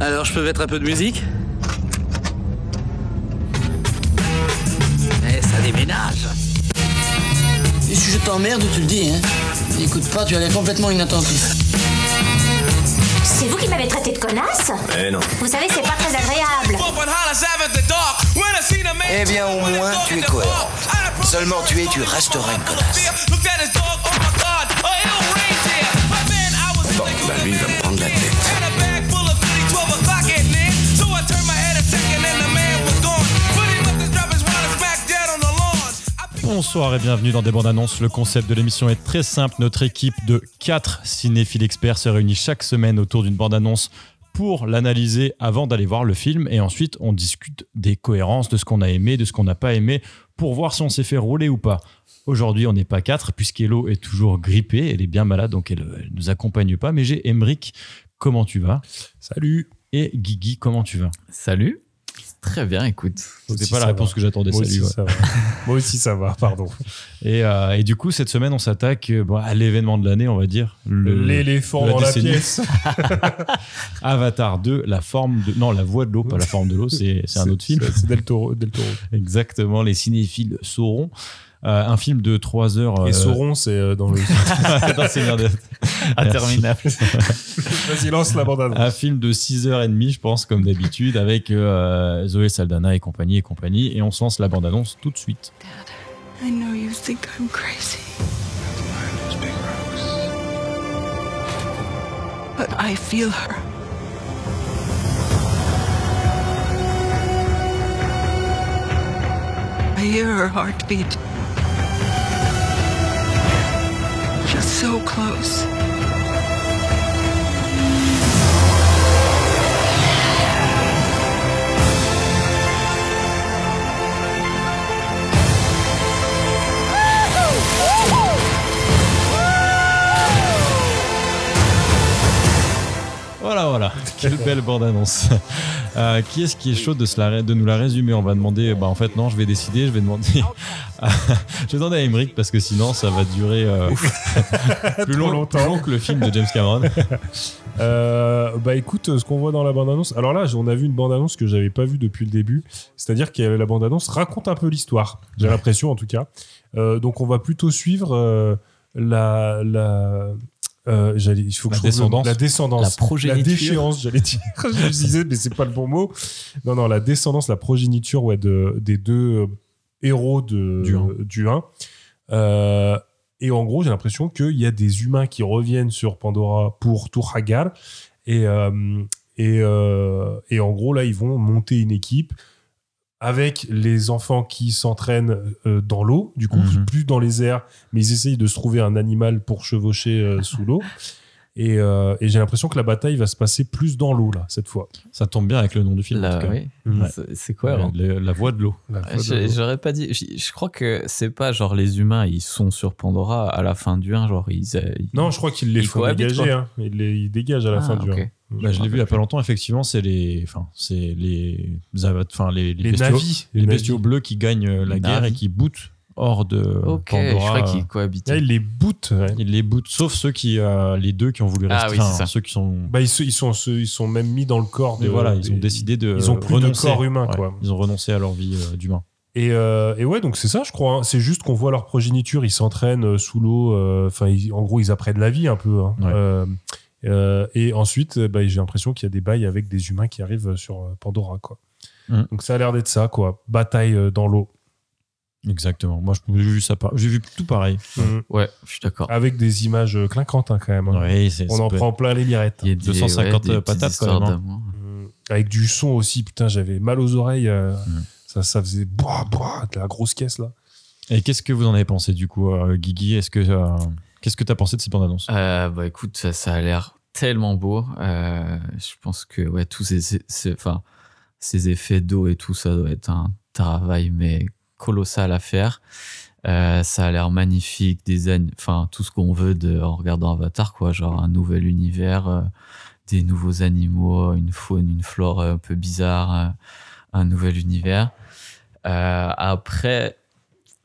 Alors je peux mettre un peu de musique Eh, ça déménage Et si je t'emmerde, tu le dis, hein. Écoute pas, tu as l'air complètement inattentif. C'est vous qui m'avez traité de connasse Eh non. Vous savez, c'est pas très agréable. Eh bien, au moins, tu es cohérent. Seulement tu es, tu resteras une connasse. oh Bon, bah lui, il va me prendre la tête. Bonsoir et bienvenue dans Des Bandes Annonces. Le concept de l'émission est très simple. Notre équipe de 4 cinéphiles experts se réunit chaque semaine autour d'une bande annonce pour l'analyser avant d'aller voir le film. Et ensuite, on discute des cohérences, de ce qu'on a aimé, de ce qu'on n'a pas aimé, pour voir si on s'est fait rouler ou pas. Aujourd'hui, on n'est pas 4 puisqu'Elo est toujours grippée. Elle est bien malade, donc elle ne nous accompagne pas. Mais j'ai Emeric, comment tu vas Salut. Et Guigui, comment tu vas Salut. Très bien, écoute. C'était aussi, pas la ça réponse va. que j'attendais. Moi salut, aussi, ouais. ça va. Moi aussi, ça va, pardon. Et, euh, et du coup, cette semaine, on s'attaque euh, bon, à l'événement de l'année, on va dire. Le- L'éléphant la dans la décennie. pièce. Avatar 2, la forme de... Non, la voix de l'eau, pas la forme de l'eau, c'est c'est un autre film. C'est Del Toro. Del Toro. Exactement, les cinéphiles sauront. Euh, un film de 3 heures. euh, Et Sauron, c'est euh, dans le. Attends, c'est merde. Interminable. Vas-y, lance la bande annonce. un film de 6h30, je pense, comme d'habitude, avec euh, Zoé Saldana et compagnie et compagnie. Et on se lance la bande-annonce tout de suite. I know you think I'm crazy. But I feel her. I hear her heartbeat. Just so close. Voilà, voilà. Quelle belle bande-annonce. Euh, qui est-ce qui est chaud de, se la ré- de nous la résumer On va demander. Bah, en fait, non, je vais décider. Je vais demander. à- je vais demander à Emmerich parce que sinon, ça va durer euh, plus, long, longtemps. plus long que le film de James Cameron. Euh, bah écoute, euh, ce qu'on voit dans la bande-annonce. Alors là, on a vu une bande-annonce que j'avais pas vue depuis le début. C'est-à-dire que la bande-annonce raconte un peu l'histoire. J'ai l'impression, en tout cas. Euh, donc on va plutôt suivre euh, la. la euh, j'allais- il faut que La je trouve le- descendance. la descendance, La progéniture. déchéance, j'allais dire. je me disais, mais c'est pas le bon mot. Non, non, la descendance, la progéniture ouais, de, des deux euh, héros de, Du un. du un. Euh, et en gros, j'ai l'impression qu'il y a des humains qui reviennent sur Pandora pour Tourhagar. Et, euh, et, euh, et en gros, là, ils vont monter une équipe avec les enfants qui s'entraînent euh, dans l'eau, du coup, Mhm. plus dans les airs, mais ils essayent de se trouver un animal pour chevaucher euh, sous l'eau. Et, euh, et j'ai l'impression que la bataille va se passer plus dans l'eau, là, cette fois. Ça tombe bien avec le nom du film. en Là, tout cas. oui. Ouais. C'est- C'est quoi Ouais, alors le- la voix de l'eau. Je- J'aurais pas dit. Je, je crois que c'est pas genre les humains, ils sont sur Pandora à la fin du 1, genre ils. euh, ils- Non, je crois qu'ils les Ils font cohabitent, dégager. Hein. Ils, les, ils dégagent à la Ah, fin du ok. un. Euh, Bah, je l'ai vu il y a rappelle pas longtemps. Effectivement, c'est les, enfin, c'est les, ava- enfin les, les Les bestiaux, navis. les Les bestiaux navis. bleus qui gagnent euh, la Les guerre et navis. qui bootent hors de Ok, je Pandora. crois qu'ils cohabitent. Ah, ils les bootent. ouais. Ils les bootent, sauf ceux qui, euh, les deux qui ont voulu Ah rester, oui, c'est ça. enfin, ceux qui sont. Bah, ils, se- ils sont, se- ils sont même mis dans le corps de. Mais voilà, ils des- ont décidé de ils ont plus de renoncer. corps humain, Ouais, quoi. Ils ont renoncé à leur vie euh, d'humain. Et, euh, et ouais, donc c'est ça, je crois. hein. C'est juste qu'on voit leur progéniture, ils s'entraînent euh, sous l'eau. euh, Enfin, ils- en gros, ils apprennent la vie un peu. hein. Ouais. Euh, euh, et ensuite, euh, bah, j'ai l'impression qu'il y a des bails avec des humains qui arrivent sur euh, Pandora, quoi. Mm. Donc ça a l'air d'être ça, quoi. Bataille euh, dans l'eau. Exactement. Moi, je- j'ai vu ça. par- J'ai vu tout pareil. Mm. Ouais, je suis d'accord. Avec des images euh, clinquantes, hein, quand même. hein. Ouais, c'est- On ça en peut prend plein les mirettes. Il y a 250 des petites patates, quand histoires même, hein. d'amour. Mm. Avec du son aussi, putain, j'avais mal aux oreilles. euh, Mm. ça, ça faisait boah, boah, de la grosse caisse, là. être. Et qu'est-ce que vous en avez pensé du coup, euh, Guigui Est-ce que euh, qu'est-ce que t'as pensé de cette bande annonce Euh, bah écoute, ça, ça a l'air tellement beau. Euh, je pense que ouais, tous ces, ces- ces- enfin, ces effets d'eau et tout, ça doit être un travail mais colossal à faire. Euh, ça a l'air magnifique, design, enfin tout ce qu'on veut de, en regardant Avatar, quoi, genre un nouvel univers, euh, des nouveaux animaux, une faune, une flore euh, un peu bizarre, euh, un nouvel univers. Euh, après,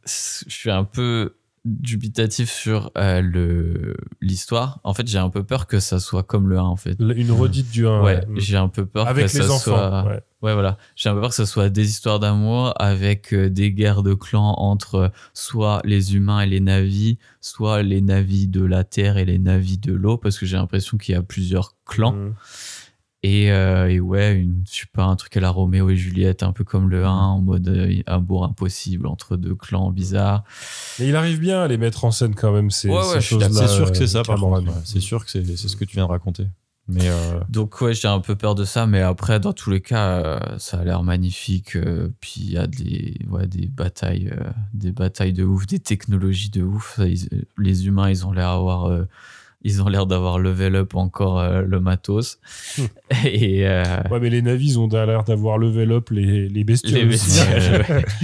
je suis un peu dubitatif sur euh, le l'histoire. En fait, j'ai un peu peur que ça soit comme le 1, en fait. Une redite du 1. Mm. Ouais, j'ai un peu peur mm. Avec que les ça enfants. soit. ouais. Ouais, voilà. J'ai un peu peur que ce soit des histoires d'amour avec euh, des guerres de clans entre euh, soit les humains et les navis, soit les navis de la terre et les navis de l'eau, parce que j'ai l'impression qu'il y a plusieurs clans. Mm. Et, euh, et ouais, une, je sais pas, un truc à la Roméo et Juliette, un peu comme le 1, en mode euh, amour impossible entre deux clans bizarres. Mais il arrive bien à les mettre en scène quand même, ces, Ouais, ouais, ces je suis choses-là. C'est sûr que c'est ça, euh, par Cameron. contre. ouais. C'est sûr que c'est c'est ce que tu viens de raconter. Mais euh, Donc ouais, j'ai un peu peur de ça, mais après, dans tous les cas, euh, ça a l'air magnifique. euh, puis il y a des, ouais, des batailles, euh, des batailles de ouf, des technologies de ouf. Ça, ils- euh, les humains, ils ont l'air avoir, euh, ils ont l'air d'avoir level up encore euh, le matos. Et euh, Ouais, mais les navis ils ont l'air d'avoir level up les, les bestioles. les aussi. bestioles, ouais.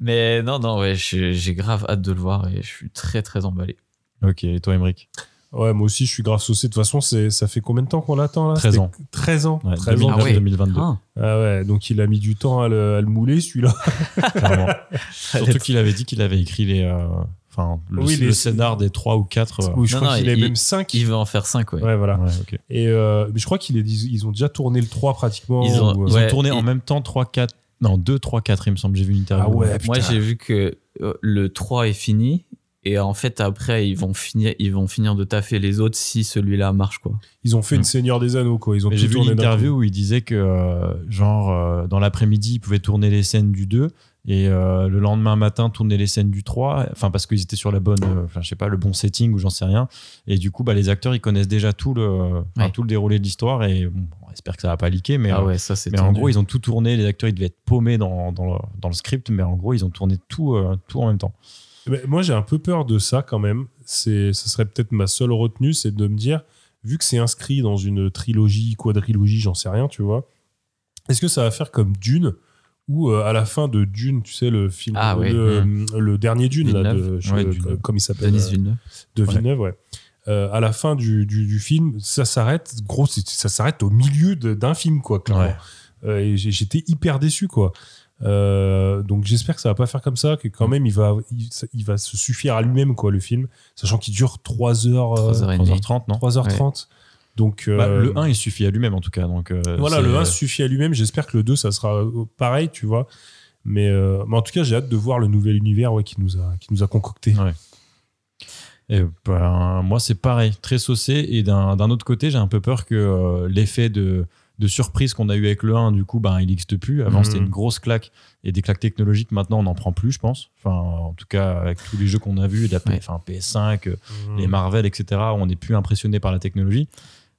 mais non, non, ouais, j'ai j'ai grave hâte de le voir et je suis très, très emballé. ok, et toi, Emmerich Ah, Ouais, moi aussi, je suis grave saucé. De toute façon, c'est- ça fait combien de temps qu'on l'attend là 13 C'était ans. 13 ans. Ouais, 13 2009. ans. Ah 2019, ouais. 2022. Ah, Ah ouais, donc il a mis du temps à le, à le mouler celui-là. clairement. Surtout qu'il avait dit qu'il avait écrit les, euh, enfin, le, Oui, le les- scénar des 3 ou 4. Ou je Non, crois non, qu'il est il- même 5. il va en faire 5, ouais. Ouais, voilà. Ouais, ok. Et euh, mais je crois qu'ils ils ont déjà tourné le 3 pratiquement. Ils ont- ou, euh, Ils Ouais, ont tourné et- en même temps 3, 4. Non, 2, 3, 4, il me semble. J'ai vu une interview. Ah ouais, putain. Moi, j'ai vu que euh, le 3 est fini. Et en fait, après, ils vont finir, ils vont finir de taffer les autres si celui-là marche, quoi. Ils ont fait Mm. une Seigneur des Anneaux, quoi. Ils ont Mais tout J'ai vu tourné une d'un interview coup. où il disait que, euh, genre, euh, dans l'après-midi, ils pouvaient tourner les scènes du 2 et euh, le lendemain matin, tourner les scènes du 3. Enfin, parce qu'ils étaient sur la bonne, euh, enfin, je sais pas, le bon setting ou j'en sais rien. Et du coup, bah, les acteurs, ils connaissent déjà tout le, enfin, Ouais. tout le déroulé de l'histoire et bon, on espère que ça va pas liquer. Mais, Ah euh, ouais, ça, c'est mais en tendu. gros, ils ont tout tourné. Les acteurs, ils devaient être paumés dans, dans, le, dans le script, mais en gros, ils ont tourné tout, euh, tout en même temps. Mais moi, j'ai un peu peur de ça quand même. C'est, ça serait peut-être ma seule retenue, c'est de me dire, vu que c'est inscrit dans une trilogie, quadrilogie, j'en sais rien, tu vois. Est-ce que ça va faire comme Dune, ou à la fin de Dune, tu sais, le film, Ah le, ouais. le- le dernier Dune, là, de, Villeneuve. je- Ouais, Dune. comme il s'appelle. Denis euh, Villeneuve. de Ouais. Villeneuve, ouais. Euh, à la fin du, du, du film, ça s'arrête, gros, c'est- ça s'arrête au milieu de- d'un film, quoi, clairement. Ouais. Euh, et j'ai- j'étais hyper déçu, quoi. Euh, donc j'espère que ça va pas faire comme ça, que Mm. quand même il va, il, ça- il va se suffire à lui-même, quoi, le film, sachant qu'il dure 3 heures, euh, 3 heures et demie. 3h30, non 3h30. Donc, Bah, euh, Le 1, il suffit à lui-même, en tout cas. Donc, euh, voilà, c'est- le 1 suffit à lui-même. J'espère que le 2, ça sera euh, pareil, tu vois. Mais, euh, mais en tout cas, j'ai hâte de voir le nouvel univers ouais, qui, nous a, qui nous a concocté. Ouais. Et ben, moi, c'est pareil, très saucé. Et d'un d'un autre côté, j'ai un peu peur que euh, l'effet de, de surprise qu'on a eu avec le 1, du coup, ben, il n'existe plus. Avant, Mhm. c'était une grosse claque et des claques technologiques. Maintenant, on n'en prend plus, je pense. Enfin, en tout cas, avec tous les jeux qu'on a vus, la P- Ouais. enfin, PS5, euh, Mhm. les Marvel, etc., on n'est plus impressionné par la technologie.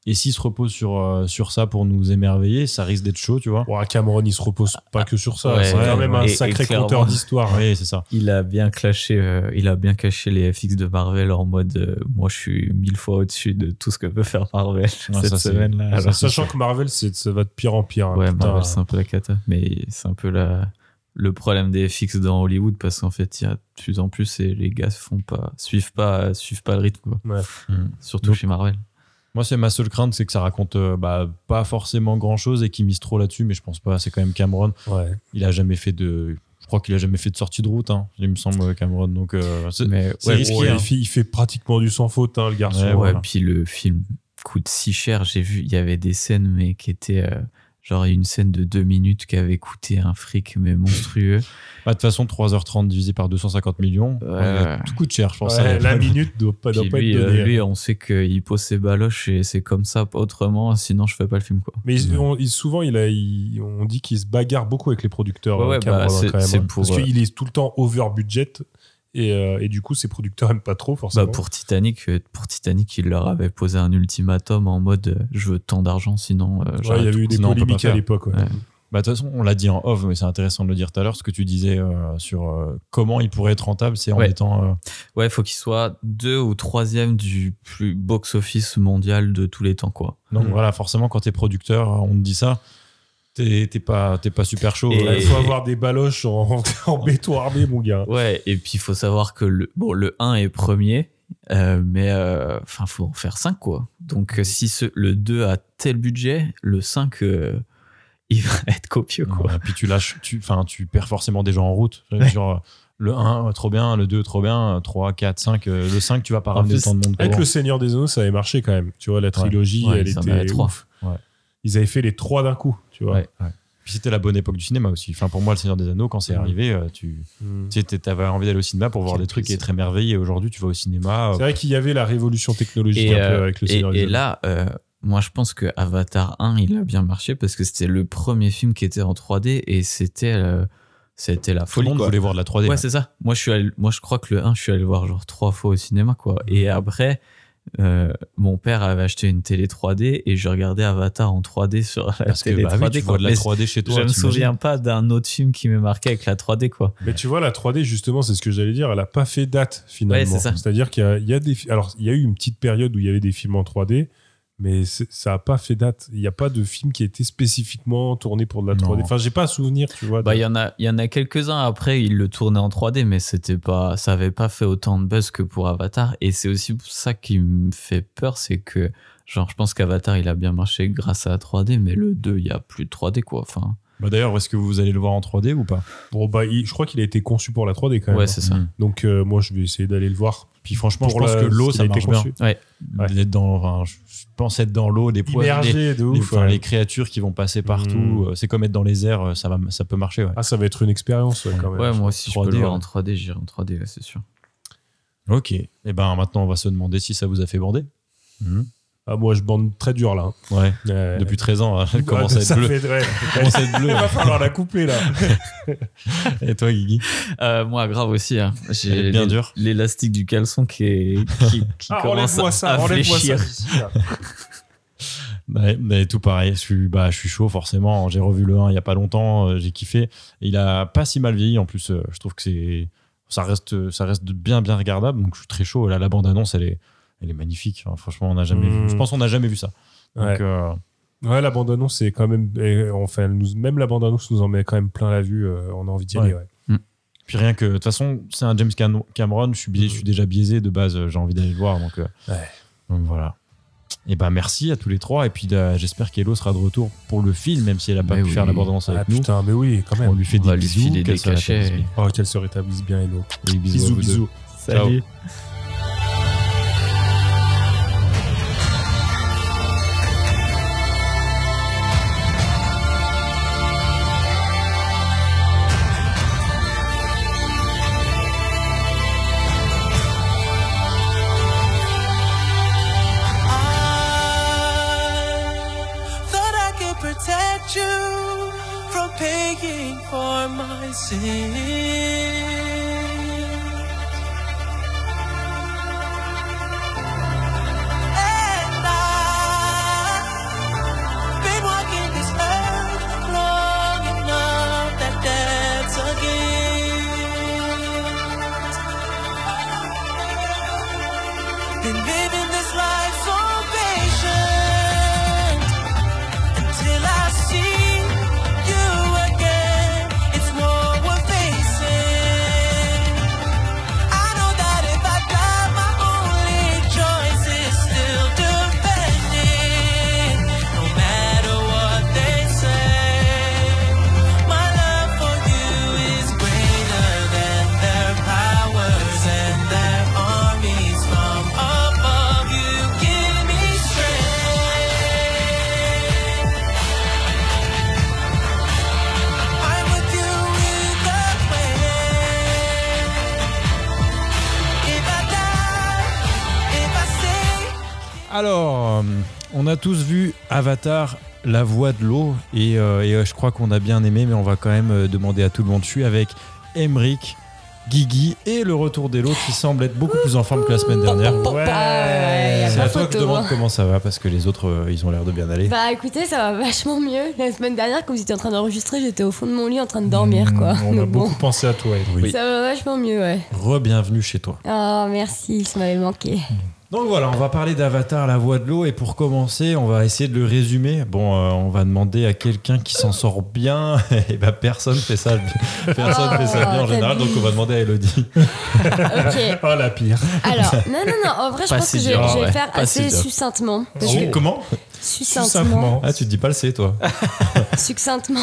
Et s'il se repose sur, euh, sur ça pour nous émerveiller, ça risque d'être chaud, tu vois. Bon, à Cameron, il se repose pas que sur ça. ouais, c'est quand ouais, même ouais. un Et- et sacré clairement. compteur d'histoire. Oui, c'est ça. Il a bien clashé, euh, il a bien caché les FX de Marvel en mode, euh, moi, je suis mille fois au-dessus de tout ce que peut faire Marvel Ouais, cette ça, c'est- semaine-là. ça, Alors, c'est Sachant que Marvel, c'est- ça va de pire en pire. Oh, hein, ouais, putain. Marvel, c'est un peu la cata. Mais c'est un peu la, le problème des FX dans Hollywood parce qu'en fait, il y a de plus en plus et les gars font pas, suivent pas, suivent pas le rythme, quoi. Ouais. Mhm. Surtout Donc- chez Marvel. Moi, c'est ma seule crainte, c'est que ça raconte euh, bah, pas forcément grand chose et qu'il mise trop là-dessus, mais je pense pas. C'est quand même Cameron. Ouais. Il a jamais fait de. Je crois qu'il a jamais fait de sortie de route, hein, il me semble, Cameron. Donc, euh, c'est- Mais C'est Ouais, risqué, ouais, hein. il, fait, il fait pratiquement du sans faute, hein, le garçon. Ouais, Ouais, voilà. puis le film coûte si cher. J'ai vu, il y avait des scènes, mais qui étaient. euh, genre, une scène de deux minutes qui avait coûté un fric, mais monstrueux. bah, de toute façon, 3h30 divisé par 250 millions, Ouais, euh, ouais. tout coûte cher, je pense. Ouais, Ça, la minute doit pas, doit Puis pas lui, être euh, donnée. hein. lui, on sait qu'il pose ses baloches et c'est comme ça, pas autrement, sinon je fais pas le film, quoi. Mais il- on- il- souvent, il a, il- on dit qu'il se bagarre beaucoup avec les producteurs. Ouais, euh, ouais, Cameron, bah, hein, c'est- quand même, c'est hein. pour, Parce euh, qu'il est tout le temps over budget. Et, euh, et du coup, ses producteurs aiment pas trop, Bah forcément. pour Titanic, euh, pour Titanic, il leur avait posé un ultimatum en mode euh, je veux tant d'argent, sinon euh, Ouais, il y j'arrête avait eu tout. des sinon on peut pas polémiques à faire. l'époque. ouais. Ouais. Bah, de toute façon, on l'a dit en off, mais c'est intéressant de le dire tout à l'heure. Ce que tu disais euh, sur euh, comment il pourrait être rentable, c'est en Ouais. étant. euh, Ouais, faut qu'il soit deux ou troisième du plus box-office mondial de tous les temps, quoi. Donc Mm. voilà, forcément, quand t'es producteur, euh, on te dit ça, t'es t'es pas, t'es pas super chaud. Et- Ouais. Il faut avoir des baloches en, en béton armé, mon gars. Ouais, et puis il faut savoir que le, bon, le 1 est premier, euh, mais euh, enfin, faut en faire 5, quoi. Donc euh, si ce, le 2 a tel budget, le 5, euh, il va être copieux, quoi. Ouais, puis tu lâches, tu, enfin, tu perds forcément des gens en route. Genre, le 1, euh, trop bien, le 2, trop bien, euh, 3, 4, 5, euh, le 5, tu vas pas En ramener plus, tant de monde. Avec qu'avant. le Seigneur des Anneaux, ça avait marché quand même. Tu vois, la trilogie, Ouais, elle ça en avait était trois. ouf. Ouais. Ils avaient fait les trois d'un coup, tu vois. Ouais, ouais. Puis c'était la bonne époque du cinéma aussi. Enfin, pour moi, Le Seigneur des Anneaux, quand c'est Mhm. arrivé, euh, tu Hmm. tu sais, t'es- t'avais envie d'aller au cinéma pour voir Quel des trucs et plaisir. être émerveillé. Et aujourd'hui, tu vas au cinéma. euh, C'est vrai qu'il y avait la révolution technologique Et, un peu euh, avec le et- Seigneur des et Anneaux. là, euh, moi, je pense que Avatar 1, il a bien marché parce que c'était le premier film qui était en 3D et c'était euh, c'était la tout le folie. monde quoi. voulait voir de la 3D. Ouais, là. c'est ça. Moi, je suis allé- moi, je crois que le 1, je suis allé le voir genre trois fois au cinéma, quoi. Mm. Et après, euh, mon père avait acheté une télé 3D et je regardais Avatar en 3D sur la Parce que télé bah oui, 3D. tu quoi. vois de la Mais 3D chez toi. je me t'imagines. souviens pas d'un autre film qui m'est marqué avec la 3D, quoi. Mais tu vois, la 3D, justement, c'est ce que j'allais dire, elle a pas fait date finalement. Ouais, c'est ça. C'est-à-dire qu'il y a, il y a des. fi- Alors, il y a eu une petite période où il y avait des films en 3D, mais c'est- ça a pas fait date. Il n'y a pas de film qui a été spécifiquement tourné pour de la Non. 3D. Enfin, j'ai pas un souvenir, tu vois. de- Bah, il y en a, il y en a quelques-uns après, ils le tournaient en 3D, mais c'était pas, ça avait pas fait autant de buzz que pour Avatar. Et c'est aussi ça qui me fait peur, c'est que, genre, je pense qu'Avatar, il a bien marché grâce à la 3D, mais le 2, il y a plus de 3D, quoi. Enfin, Bah, D'ailleurs, est-ce que vous allez le voir en 3D ou pas Bon, bah, il- je crois qu'il a été conçu pour la 3D quand même. ouais, c'est ça. Mhm. Donc, euh, moi, je vais essayer d'aller le voir. Puis franchement, Pour je pense la- que l'eau, ce ça qu'il a marche été bien. conçu. Ouais. D'être dans, enfin, je je pense être dans l'eau, des poissons, les, Immergé de les- ouf. enfin, ouais. les créatures qui vont passer partout. Mm. euh, C'est comme être dans les airs, euh, ça, va, ça peut marcher. ouais. Ah, ça va être une expérience ouais, quand même. Ouais, moi aussi, je peux 3D, le voir ouais. en 3D, j'irai en 3D, ouais, c'est sûr. Ok. Et ben maintenant, on va se demander si ça vous a fait bander. Mhm. Ah, moi, je bande très dur là. hein. Ouais. Ouais. Depuis 13 ans, hein, elle Ah, commence à ça être bleue. fait- ouais. Elle commence à être bleue. Il va falloir la couper là. Et toi, Guigui Euh, moi, grave aussi, hein. Elle j'ai est bien l'é- dure. l'élastique du caleçon qui, est, qui, qui Ah, commence enlève-moi à, ça, à enlève-moi ça. fléchir. d'ici, là. Ouais, mais Bah, tout pareil, je suis, bah, je suis chaud forcément. J'ai revu le 1 il y a pas longtemps, euh, j'ai kiffé. Il a pas si mal vieilli en plus. euh, Je trouve que c'est, ça reste, ça reste bien bien regardable. Donc je suis très chaud. Là, la bande annonce, elle est, elle est magnifique. Enfin, franchement, on n'a jamais Mmh. vu. Je pense qu'on n'a jamais vu ça. Donc, Ouais. euh, Ouais, la bande-annonce, c'est quand même. eh, Enfin, elle nous, même la bande-annonce nous en met quand même plein la vue. euh, on a envie d'y Ouais. aller. Ouais. puis rien que, de toute façon, c'est un James Cam- Cameron. Je suis, biaisé- je Mmh. suis déjà biaisé de base. euh, J'ai envie d'aller le voir. Donc, euh, Ouais. donc voilà. Et bah merci à tous les trois. Et puis euh, j'espère qu'Elo sera de retour pour le film, même si elle a pas Mais pu oui. faire la bande annonce Ah, avec nous. putain, mais oui, quand On même. lui fait On des va lui bisous. filer des qu'elle se rétablisse cachets. bien. Oh, qu'elle se rétablisse bien, Hello. Des bisous, à Bisous, vous deux. bisous. Salut. thought I could protect you from paying for my sins. And I've been walking this earth long enough that that's a gift. Been living this life so patient till I see you again. It's more worth facing. I know that if I die, my only choice is still defending. No matter what they say, my love for you is greater than their powers and their armies from above. You give me strength. I'm with you either way. If I die, if I stay, Alors, euh, on a tous vu Avatar, la voix de l'eau, et, euh, et, euh, je crois qu'on a bien aimé, mais on va quand même euh, demander à tout le monde. Je suis avec Emric, Guigui et le retour d'Elo qui semble être beaucoup plus en forme que la semaine dernière. Ouais. Ah, y a C'est pas à toi que je photo. demande comment ça va parce que les autres euh, ils ont l'air de bien aller. Bah écoutez, ça va vachement mieux. La semaine dernière, quand vous étiez en train d'enregistrer, j'étais au fond de mon lit en train de dormir, quoi. Mmh, Hmm, On a Donc bon, beaucoup pensé à toi, Hello. Oui. ça va vachement mieux, ouais. Re-bienvenue chez toi. Oh, merci, ça m'avait manqué. Donc voilà, on va parler d'Avatar, la voix de l'eau, et pour commencer, on va essayer de le résumer. Bon, euh, on va demander à quelqu'un qui s'en sort bien, et bah personne fait ça, personne Oh, fait ça bien en t'as général, dit. donc on va demander à Elodie. Ok. Oh, la pire. Alors, non, non, non, en vrai, je Pas pense si que je, dur, je vais ouais. faire Pas si assez dur. Oh, succinctement. Comment Succinctement. Ah, tu te dis pas le C, toi. Succinctement.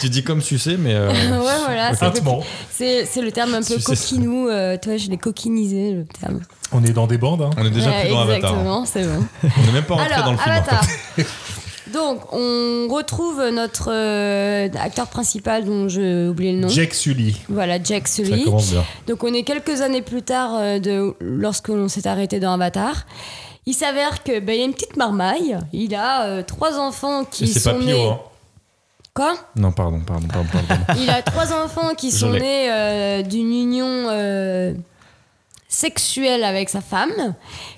tu dis comme sucé, mais. euh, Ouais, voilà, ok. c'est un peu Succinctement. C'est c'est le terme un peu Si, c'est ça. coquinou. euh, toi, je l'ai coquinisé, le terme. On est dans des bandes. hein. On est déjà Ouais, plus dans Avatar. Exactement, c'est bon. On n'est même pas rentré Alors, dans le film. hein. en Avatar. fait. Donc, on retrouve notre euh, acteur principal dont j'ai oublié le nom. Jack Sully. Voilà, Jack Ça Sully. commence bien. Donc on est quelques années plus tard euh, de lorsque l'on s'est arrêté dans Avatar. Il s'avère que ben, il a une petite marmaille. Il a euh, trois enfants Et qui c'est sont pas Pio, nés. hein. Quoi Non, pardon, pardon, pardon, pardon. Il a trois enfants qui Je sont l'ai. nés euh, d'une union euh, sexuelle avec sa femme.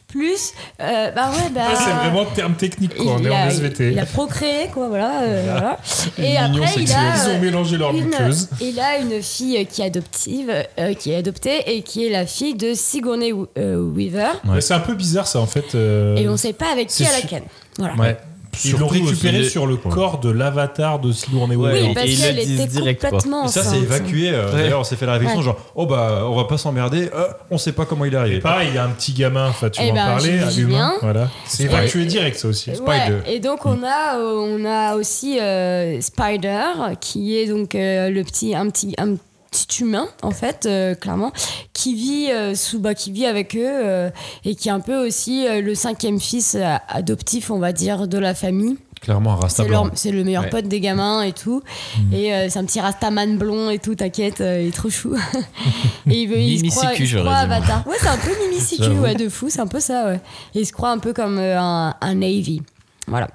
Plus, euh, bah ouais, bah. Ah, c'est vraiment terme technique, quoi. On est en a, SVT. il a procréé, quoi, voilà. euh, voilà. Et union après, il sexuelle. a. Ils ont euh, mélangé leurs une- muqueuses. il a une fille qui est adoptive, euh, qui est adoptée et qui est la fille de Sigourney Wee- euh, Weaver. Ouais. Mais C'est un peu bizarre, ça, en fait. euh, Et on sait pas avec c'est qui elle a su- ken. Voilà. Ouais. Ils l'ont Surtout, récupéré c'est- sur le Ouais. corps de l'avatar de Sigourney Ouais, Oui, Weaver. et- parce et ils le qu'elle disent était direct, quoi. complètement Et ça, c'est enceinte. évacué. euh, Ouais. D'ailleurs, on s'est fait la réflexion Ouais. genre, oh bah, on va pas s'emmerder, euh, on sait pas comment il est Et arrivé. pareil, il y a un petit gamin, enfin, tu Eh vas en ben, parler, Gilles un Julien. humain. Voilà. C'est Ouais. évacué direct, ça aussi. Ouais, et donc on a euh, on a aussi euh, Spider qui est donc euh, le petit un petit un petit humain en fait euh, clairement qui vit euh, sous bah, qui vit avec eux euh, et qui est un peu aussi euh, le cinquième fils euh, adoptif on va dire de la famille Clairement, un rasta c'est leur- blanc. Mm. c'est le meilleur Ouais. pote des gamins et tout et euh, c'est un petit rastaman blond et tout t'inquiète euh, il est trop chou et il veut il se croit, Mimi-sicu, il se je croit résume. avatar ouais c'est un peu mimi sicu J'avoue. ouais de fou c'est un peu ça ouais et il se croit un peu comme euh, un, un navy voilà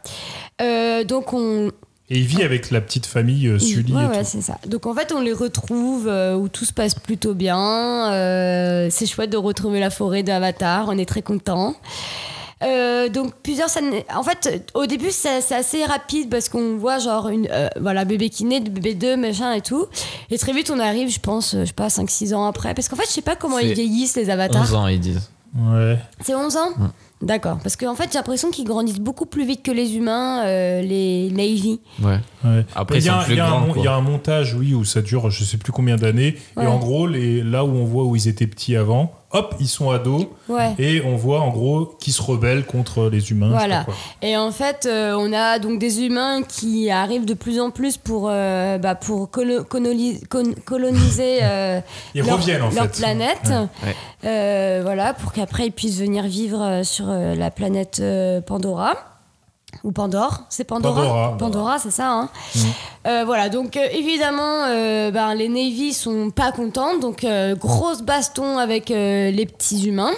Euh, donc on Et il vit avec la petite famille euh, Sully. ouais, et ouais, tout. c'est ça donc en fait on les retrouve euh, où tout se passe plutôt bien Euh, c'est chouette de retrouver la forêt d'avatar on est très content euh, donc plusieurs scènes. En fait, au début, c'est c'est assez rapide parce qu'on voit genre une euh, voilà bébé qui naît, bébé 2, machin et tout. Et très vite, on arrive, je pense, euh, je sais pas, 5-6 ans après. Parce qu'en fait, je sais pas comment C'est ils vieillissent les avatars. 11 ans, ils disent. Ouais. C'est 11 ans Mm. D'accord. Parce qu'en fait, j'ai l'impression qu'ils grandissent beaucoup plus vite que les humains, euh, les Navy. Ouais. Ouais. Après, il y, ils a- sont plus il y a un grands, mon- quoi. il y a un montage, oui, où ça dure je sais plus combien d'années. Ouais. Et en gros, les, là où on voit où ils étaient petits avant, hop, ils sont ados. Ouais. Et on voit en gros qu'ils se rebellent contre les humains. je sais Voilà. pas quoi. Et en fait, euh, on a donc des humains qui arrivent de plus en plus pour, euh, bah, pour colo- coloni- con- coloniser euh, Ils leur, reviennent en leur fait. planète. Ouais. Ouais. Euh, voilà, pour qu'après ils puissent venir vivre euh, sur euh, la planète euh, Pandora. Ou Pandore, c'est Pandora Pandora. c'est ça. hein. Euh, voilà, donc euh, évidemment, euh, ben, les Navy sont pas contents, donc euh, grosse baston avec euh, les petits humains.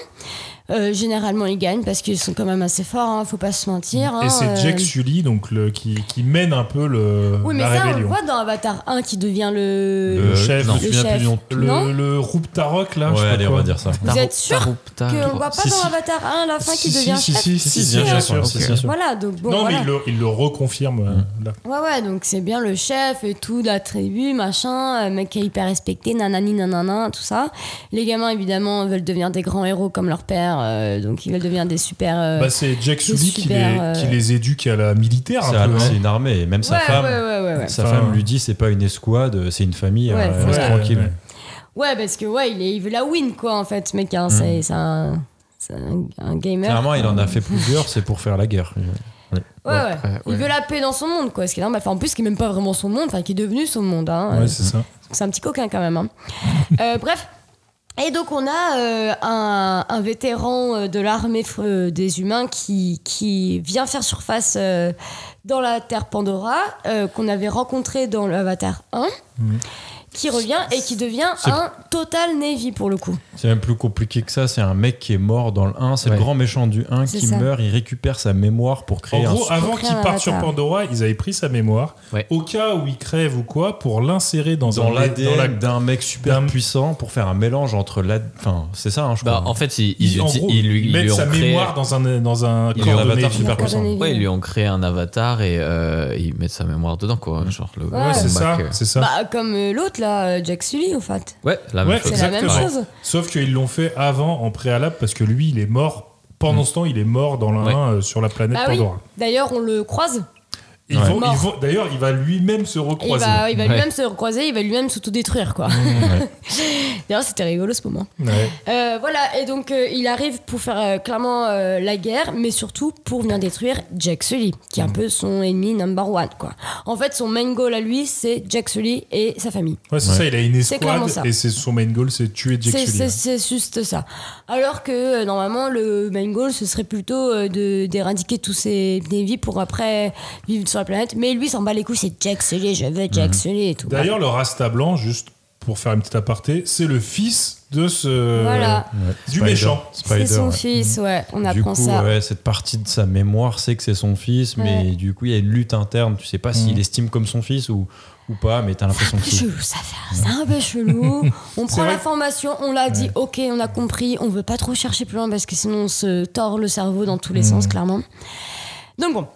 Euh, généralement, ils gagnent parce qu'ils sont quand même assez forts, hein, faut pas se mentir. hein, Et c'est euh. Jack Sully donc, le, qui, qui mène un peu le, Oui, mais la ça, on le rébellion. voit dans Avatar 1 qui devient le. Le chef, non, le je me souviens chef. plus du nom. Le, Non le Roop Tarok là. je sais Ouais, pas allez, on quoi. va dire ça. Vous Taru- êtes sûr Taru- Taru- qu'on voit pas Si, dans si. Avatar 1 la fin qui Si, devient si, chef. si, si, si, bien hein. sûr, si, bien sûr. Voilà, donc bon. non, voilà. mais il le, il le reconfirme euh, là. Ouais, ouais, donc c'est bien le chef et tout, de la tribu, machin, euh, mec qui est hyper respecté, nanani, nanana, tout ça. Les gamins, évidemment, veulent devenir des grands héros comme leur père, euh, donc ils veulent devenir des super. euh, Bah, c'est Jack c'est Sully qui les, super, euh, qui les éduque à la militaire. C'est un Ah, peu, un- hein. c'est une armée. Et même sa ouais, femme, ouais, ouais, ouais, ouais. sa Enfin, femme lui dit c'est pas une escouade, c'est une famille, Ouais, euh, c'est reste ça. tranquille. hein. Ouais, Ouais, parce que ouais, il, est- il veut la win, quoi, en fait, ce mec, hein, c'est c'est un, c'est un- un gamer. Clairement, il en a fait plusieurs, c'est pour faire la guerre. Ouais, ouais. Il ouais. veut la paix dans son monde, quoi, ce qui est normal. Enfin, en plus, qui est même pas vraiment son monde, enfin, qui est devenu son monde, hein. Ouais, c'est ça. C'est un petit coquin quand même. hein. Euh, bref. Et donc on a euh, un, un vétéran euh, de l'armée euh, des humains qui, qui vient faire surface euh, dans la Terre Pandora, euh, qu'on avait rencontré dans l'Avatar 1, qui revient et qui devient C'est- un total Navy pour le coup. C'est même plus compliqué que ça. C'est un mec qui est mort dans le 1. C'est Ouais. le grand méchant du 1 C'est qui ça. meurt. Il récupère sa mémoire pour En créer gros, un. avant Pour créer qu'ils un partent sur avatar. Pandora, ils avaient pris sa mémoire Ouais. au cas où il crève ou quoi pour l'insérer dans, Dans un- dans la- l'ADN d'un mec super d'un- puissant pour faire un mélange entre la. Enfin, c'est ça, hein, je crois. Bah, en fait, ils, ils, en uti- gros, ils lui, ils mettent lui ont sa créé... mémoire dans un dans un Il est corps un de avatar Navy. super Dans puissant. un Navy, Ouais, ils lui hein. ont créé un avatar et euh, ils mettent sa mémoire dedans, quoi. Genre le. Ouais, Ouais, c'est le ça, Mac, euh. c'est ça. Bah, comme euh, l'autre là, euh, Jack Sully en fait. Ouais, la même Ouais, chose. C'est la même Exactement. chose. Sauf qu'ils l'ont fait avant en préalable parce que lui, il est Mm. mort. Pendant ce temps, il est mort dans l'un Ouais. euh, sur la planète Bah oui. Pandora. D'ailleurs on le croise. Ils Ouais. vont- ils Mort. vont- D'ailleurs, il va lui-même se Il recroiser. va, il va Ouais. lui-même se recroiser, il va lui-même s'autodétruire, quoi. ouais. D'ailleurs, c'était rigolo ce moment. Ouais. Euh, voilà, et donc euh, il arrive pour faire euh, clairement euh, la guerre, mais surtout pour venir détruire Jack Sully, qui est Mm. un peu son ennemi number one, quoi. En fait, son main goal à lui, c'est Jack Sully et sa famille. Ouais, c'est Ouais. ça, il a une C'est clairement escouade ça. et c'est son main goal, c'est tuer Jack C'est- Sully. C'est hein. c'est juste ça. Alors que euh, normalement, le main goal, ce serait plutôt euh, de- d'éradiquer tous ces Navy pour après vivre sur la planète. Mais lui, s'en bat les couilles, c'est Jack Sully, je veux Mm. Jack Sully et tout. D'ailleurs, le Rasta blanc, juste pour faire une petite aparté, c'est le fils de ce Voilà. du Spider. méchant. c'est Spider, son ouais. Mm. fils, ouais, on Du apprend coup, ça. ouais, cette partie de sa mémoire sait que c'est son fils, mais du coup, il y a une lutte interne. Tu sais pas s'il estime comme son fils ou, ou pas, mais t'as l'impression un que peu c'est. chelou cette affaire. C'est un peu chelou. On prend vrai. l'information, on l'a dit, ok, on a compris, on veut pas trop chercher plus loin parce que sinon on se tord le cerveau dans tous les Mm. sens, clairement. Donc bon.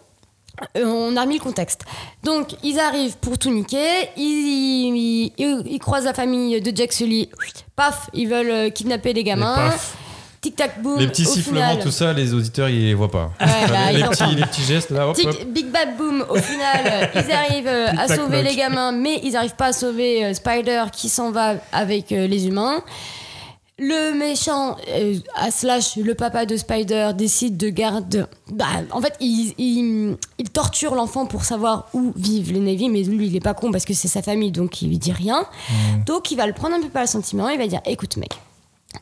euh, On a remis le contexte. Donc, ils arrivent pour tout niquer. Ils, ils- ils- ils croisent la famille de Jack Sully. Paf, ils veulent euh, kidnapper les Et gamins. paf. Tic tac boum. Les petits au sifflements, final- tout ça, les auditeurs, ils les voient pas. Ouais, bah, ils les, l'entendent petits, les petits gestes, là, hop, Tic, hop. big bad boom, au final, euh, ils arrivent euh, à Tic-tac, sauver knock. les gamins, mais ils n'arrivent pas à sauver euh, Spider qui s'en va avec euh, les humains. Le méchant, euh, à slash le papa de Spider, décide de garder. Bah, en fait, il, il- il torture l'enfant pour savoir où vivent les Navy, mais lui, il est pas con parce que c'est sa famille, donc il lui dit rien. Donc, il va le prendre un peu par le sentiment, il va dire écoute, mec,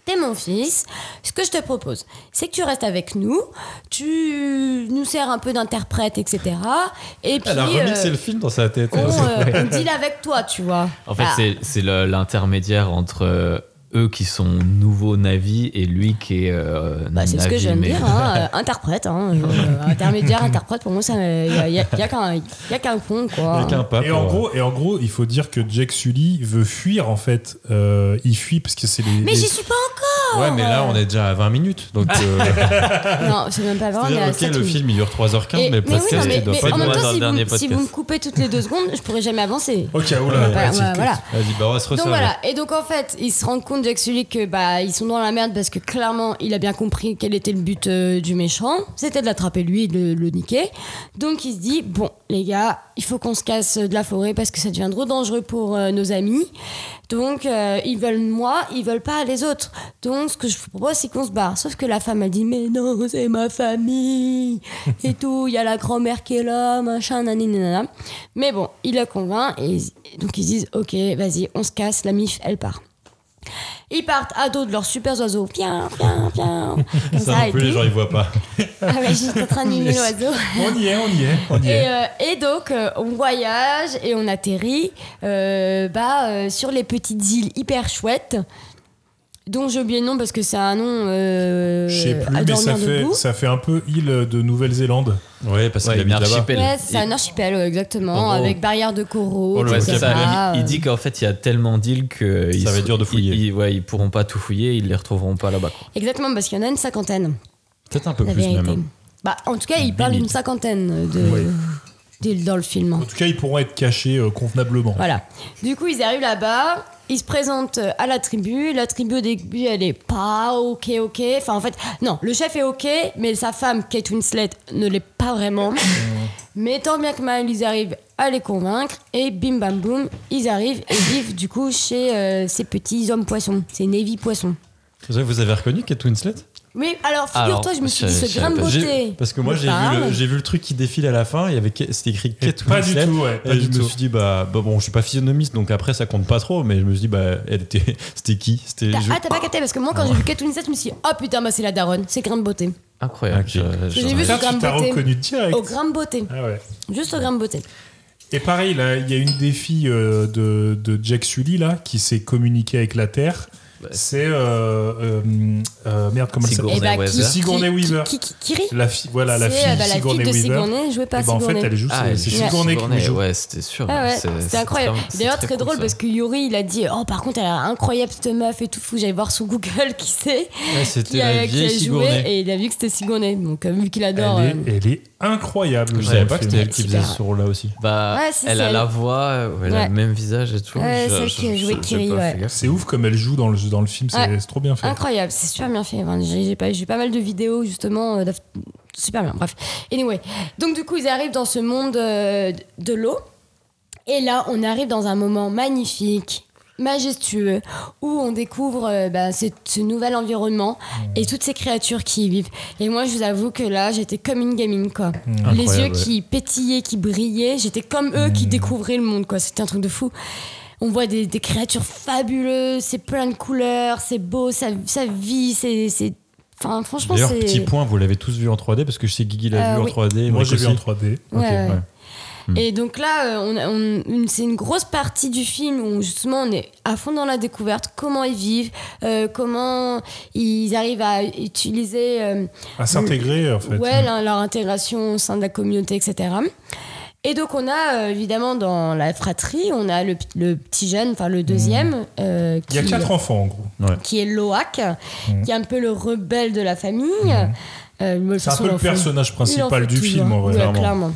T'es mon fils. Ce que je te propose, c'est que tu restes avec nous, tu nous sers un peu d'interprète, etc. Et puis, Ah, Elle a remixé euh, le film dans sa tête. on, euh, on deal avec toi, tu vois. En fait, Ah, c'est- c'est le- l'intermédiaire entre euh, eux qui sont nouveaux navis et lui qui est. euh, bah, c'est ce que Na'vi, j'aime mais- dire, hein, euh, interprète, hein, euh, intermédiaire, interprète, pour moi, il n'y a, y a- y a qu'un y a qu'un con, quoi. Avec un pape, Et en, ouais. gros, et en gros, il faut dire que Jack Sully veut fuir en fait. Euh, il fuit parce que c'est les. Mais les- j'y suis pas Oh, Ouais, mais là, on est déjà à 20 minutes. Donc, euh, encore Non, c'est même pas vrai, on est c'est-à-dire, Ah. à ok, sept le minutes. film, il dure 3h15, Et- mais le mais oui, non, podcast, mais- il doit mais pas en même durer. temps, dans le si dernier vous, si podcast. vous me coupez toutes les deux secondes, je pourrais jamais avancer. Ok, oula. Voilà, petite- voilà. Vas-y, bah, on va se Donc resserrer. voilà, et donc en fait, ils se rendent compte, Jack Sully, que bah ils sont dans la merde parce que clairement, il a bien compris quel était le but euh, du méchant, c'était de l'attraper lui et de le, le niquer. Donc il se dit bon les gars, il faut qu'on se casse de la forêt parce que ça devient trop dangereux pour euh, nos amis. Donc euh, ils veulent moi, ils veulent pas les autres. Donc ce que je vous propose, c'est qu'on se barre. Sauf que la femme a dit mais non, c'est ma famille et tout. Il y a la grand-mère qui est là, machin, nanini, nanana. Mais bon, il la convainc et et donc ils disent ok, vas-y, on se casse. La mif, elle part. Ils partent à dos de leurs super oiseaux. Bien, bien, bien. Comme Ça non et plus, les tout. gens, ils voient pas. Ah ouais, j'étais en train d'imiter l'oiseau. On y est, on y est, on y Et, est. euh, et donc, euh, on voyage et on atterrit euh, bah, euh, sur les petites îles hyper chouettes, dont j'ai oublié le nom parce que c'est un nom euh, Je sais à plus, mais ça dormir fait, debout. ça fait un peu île de Nouvelle-Zélande. Ouais, parce Ouais, qu'il une habite là-bas. archipel. Ouais, c'est un archipel, ouais, exactement, En gros. avec barrière de coraux, Oh, le Ouais, etc. c'est ça. Ah, vocabulaire, Il, il dit qu'en fait, il y a tellement d'îles que ils va être se- dur de fouiller. Ils, ils- ouais, ils pourront pas tout fouiller, ils les retrouveront pas là-bas. quoi. Euh, Exactement, parce qu'il y en a une cinquantaine, Peut-être un peu la plus, vérité. même. Bah, en tout cas, il parle d'une cinquantaine de, Ouais. d'îles dans le film. En tout cas, ils pourront être cachés euh, convenablement. Voilà. Du coup, ils arrivent là-bas, ils se présentent à la tribu. La tribu au début, elle est pas ok, ok. Enfin, en fait, non, le chef est ok, mais sa femme, Kate Winslet, ne l'est pas vraiment. mais tant bien que mal, ils arrivent à les convaincre. Et bim bam boum, ils arrivent et vivent du coup chez euh, ces petits hommes poissons, ces Navy poissons. Vous avez- vous avez reconnu Kate Winslet Mais alors, figure-toi, Alors, je me suis dit, je- ce je grain de savais pas. beauté. J'ai- Parce que moi, me j'ai vu, parle. le, j'ai vu le truc qui défile à la fin. Il y avait Ka- c'était écrit Et Kate pas du Winslet, tout, ouais, pas et du je me tout. suis dit bah, bah bon, je suis pas physionomiste, donc après ça compte pas trop. Mais je me suis dit bah, elle était, c'était qui C'était T'as- je- Ah, t'as pas capté parce que moi, quand j'ai vu Kate Winslet, je me suis dit, oh putain, bah c'est la daronne, c'est grain de beauté. Incroyable. Ok. je- je- J'ai vu Ça, ce grain tu de t'as beauté. reconnu direct. Au grain de beauté, Ah ouais. juste au grain de beauté. Et pareil, là, il y a une des filles euh, de, de Jack Sully là, qui s'est communiquée avec la Terre. C'est. euh, euh, euh, merde, comment elle s'appelle Sigourney Eh ben, Weaver. qui- Sigourney qui- Weaver. Qui, qui, qui rit La fille, voilà, la C'est, fille, euh, bah, la Sigourney fille de Weaver. Sigourney, jouée Et par ben, en fait, Sigourney. elle joue, Ah, c'est- elle c'est joue Sigourney qui nous Sigourney, joue. Ouais, c'était sûr. Ah ouais, C'est- c'était c'est incroyable. très- c'est D'ailleurs, très, cool, drôle ça. parce que Yuri, il a dit Oh, par contre, elle a incroyable cette meuf et tout, faut que j'aille voir sur Google qui c'est, Ouais, qui c'était a, euh, la qui a vieille joué, Sigourney. et il a vu que c'était Sigourney. Donc, euh, vu qu'il Elle, adore. est, euh, elle est incroyable. Je dans savais le pas que film. c'était elle qui Super. faisait ce rôle-là aussi. Bah, Ouais, si, elle c'est a elle. la voix, euh, elle a Ouais. le même visage et tout. Ouais, Je- celle je- qui a je- joué j'ai Kiri, pas ouais. fait gaffe. C'est ouf comme elle joue dans le, dans le film, c'est Ouais. c'est trop bien fait. Incroyable, c'est super bien fait. Enfin, j'ai, j'ai pas, j'ai eu pas mal de vidéos justement euh, d'af- super bien, bref. Anyway, donc du coup, ils arrivent dans ce monde euh, de l'eau. Et là, on arrive dans un moment magnifique, majestueux, où on découvre euh, bah, ce, ce nouvel environnement et toutes ces créatures qui y vivent. Et moi, je vous avoue que là, j'étais comme une gamine, quoi. Les yeux Incroyable, Mm. qui pétillaient, qui brillaient, j'étais comme eux qui découvraient le monde, quoi. C'était un truc de fou. On voit des, des créatures fabuleuses, c'est plein de couleurs, c'est beau, ça, ça vit, c'est. c'est- Enfin, franchement, D'ailleurs, c'est. petit point, vous l'avez tous vu en 3D parce que je sais que Guigui l'a Euh, vu oui. en 3D. Moi, Mike j'ai vu aussi. en 3D. Ok, Ouais, ouais. ouais. Mm. Et donc là, euh, on a- on- une- c'est une grosse partie du film où justement on est à fond dans la découverte, comment ils vivent, euh, comment ils arrivent à utiliser euh, À s'intégrer, en fait. ouais, leur, leur intégration au sein de la communauté, etc. Et donc on a euh, évidemment dans la fratrie, on a le, p- le petit jeune, enfin le deuxième, euh, Mm. Il y a qui- quatre Mm. enfants, en gros. qui est Loak, qui est un peu le rebelle de la famille. Euh, de toute Mm. C'est un peu façon, le il en fait- personnage il en principal fait du tout, film, hein. en vrai. Ouais, clairement. clairement.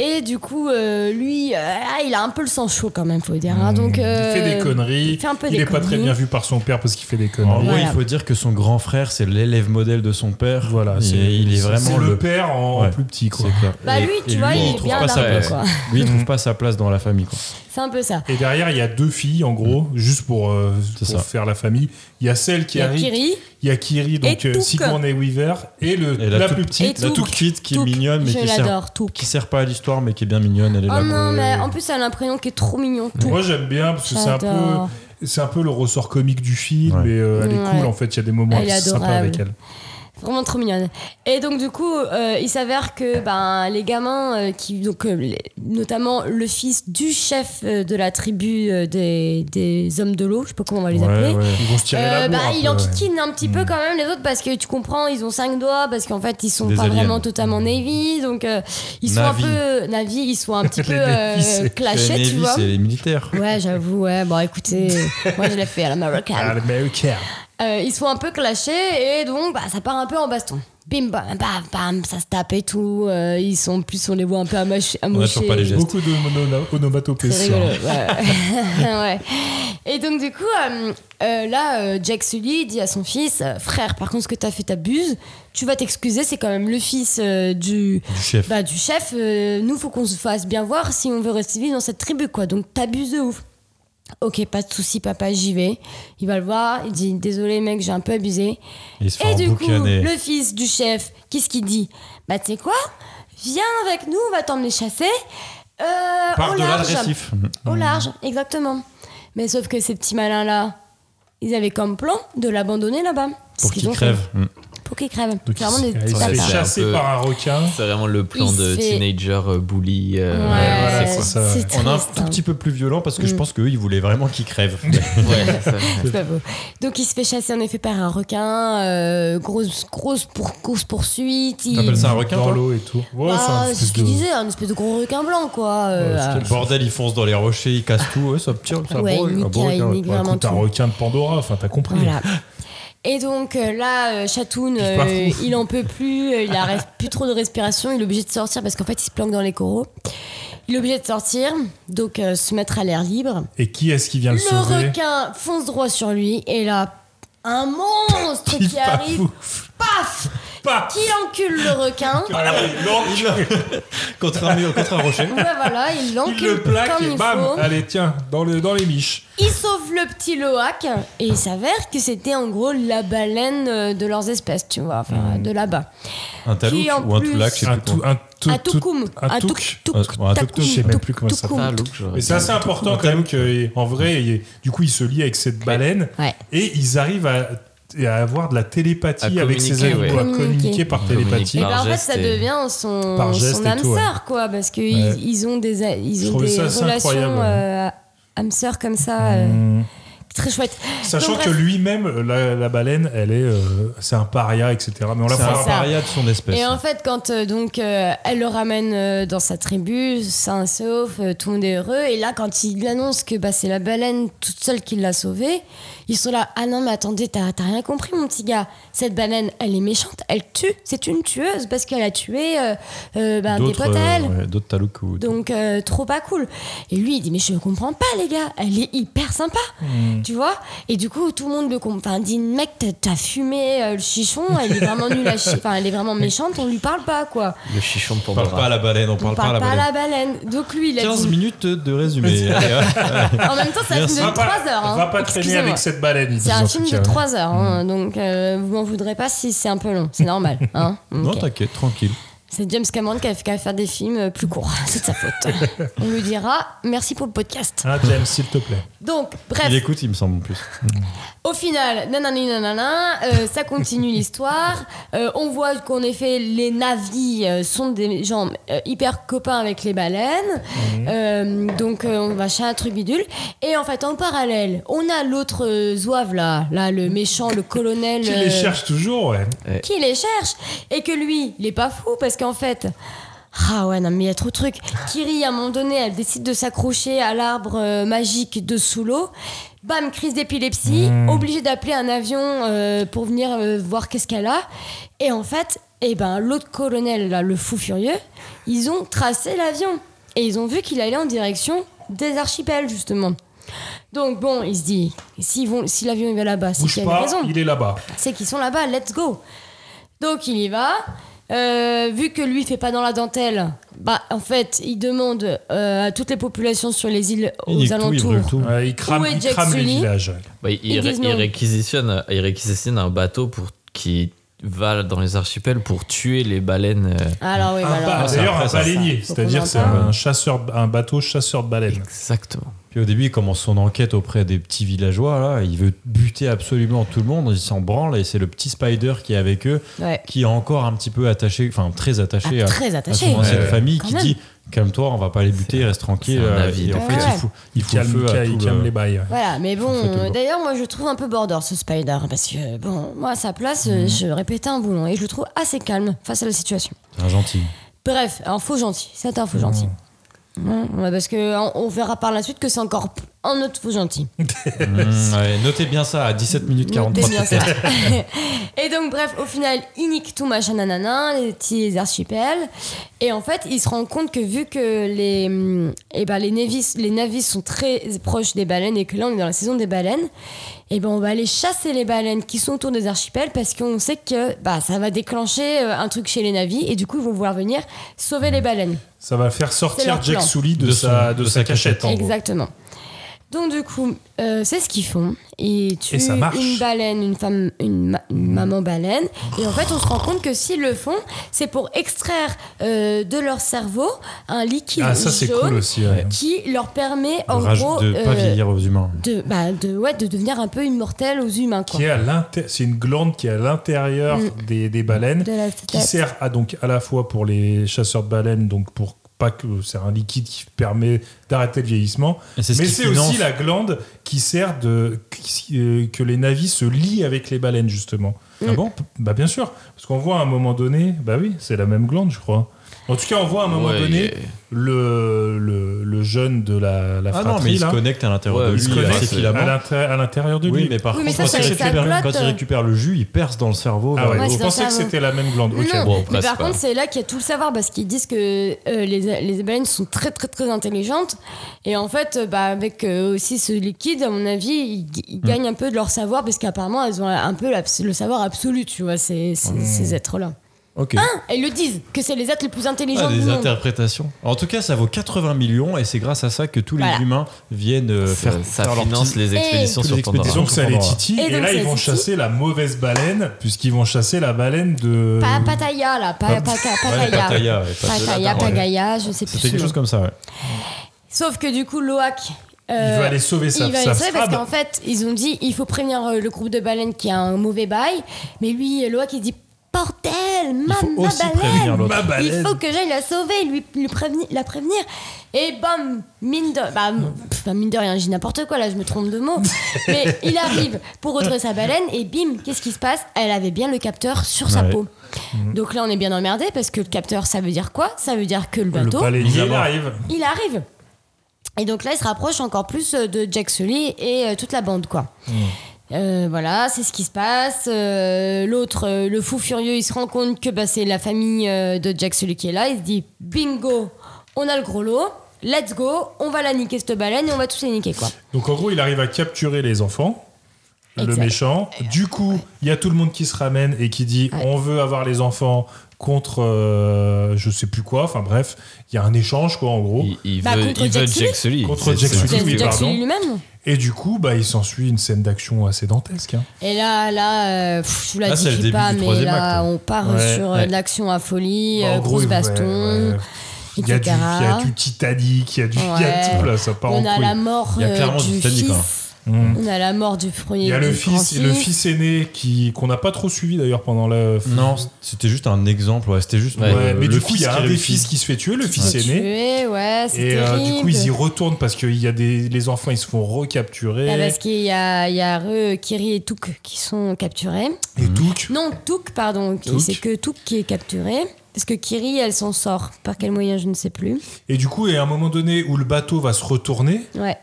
Et du coup, euh, lui, euh, ah, il a un peu le sang chaud quand même, faut dire. hein. Donc, euh, Mmh. il fait des conneries. il fait un peu il des est pas très conneries. bien vu par son père parce qu'il fait des En conneries. gros, Voilà. il faut dire que son grand frère, c'est l'élève modèle de son père. Voilà, Et Oh. il est c'est- vraiment c'est le, père en, en Ouais. plus petit, quoi. C'est clair. Bah, Et- lui, tu et vois, il est trouve bien pas sa largué, place. quoi. Lui, il trouve pas sa place dans la famille. Quoi. C'est un peu ça. Et derrière, il y a deux filles, en gros, juste pour, euh, Mm. C'est pour ça. faire la famille. Il y a celle qui Il y a arrive. Kiri, Il y a Kiri, donc Et euh, Touk. Sigourney Weaver, et, le, Et la, la plus Touk. petite. Et Touk. La toute petite qui est Touk, mignonne, mais je qui sert, l'adore, tout. qui sert pas à l'histoire, mais qui est bien mignonne. Elle est Oh là non, pour- mais en plus, elle a un prénom qui est trop mignon, tout. Moi, j'aime bien parce que c'est un peu. J'adore. C'est un peu le ressort comique du film Ouais. et euh, elle est Ouais. cool en fait, il y a des moments Elle est sympas avec elle. adorable. Vraiment trop mignonne. Et donc, du coup, euh, il s'avère que ben, les gamins, euh, qui, donc, euh, les- notamment le fils du chef euh, de la tribu euh, des, des hommes de l'eau, je sais pas comment on va les appeler, Ouais, ouais. Ils vont se tirer Euh, la bourre bah, un il peu, en ouais. kikine un Mm. petit peu quand même les autres parce que tu comprends, ils ont cinq doigts parce qu'en fait ils sont Des pas aliens. vraiment totalement Navy, donc euh, ils sont Navi. un peu Navy, ils sont un petit peu Les Navy, euh, c'est- clashés, Les tu Navy, vois. c'est les militaires. Ouais, j'avoue, ouais. Bon, écoutez, moi je l'ai fait à Ah, l'américaine. l'américain. Euh, ils sont un peu clashés et donc bah, ça part un peu en baston. Bim, bam, bam, bam, ça se tape et tout. euh, ils sont en plus, on les voit un peu amochés. toujours pas les gestes. Beaucoup de mono- onomatopées. C'est rigolo, ça. ouais. Ouais. Et donc, du coup, euh, euh, là, euh, Jack Sully dit à son fils euh, Frère, par contre, ce que t'as fait t'abuses, tu vas t'excuser, c'est quand même le fils euh, du, Du chef. bah, du chef. euh, nous, faut qu'on se fasse bien voir si on veut rester vivre dans cette tribu, quoi. Donc, t'abuses de ouf. Ok, pas de souci, papa, j'y vais. Il va le voir, il dit Désolé, mec, j'ai un peu abusé. Il se fait Et du coup, emboucaner. le fils du chef, qu'est-ce qu'il dit Bah, tu sais quoi Viens avec nous, on va t'emmener chasser. Euh, Par au delà le large. récif. Au Hmm. large, exactement. Mais sauf que ces petits malins-là, ils avaient comme plan de l'abandonner là-bas. C'est ce Pour qu'ils qu'il ont crève. fait. Mm. Pour qu'il crève. Donc, il Clairement des se- il se Ouais, fait c'est un bâtards. chasser peu- par un requin. C'est vraiment le plan Il de fait- teenager euh, bully. euh, Ouais, voilà, c'est c'est ça. triste, On a un tout hein. petit peu plus violent parce que je pense qu'eux, ils voulaient vraiment qu'ils crèvent. ouais, c'est ça. C'est pas beau. Donc il se fait chasser en effet par un requin, euh, grosse grosse pour, course poursuite. Il... T'appelles ça un requin, Dans toi l'eau et tout. Ah bah, Ouais, c'est Ah, un c'est espèce ce qu'il de- disait, un espèce de gros requin blanc quoi. euh, Ouais, c'était Le bordel, ils foncent dans les rochers, ils cassent tout. eux, ça tire, ça Ouais, broye. il nique, Ah bon, il regarde. nique Ouais, vraiment écoute, un tout. requin de Pandora, enfin t'as compris. Voilà. Et donc euh, là, euh, Chatoun, Pif, paf. euh, il en peut plus, euh, il a res- plus trop de respiration, il est obligé de sortir parce qu'en fait, il se planque dans les coraux. Il est obligé de sortir, donc euh, se mettre à l'air libre. Et qui est-ce qui vient le, Le sauver requin fonce droit sur lui et là, un monstre Pif, qui paf, arrive, paf, Paf. qui encule le requin. Contre un, contre un rocher. Ouais, voilà, il Il l'encule le plaque comme et il bam faut. Allez, tiens, dans, le, dans les miches. Ils sauvent le petit loac et il s'avère que c'était en gros la baleine euh, de leurs espèces, tu vois, enfin, Hmm. de là-bas. Un talouk Qui, en ou un plus- toulac, je sais Un plus quoi. tout, un tout, Un tout- toukoum. un touc. Un- un touc-touc, je sais même plus comment ça toukoum. Ah, Luke, j'aurais Mais c'est dit. assez important quand même que, en vrai, il- du coup, ils se lient avec cette baleine Ouais. et ils arrivent à, et à avoir de la télépathie À avec ses communiquer, animaux, ouais. à communiquer Communiquer. par Communiquer. télépathie. Et Par bah en fait, geste ça et- devient son, par geste son et âme tout, ouais. sœur, quoi, parce qu'ils Ouais. ils ils ont des, a- Je ils ont trouvais des ça assez relations incroyable, ouais. euh, âme sœur comme ça, euh, très chouette. Mmh. Sachant Donc, que bref, lui-même, la, la baleine, elle est, euh, c'est un paria, etc. Mais on la C'est fera un ça. paria de son espèce. Et en fait, quand euh, donc euh, elle le ramène euh, dans sa tribu, sain et sauf, euh, tout le monde est heureux. Et là, quand il annonce que bah, c'est la baleine toute seule qui l'a sauvé, ils sont là. Ah non, mais attendez, t'as t'as rien compris, mon petit gars. Cette baleine, elle est méchante, elle tue. C'est une tueuse parce qu'elle a tué euh, euh, bah, des D'autres, potes à elle. euh, ouais, d'autres talouks ou- Hmm. Donc, euh, trop pas cool. Et lui, il dit Mais je comprends pas, les gars, elle est hyper sympa. Tu vois Et du coup, tout le monde le comprend. Enfin, dit mec, t'as- t'as fumé euh, le chichon, elle est vraiment nulle à chier. Enfin, elle est vraiment méchante, on lui parle pas, quoi. Le chichon de On parle pas à Pandora. la baleine, on On parle pas à la baleine. la baleine. Donc lui, il a 15 dit- minutes de résumé. Allez, euh, hop. En même temps, c'est un Merci. film de 3 heures. hein. va pas traîner Excusez-moi. avec cette baleine. ils C'est disent en un film tout de cas. 3 heures, hein, donc euh, vous m'en voudrez pas si c'est un peu long, c'est normal. Hein Non, Ok. t'inquiète, tranquille. C'est James Cameron qui a fait qu'à faire des films euh, plus courts, c'est de sa faute. On lui dira merci pour le podcast. Hein, James, s'il te plaît. Donc, bref, Il écoute, il me semble en plus. au final, nanani nanana, euh, ça continue l'histoire. Euh, on voit qu'en effet, les navis euh, sont des gens euh, hyper copains avec les baleines. Mhm. Euh, donc, euh, on va chercher un truc bidule. Et en fait, en parallèle, on a l'autre euh, zouave là, là, le méchant, le colonel. Qui les euh, cherche toujours, ouais. qui les cherche et que lui, il est pas fou parce qu'en fait. Ah ouais, non, mais il y a trop de trucs. Kiri, à un moment donné, elle décide de s'accrocher à l'arbre euh, magique de sous l'eau. Bam, crise d'épilepsie, Hmm. obligée d'appeler un avion euh, pour venir euh, voir qu'est-ce qu'elle a. Et en fait, eh ben, l'autre colonel, là, le fou furieux, ils ont tracé l'avion. Et ils ont vu qu'il allait en direction des archipels, justement. Donc bon, il se dit, s'ils vont- si l'avion il va là-bas, c'est Bouge qu'il y a une pas, raison il est là-bas. c'est qu'ils sont là-bas, let's go. Donc il y va. Euh, vu que lui fait pas dans la dentelle, bah en fait il demande euh, à toutes les populations sur les îles Il aux nique tout, il brûle alentours. tout. Ouais, il crame, Où est il Jack crame les Sully villages. ouais. Bah, il, Ils il ré- disent il non. réquisitionne, il réquisitionne un bateau pour qui va dans les archipels pour tuer les baleines. euh, Alors oui, Ah, Un bah, ba- alors, D'ailleurs, un après, ça, baleinier, ça. c'est-à-dire c'est Faut qu'on en un chasseur, un bateau chasseur de baleines. Exactement. Puis au début, il commence son enquête auprès des petits villageois. Là. Il veut buter absolument tout le monde. Il s'en branle et c'est le petit Spider qui est avec eux, ouais. qui est encore un petit peu attaché, enfin très attaché Ah, à, très à son attaché. ancienne famille, Quand qui même. dit calme-toi, on va pas les buter, reste tranquille. c'est un euh, avis, et en donc, fait, ouais. il faut, il Il fout le calme, feu il à calme- il tout calme le- les bails. ouais. Voilà, mais bon, En fait, euh, bon. d'ailleurs moi je le trouve un peu border ce Spider parce que bon, moi à sa place euh, Mm. je répétais un boulon et je le trouve assez calme face à la situation. C'est un gentil. Bref, un faux gentil, c'est un faux gentil. Ouais, ouais, parce que euh, on, on verra par la suite que c'est encore p- un autre faux gentil. Mmh, ouais, notez bien ça à 17 minutes Notez 43. bien ça. et donc, bref, au final, il nique tout machin nanana, les petits archipels. Et en fait, il se rend compte que vu que les, hum, eh ben, les, navis, les navis sont très proches des baleines et que là, on est dans la saison des baleines, et ben, on va aller chasser les baleines qui sont autour des archipels parce qu'on sait que bah, ça va déclencher euh, un truc chez les navis et du coup, ils vont vouloir venir sauver les baleines. Ça va faire C'est sortir leur Jack plan. Sully de, De sa, son- de de sa sa cachette. en gros. Exactement. Donc du coup, euh, c'est ce qu'ils font. Ils tuent ça marche. une baleine, une femme, une, ma- une maman baleine. Et en fait, on se rend compte que s'ils le font, c'est pour extraire euh, de leur cerveau un liquide Ah, ça c'est jaune cool aussi. ouais. qui leur permet en De raj- gros de pas euh, vieillir aux humains. de, bah, de- ouais, de devenir un peu immortel aux humains. Quoi. Qui est à l'inté- C'est une glande qui est à l'intérieur des, des baleines, Mm. De la qui tête. sert à, donc, à la fois pour les chasseurs de baleines, donc pour pas que c'est un liquide qui permet d'arrêter le vieillissement, Et c'est ce mais qui c'est finance- aussi la glande qui sert de qui- euh, que les navis se lient avec les baleines justement. Mm. Ah bon Bah bien sûr, parce qu'on voit à un moment donné, bah oui, c'est la même glande, je crois. En tout cas, on voit à un moment Ouais, donné il est- le, le, le jeune de la, la Ah fratrie non, mais il se là, connecte à l'intérieur Ouais, de il se lui, connecte. avec ses C'est- à filaments. l'intérieur- à l'intérieur de lui. Oui, mais par Oui, mais contre, ça, quand, ça- il ça récupère, flotte. quand il récupère le jus, il perce dans le cerveau. Ah ouais, Ouais, je c'est pensais ça, que ouais. c'était la même glande. Non, Ok. non, bon, mais là, par c'est pas- contre, c'est là qu'il y a tout le savoir parce qu'ils disent que euh, les, les baleines sont très très très intelligentes et en fait, euh, bah, avec euh, aussi ce liquide, à mon avis, ils, Hmm. ils gagnent un peu de leur savoir parce qu'apparemment, elles ont un peu l'abs- le savoir absolu, tu vois, ces, ces, Hmm. ces êtres-là. Ok. Et ils le disent que c'est les êtres les plus Ah, intelligents du des monde. interprétations. En tout cas, ça vaut 80 millions et c'est grâce à ça que tous les Voilà. humains viennent euh, ça, faire, ça faire leur finance petit- Eh. les expéditions Toutes sur les Pandora. expéditions. Disons que ça les titille, Et et, donc, là ça ils les vont titille. chasser la mauvaise baleine, puisqu'ils vont chasser la baleine de. Pas Pataya là, pas, pas, euh, Ah, Ouais, Pataya. Pattaya, ouais, Pattaya. Pataya, Ouais. Pagaya, je sais plus. C'était quelque le chose comme ça, ouais. Sauf que du coup, Loak. euh, Il veut aller sauver sa- Il va sa aller sauver parce frappe. qu'en fait, ils ont dit il faut prévenir euh, le groupe de baleines qui a un mauvais bail. Mais lui, euh, Loak, il dit Portel, ma, Il faut ma aussi prévenir baleine l'autre. Ma Il baleine faut que j'aille la sauver, lui, lui prévenir, la prévenir. Et bam, mine de, bah, pff, bah, mine de rien, je dis n'importe quoi là, je me trompe de mots. mais il arrive pour retrouver sa baleine et bim, qu'est-ce qui se passe Elle avait bien le capteur sur sa Ouais. peau. Mm. Donc là, on est bien emmerdé parce que le capteur, ça veut dire quoi Ça veut dire que Le le bateau, baleinier il arrive. il arrive. Et donc là, il se rapproche encore plus euh, de Jack Sully et euh, toute la bande, quoi. Mm. Euh, voilà, c'est ce qui se passe. Euh, L'autre, euh, le fou furieux, il se rend compte que bah, c'est la famille euh, de Jack Sully qui est là. Il se dit bingo, on a le gros lot. let's go, on va la niquer cette baleine et on va tous les niquer quoi. Donc en gros, il arrive à capturer les enfants, le Exact. méchant. Du coup, il y a tout le monde qui se ramène et qui dit Ouais. on veut avoir les enfants contre euh, je sais plus quoi. Enfin bref, il y a un échange quoi en gros. Il, il Bah, veut, contre il veut Jack Jack Sully. Contre C'est- Jack c'est- Sully. Jack oui, Jack pardon. Sully lui-même. Et du coup, bah il s'ensuit une scène d'action assez dantesque. hein. Et là, là, euh, pff, je vous la Là, c'est le dis début pas, du mais troisième là, acte. hein. on part Ouais, sur euh, ouais. de l'action à folie, Bah, euh, grosse il- ouais, baston. ouais. Il y, a du, il y a etc. du Titanic, il y a du il y a Ouais. tout là, ça part en On a couille. la mort Il y a euh, clairement du du Titanic, fils. hein. Mm. On a la mort du premier. Il y a le du grand fils, le fils aîné qui qu'on n'a pas trop suivi d'ailleurs pendant la Non, c'était juste un exemple. Ouais, c'était juste. Ouais, Ouais, euh, mais le du coup, il y fils a qui un des réussit. fils qui se fait tuer, le fils Tué, aîné. ouais, c'est Et euh, terrible. du coup, ils y retournent parce qu'il y a des les enfants, ils se font recapturer. Ah, parce qu'il y a, il y a Re, Kiri et Touk qui sont capturés. Et Mhm. Touk, Non, Touk, pardon. Touk. C'est que Touk qui est capturé. Parce que Kiri, elle s'en sort. Par quel moyen, je ne sais plus. Et du coup, il y a un moment donné où le bateau va se retourner. Ouais.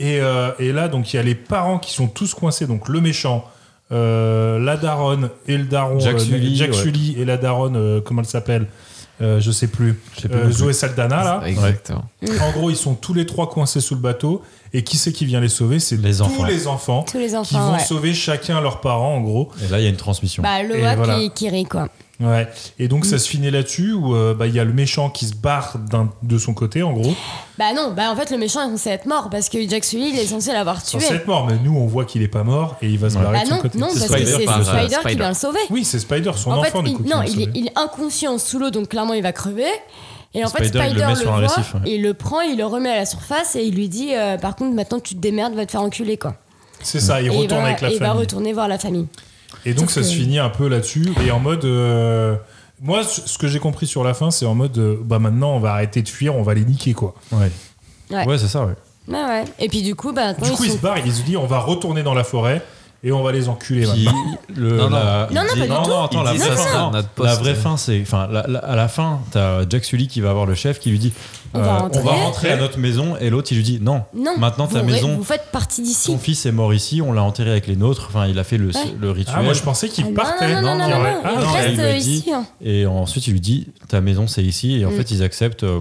Et, euh, et là, donc, il y a les parents qui sont tous coincés. Donc, le méchant, euh, la daronne et le daron. Jack euh, Sully, Jack ouais. Sully et la daronne, euh, comment elle s'appelle Euh, Je sais plus. Je sais plus Euh, non plus. Ah, Zoé Saldana, là. Exactement. Mm. En gros, ils sont tous les trois coincés sous le bateau. Et qui c'est qui vient les sauver C'est Les tous enfants. les enfants Tous les qui enfants, vont ouais. sauver chacun leurs parents, en gros. Et là, il y a une transmission. Bah, le Et Wak voilà. et Kiri, quoi. Ouais. Et donc Mm. ça se finit là-dessus où euh, bah, il y a le méchant qui se barre d'un- de son côté en gros. Bah non, bah en fait, le méchant est censé être mort. Parce que Jack Sully, il est censé l'avoir tué. Censé être mort, mais nous on voit qu'il est pas mort et il va se Ouais. barrer Bah de son non, côté. non, C'est parce Spider que c'est par- Spider qui Spider. vient le sauver. Oui, c'est Spider, son en fait, enfant du il- coup. qui non, va le il est, sauver. il est inconscient sous l'eau, donc clairement il va crever. Et en fait, Spider, Spider il le le, met sur un voit, récif, ouais. et il le prend, il le remet à la surface et il lui dit euh, Par contre, maintenant tu te démerdes, va te faire enculer quoi. C'est ça, il Et retourne va, avec la et va famille. retourner voir la famille. Et donc Sauf ça se que- finit un peu là-dessus et en mode. euh, moi, ce ce que j'ai compris sur la fin, c'est en mode euh, bah maintenant on va arrêter de fuir, on va les niquer quoi. Ouais. Ouais. Ouais, c'est ça. Ouais. Ouais, ouais. Et puis du coup, bah, Du attends, coup, ils ils sont- se barrent, ils se disent on va retourner dans la forêt et on va les enculer Qui- maintenant. Non, le- non. la- Non, non, il pas dit- du tout. attends, Il la dit vraie ça, c'est fin, notre la poste. vraie fin, c'est, enfin, la- la- à la fin, t'as Jack Sully qui va voir le chef, qui lui dit, euh, On va rentrer. on va rentrer à notre maison, et l'autre il lui dit, non, Non, maintenant ta vous, maison, vous faites partie d'ici. ton fils est mort ici, on l'a enterré avec les nôtres, enfin, il a fait le, Ouais. le rituel. Ah, moi je pensais Ah, qu'ils non, partaient. non, non, non, Il y non, aurait- non, Ah, il non, reste il lui a dit- ici. hein. Et ensuite, il lui dit, ta maison c'est ici, et en Mm. fait, ils acceptent. euh,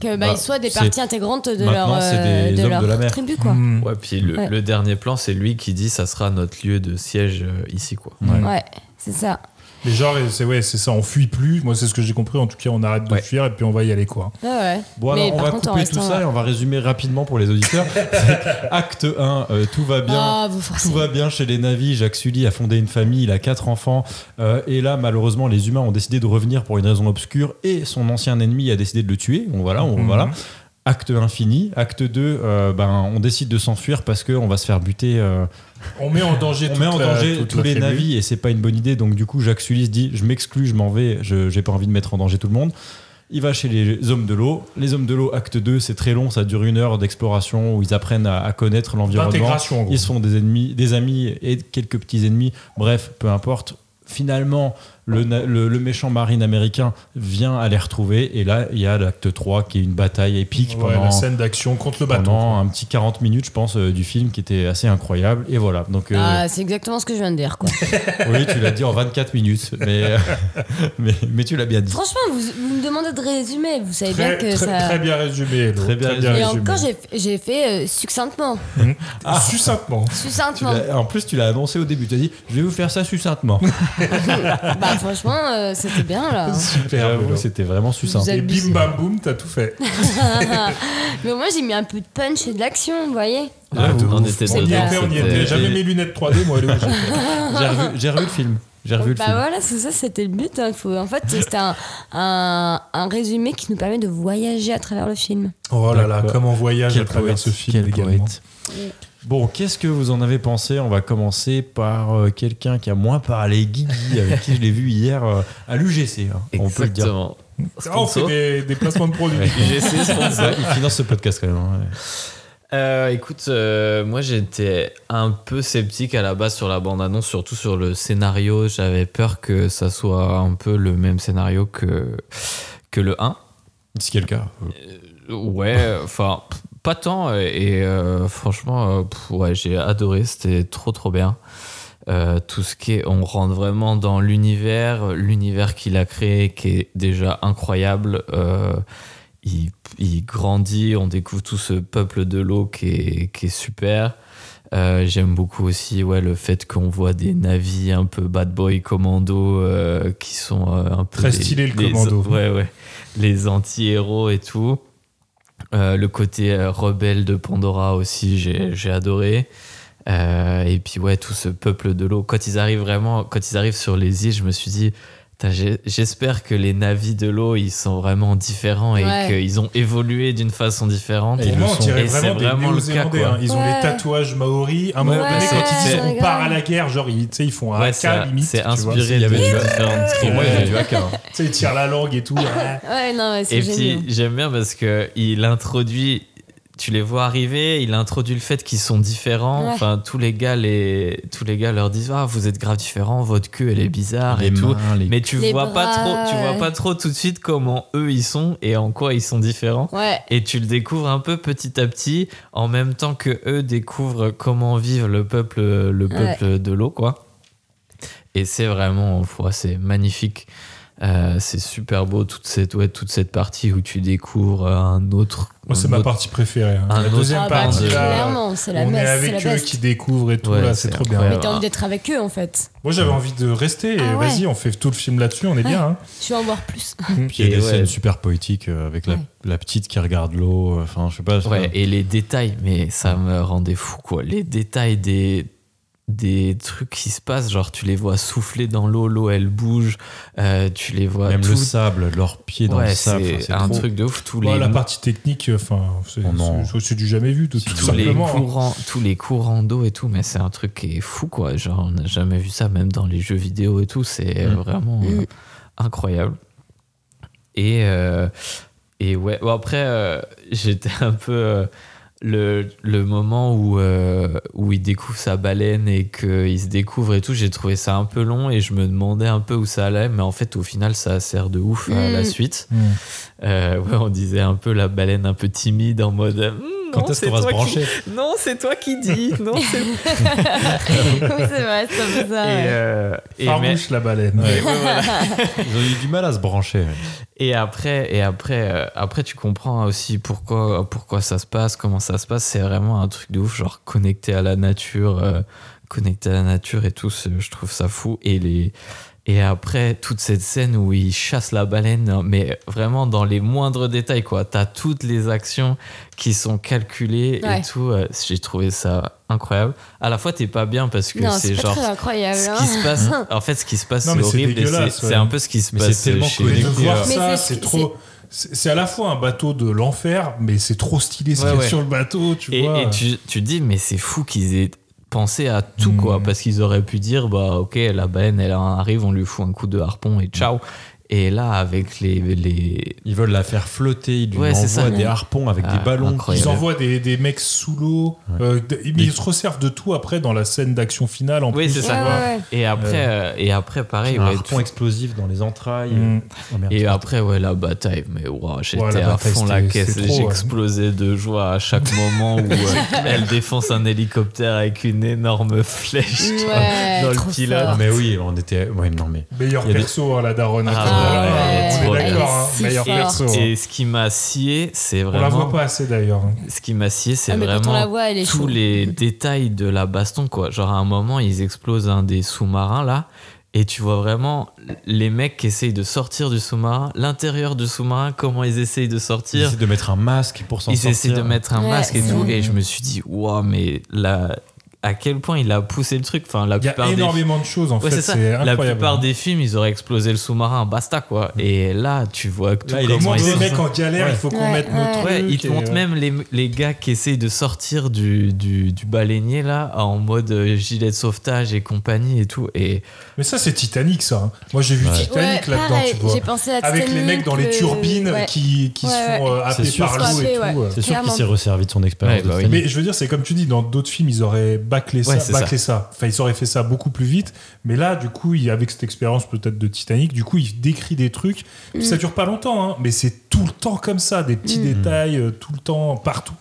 Que bah, Bah, ils soient des c'est- parties intégrantes de leur, Maintenant, c'est euh, des de hommes leur de la mer. tribu quoi. Hmm. Ouais, puis le, Ouais. le dernier plan, c'est lui qui dit ça sera notre lieu de siège euh, ici, quoi. Ouais. Ouais, c'est ça. Mais genre, c'est ouais, c'est ça, on fuit plus. Moi, c'est ce que j'ai compris. En tout cas, on arrête de Ouais. fuir et puis on va y aller quoi. Ouais, ouais. Bon, Mais alors, on par va contre, en couper tout restant ça là- et on va résumer rapidement pour les auditeurs. Acte 1, euh, tout va bien. Ah, vous forcez. Tout va bien chez les navis. Jacques Sully a fondé une famille, il a quatre enfants. Euh, et là, malheureusement, les humains ont décidé de revenir pour une raison obscure. Et son ancien ennemi a décidé de le tuer. Bon, voilà, on, Mhm. voilà. Acte infini. Acte 2, euh, ben, on décide de s'enfuir parce qu'on va se faire buter. euh, On met en danger. on toute met en la- danger toute tous la les tribu. navis et c'est pas une bonne idée. Donc, du coup, Jacques Sully se dit Je m'exclus, je m'en vais, je j'ai pas envie de mettre en danger tout le monde. Il va chez les hommes de l'eau. Les hommes de l'eau, acte 2, c'est très long, ça dure une heure d'exploration où ils apprennent à- à connaître l'environnement. D'intégration. en gros. Ils se font des ennemis, des amis et quelques petits ennemis. Bref, peu importe. Finalement, le, na- le- le méchant marine américain vient à les retrouver. Et là, il y a l'acte 3 qui est une bataille épique Ouais, pendant, la scène d'action contre le bateau. pendant un petit 40 minutes, je pense, euh, du film qui était assez incroyable. Et voilà. Donc, euh, Ah, c'est exactement ce que je viens de dire quoi. oui, tu l'as dit en 24 minutes, mais, euh, mais, mais tu l'as bien dit. Franchement, vous, vous me demandez de résumer. Vous savez bien Très, que très, ça. très bien résumé. Hélo. Très bien Et résumé. encore, j'ai f- j'ai fait euh, succinctement. Ah. Succinctement. Tu Succinctement. l'as- en plus, tu l'as annoncé au début. Tu as dit Je vais vous faire ça succinctement. bah, franchement, euh, c'était bien là. Et Super. j'avoue, Hélo. ah C'était vraiment succinct. Vous Et abusez. bim bam boum, t'as tout fait. Mais moi, j'ai mis un peu de punch et de l'action, vous voyez. Ah, de on en ouf. était on y dedans, était, on y c'était- était. J'avais mes lunettes 3D, moi. Hélo, j'ai- J'ai revu, j'ai revu le film. J'ai Ah, revu le bah film. voilà, c'est ça, c'était le but. hein. Faut- en fait, c'était un, un, un résumé qui nous permet de voyager à travers le film. Oh là là, D'accord. comme on voyage à Quel travers poète, ce film quel également. poète. Bon, qu'est-ce que vous en avez pensé On va commencer par euh, quelqu'un qui a moins parlé, Guigui, avec qui je l'ai vu hier euh, à l'UGC. hein, on peut le dire. Exactement. Ah, on fait Sponsor. des, des placements de produits. GC sponsor. Ouais, il finance ce podcast quand même. hein, ouais. Euh, écoute, euh, moi j'étais un peu sceptique à la base sur la bande-annonce, surtout sur le scénario. J'avais peur que ça soit un peu le même scénario que, que le 1. Si quelqu'un. Ouais, enfin, pff, pas tant. Et euh, franchement, euh, pff, ouais, j'ai adoré. C'était trop, trop bien. Euh, tout ce qui est, on rentre vraiment dans l'univers, l'univers qu'il a créé, qui est déjà incroyable. Euh, il, il grandit, on découvre tout ce peuple de l'eau qui est, qui est super. Euh, J'aime beaucoup aussi ouais, le fait qu'on voit des navis un peu bad boy commando euh, qui sont euh, un peu. Très des- stylé, le des- commando. ouais, ouais. Les anti-héros et tout. Euh, le côté euh, rebelle de Pandora aussi, j'ai j'ai adoré. Euh, et puis ouais, tout ce peuple de l'eau. Quand ils arrivent vraiment, quand ils arrivent sur les îles, je me suis dit, Putain, j'ai- j'espère que les navis de l'eau, ils sont vraiment différents et Ouais. qu'ils ont évolué d'une façon différente. Pour ils moi, le on sont. dirait Et vraiment c'est des vraiment le cas, Néo-Zélandais. quoi. hein. Ils ont Ouais. les tatouages maoris. À un moment Ouais, donné, quand c'est- ils disent c'est on part à grave. la guerre, genre, ils, tu sais, ils font un Ouais, AK ça- limite. c'est tu vois. inspiré Il y de avait du- différentes Pour moi, il y avait du hack. hein. Tu sais, ils tirent la langue et tout. Ah. Ouais, non, ouais, c'est Et génial. puis j'aime bien parce que il introduit, tu les vois arriver, il introduit le fait qu'ils sont différents. Ouais. Enfin, tous les gars, les, tous les gars leur disent ah vous êtes grave différents, votre queue elle est bizarre Les et tout. mains, les- Mais tu Les vois pas bras, trop, tu vois ouais. pas trop tout de suite comment eux ils sont et en quoi ils sont différents. Ouais. Et tu le découvres un peu petit à petit, en même temps que eux découvrent comment vivent le peuple, le Ouais. peuple de l'eau, quoi. Et c'est vraiment, ouais, c'est magnifique. Euh, c'est super beau toute cette, ouais, toute cette partie où tu découvres un autre. Moi, c'est un ma autre- partie préférée. hein. un La autre deuxième Ah, bah, pan partie, de- là. clairement, c'est la euh, On est messe, c'est la avec eux best. qui découvrent et tout, Ouais, là, c'est c'est trop bien. incroyable. Mais t'as envie d'être avec eux en fait. Moi, j'avais envie de rester et Ah ouais. vas-y, on fait tout le film là-dessus, on est bien. hein. Je vais en voir plus. Puis il y a Mm. Et des ouais. scènes super poétiques euh, avec la, Ouais. la petite qui regarde l'eau. euh, Enfin, je sais pas. Ouais, et les détails, mais ça me rendait fou, quoi. Les détails des, des trucs qui se passent, genre tu les vois souffler dans l'eau, l'eau elle bouge, euh, tu les vois. Même tout- le sable, leurs pieds dans Ouais, le sable. enfin, c'est un trop- truc de ouf. Tous Ouais, les la partie technique, enfin, c'est Oh non. c'est- c'est du jamais vu, tout, tout tous les simplement. hein. courants tous les courants d'eau et tout mais c'est un truc qui est fou quoi genre on n'a jamais vu ça même dans les jeux vidéo et tout c'est Mm. vraiment euh, incroyable et euh, et ouais bon, après euh, j'étais un peu euh, le, le moment où, euh, où il découvre sa baleine et qu'il se découvre et tout, j'ai trouvé ça un peu long et je me demandais un peu où ça allait, mais en fait, au final, ça sert de ouf à la Mm. suite. Mm. Euh, ouais, on disait un peu la baleine un peu timide en mode. Hum, non, Quand est-ce c'est qu'on va se toi qui- brancher non, c'est toi qui dis. Non, c'est oui, c'est vrai, c'est un peu ça. Et, ouais. euh, et, mais- Farouche, la baleine. Ouais, ouais, voilà. Ils ont eu du mal à se brancher. ouais. et après, et après, euh, après, tu comprends aussi pourquoi, pourquoi ça se passe, comment ça se passe. C'est vraiment un truc de ouf, genre connecté à la nature, euh, connecté à la nature et tout. c'est- Je trouve ça fou. Et les et après toute cette scène où il chasse la baleine, hein, mais vraiment dans les moindres détails quoi. T'as toutes les actions qui sont calculées Ouais. et tout. euh, J'ai trouvé ça incroyable. À la fois, t'es pas bien parce que non, c'est c'est pas genre très incroyable. ce hein. qui se passe en fait ce qui se passe Non, c'est mais c'est horrible et c'est dégueulasse, ouais. c'est un peu ce qui se Mais passe c'est tellement chez- Mais de Connecté, voir euh, Mais ça, c'est- c'est trop. C'est c'est à la fois un bateau de l'enfer, mais c'est trop stylé ce Ouais, qu'il y a ouais. sur le bateau, tu et, vois. et tu, tu dis mais c'est fou qu'ils aient pensé à tout Mm. quoi parce qu'ils auraient pu dire bah ok la baleine elle arrive on lui fout un coup de harpon et Hmm. ciao et là avec les, les... Ils veulent la faire flotter. Ils lui Ouais, c'est ça. envoient des harpons avec Ah, des ballons. incroyable. Ils envoient des, des mecs sous l'eau. euh, d- mais ils se resservent de tout après dans la scène d'action finale. En oui plus, c'est tu ça vois. Ouais, ouais, ouais. et après euh, et après pareil un ouais, harpon tout- explosif dans les entrailles. Mm. Oh, merde. et après ouais la bataille mais wow, j'étais Ouais, la à bataille, fond la c'était- caisse c'est trop, ouais. j'explosais de joie à chaque moment où euh, elle défonce un hélicoptère avec une énorme flèche Ouais, dans le trop pilote Ah, fort. mais oui, on était. Ouais, non, mais. Meilleur Il y a des- perso, hein, la daronne. à Ah ce moment-là, ouais, elle est on trop est bien. d'accord. hein, Si meilleur forte. perso. hein. Et ce qui m'a scié, c'est On la voit vraiment. pas assez d'ailleurs. hein. Ce qui m'a scié, c'est Ah, mais quand on la vraiment voit, elle est tous chaude. les détails de la baston, quoi. Genre, à un moment, ils explosent un des sous-marins, là. Et tu vois vraiment les mecs qui essayent de sortir du sous-marin, l'intérieur du sous-marin, comment ils essayent de Ils sortir. essaient de mettre un masque pour s'en Ils sortir. essaient de mettre un Ouais, masque et c'est tout. vrai. Et je me suis dit, waouh, mais là, à quel point il a poussé le truc. Enfin, la Il y plupart a des énormément de choses en Ouais, fait. c'est ça. C'est La incroyable. plupart des films, ils auraient explosé le sous-marin, basta quoi. Et là, tu vois que tout Là, il comment explose ils Les sont- mecs en galère, Ouais. il faut qu'on Ouais, mette ouais. notre Ouais, truc ils te et, montrent euh, même les, les gars qui essayent de sortir du, du, du baleinier là en mode euh, gilet de sauvetage et compagnie et tout. Et Mais ça, c'est Titanic, ça. hein. Moi, j'ai vu Ouais. Titanic Ouais, là-dedans, pareil, tu vois. J'ai pensé à Avec les Titanic, mecs dans les le- turbines ouais. qui, qui se Ouais, font euh, C'est happer sûr. par l'eau et Frappé, tout. ouais. euh. C'est sûr qu'il Clairement. s'est resservi de son Ouais, expérience. bah de oui. Titanic. Mais je veux dire, c'est comme tu dis, dans d'autres films, ils auraient bâclé ça, Ouais, c'est bâclé ça. Enfin, ils auraient fait ça beaucoup plus vite. Mais là, du coup, il- avec cette expérience peut-être de Titanic, du coup, il décrit des trucs. Ça Mm. dure pas longtemps, hein, mais c'est tout le temps comme ça, des petits détails, euh, tout le temps, partout.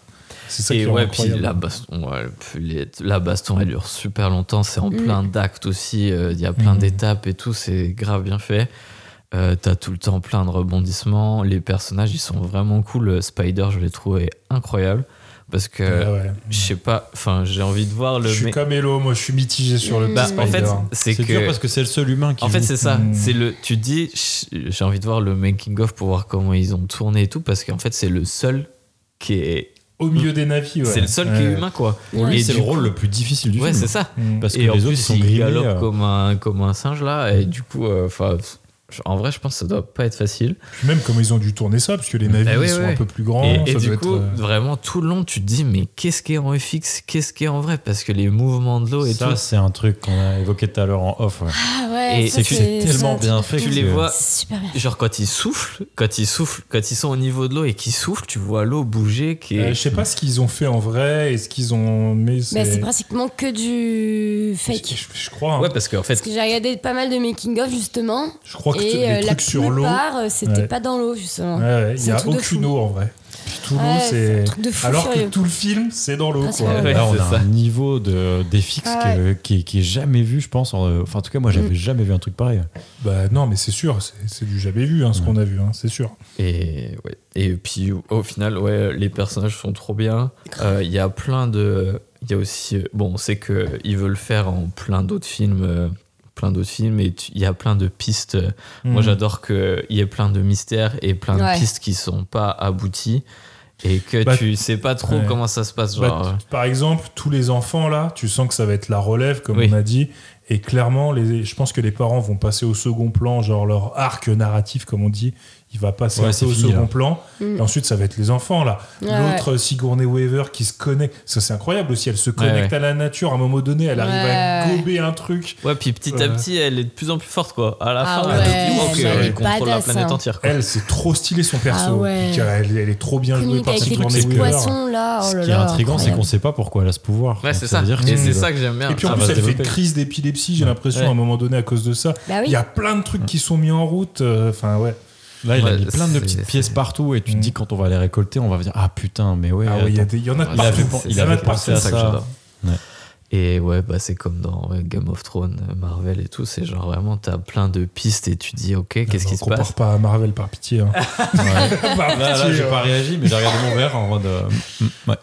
C'est ça qui et est ouais, puis bah, incroyable. la baston, ouais, puis les- la baston, elle dure Mm. super longtemps. C'est en plein d'actes aussi. euh, Il y a plein d'étapes et tout. C'est grave bien fait. Euh, T'as tout le temps plein de rebondissements. Les personnages, ils sont vraiment cool. Euh, Spider, je l'ai trouvé incroyable. Parce que, Ah ouais. je sais pas, enfin, j'ai envie de voir euh, le. Je suis mec- comme Hello, moi je suis mitigé sur le Mm. Bah, petit en fait, Spider. c'est C'est dur que. parce que c'est le seul humain qui. En fait, joue. c'est ça. Mm. C'est le. Tu te dis, ch- j'ai envie de voir le making of pour voir comment ils ont tourné et tout, parce qu'en fait, c'est le seul qui est. Au milieu des navis, ouais. C'est le seul qui Ouais. est humain, quoi. Pour lui, Et c'est du le rôle le plus difficile du Ouais, film. c'est ça. Mm. Parce que et les en autres ils plus, sont il grimés. galope euh, comme un comme un singe là, et du coup, euh, 'fin, je- en vrai, je pense que ça doit pas être facile. Puis Même comment ils ont dû tourner ça, parce que les navis Bah ouais, ils sont ouais. un peu plus Oh, grands. et et ça doit du être, coup, euh, vraiment tout le long, tu te dis mais qu'est-ce qui est en FX, qu'est-ce qui est en vrai, parce que les mouvements de l'eau et Ça, tout, c'est un truc qu'on a évoqué tout à l'heure en off. ouais. Ah ouais, Et ça, c'est- c'est tellement ça, bien fait tu que- les vois. c'est Super bien. Genre quand ils soufflent, quand ils soufflent, quand ils sont au niveau de l'eau et qu'ils soufflent, tu vois l'eau bouger qui euh, est je sais pas ce qu'ils ont fait en vrai et ce qu'ils ont mis. Mais c'est pratiquement que du fake. Je, je crois. hein. Ouais, parce qu'en Parce fait, que j'ai regardé pas mal de making-of justement. Je crois que Et euh, les la trucs sur l'eau. plupart, euh, c'était Ouais. pas dans l'eau justement. Ouais, ouais, il c'est n'y un a truc de aucune fou. eau en vrai. Puis tout le Ouais, monde, c'est un c'est. truc de fou Alors que furieux. tout le film, c'est dans l'eau, Ah, c'est quoi. vrai. Ouais, Là, on c'est a ça. un niveau de, des fixes Ah que- qui, qui est jamais vu, je pense. en- Enfin, en tout cas, moi, Mm. j'avais jamais vu un truc pareil. Bah non, mais c'est sûr, c'est c'est du jamais vu, hein, ce qu'on a vu, hein, c'est sûr. Et, ouais. et puis au- au final, ouais, les personnages sont trop bien. Euh, Il y a plein de. Il y a aussi. euh, Bon, on sait qu'ils veulent faire en plein d'autres films. euh, plein d'autres films et tu- il y a plein de pistes. Moi, Mm. j'adore qu'il y ait plein de mystères et plein Hmm. Ouais. de pistes qui sont pas abouties et que Bah, tu sais pas trop ouais. comment ça se passe. Bah, Genre, tu- par exemple, tous les enfants là, tu sens que ça va être la relève, comme Oui. on a dit. Et clairement, les, je pense que les parents vont passer au second plan, genre leur arc narratif, comme on dit, il va passer Ouais, un c'est peu au fini, second là. plan. Mm. Et ensuite, ça va être les enfants là. Ouais, L'autre euh, Sigourney Weaver qui se connecte, ça c'est incroyable aussi. Elle se connecte à la nature. À un moment donné, elle arrive à Ouais. gober un truc. euh. ouais, puis petit à Ouais. petit, elle est de plus en plus forte, quoi. À la Ah fin, ouais, elle, te dit, ok, elle est elle contrôle la badass, planète hein. entière. quoi. Elle, c'est trop stylé son perso. Ah ouais. Puis, Elle, elle est trop bien jouée Communique par avec les truc, Sigourney petits c'est que- Weaver. poissons là. Oh Ce là qui est là, intriguant, c'est incroyable. qu'on sait pas pourquoi elle a ce pouvoir. Ouais, Donc, c'est ça. veut dire que Et c'est tu- ça que j'aime bien. Et puis en bah, Ça Ah, va plus, se elle fait développer. crise d'épilepsie, j'ai l'impression, Ouais. à un moment donné, à cause de ça. Bah Il oui. y a plein de trucs qui sont mis en route. euh, Enfin, ouais. Ah Là, il a Ouais, mis plein de c'est- petites c'est- pièces partout et tu te Mm. dis quand on va les récolter, on va dire ah putain, mais ouais. Ah ouais, il y, a attends. des- il y en a de Il avait partout. pen- Il il y en a avait de pensé partout. à C'est ça que ça. j'adore. Ouais. Et ouais, bah c'est comme dans ouais, Game of Thrones, euh, Marvel et tout, c'est genre vraiment t'as plein de pistes et tu dis ok, qu'est-ce Non, qui se compare passe pas à Marvel par pitié. hein. Là, là, Par pitié, Ah, j'ai hein. pas réagi, mais j'ai regardé mon verre en mode. euh, mm, ouais.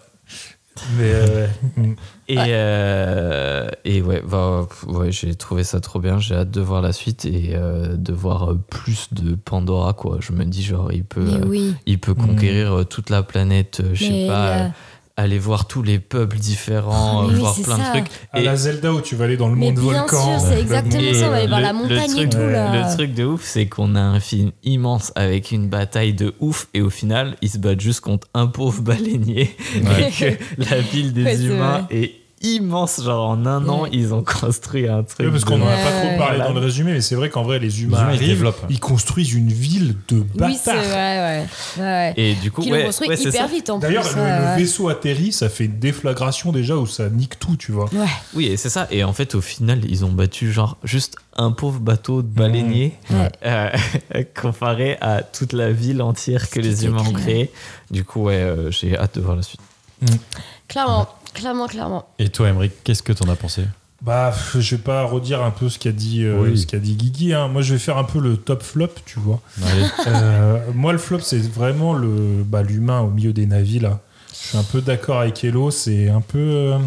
Mais euh, ouais. Et, euh, et ouais, bah, pff, ouais j'ai trouvé ça trop bien, j'ai hâte de voir la suite et euh, de voir euh, plus de Pandora quoi. Je me dis genre il peut, Mais euh, oui. il peut conquérir euh, toute la planète, euh, je sais Mais pas, là- euh, aller voir tous les peuples différents, Oh, euh, mais oui, voir c'est plein ça. de trucs. à la Zelda où tu vas aller dans le Mais monde bien volcan. euh, sûr, c'est le exactement monde- ça, on va aller voir la Euh, le montagne et truc- tout, là. Le truc de ouf, c'est qu'on a un film immense avec une bataille de ouf et au final, ils se battent juste contre un pauvre baleinier Ouais. et que la ville des Ouais, c'est humains est immense. Genre en un an, Ouais. ils ont construit un truc. Ouais, parce qu'on de- en a pas Ouais. trop parlé Voilà. dans le résumé, mais c'est vrai qu'en vrai, les humains humains, ils arrivent, développent. ils construisent une ville de Oui, c'est bâtards. vrai, ouais. ouais. Et du coup, Qui l'ont ouais, construit ouais, c'est ça. hyper vite en plus. D'ailleurs, le, ouais, le ouais. vaisseau atterrit, ça fait une déflagration déjà où ça nique tout, tu vois. Ouais, Oui, et c'est ça. Et en fait, au final, ils ont battu genre juste un pauvre bateau de baleinier Ouais. euh, comparé à toute la ville entière que les humains ont créée. Du coup, ouais, euh, j'ai hâte de voir la suite. clairement, clairement, clairement. Et toi, Emmerich, qu'est-ce que t'en as pensé Bah, pff, je vais pas redire un peu ce qu'a dit, euh, Oui. ce qu'a dit Guigui. hein. Moi, je vais faire un peu le top flop, tu vois. Allez. Euh, moi, le flop, c'est vraiment le bah, l'humain au milieu des navis là. Je suis un peu d'accord avec Hello, c'est un peu euh,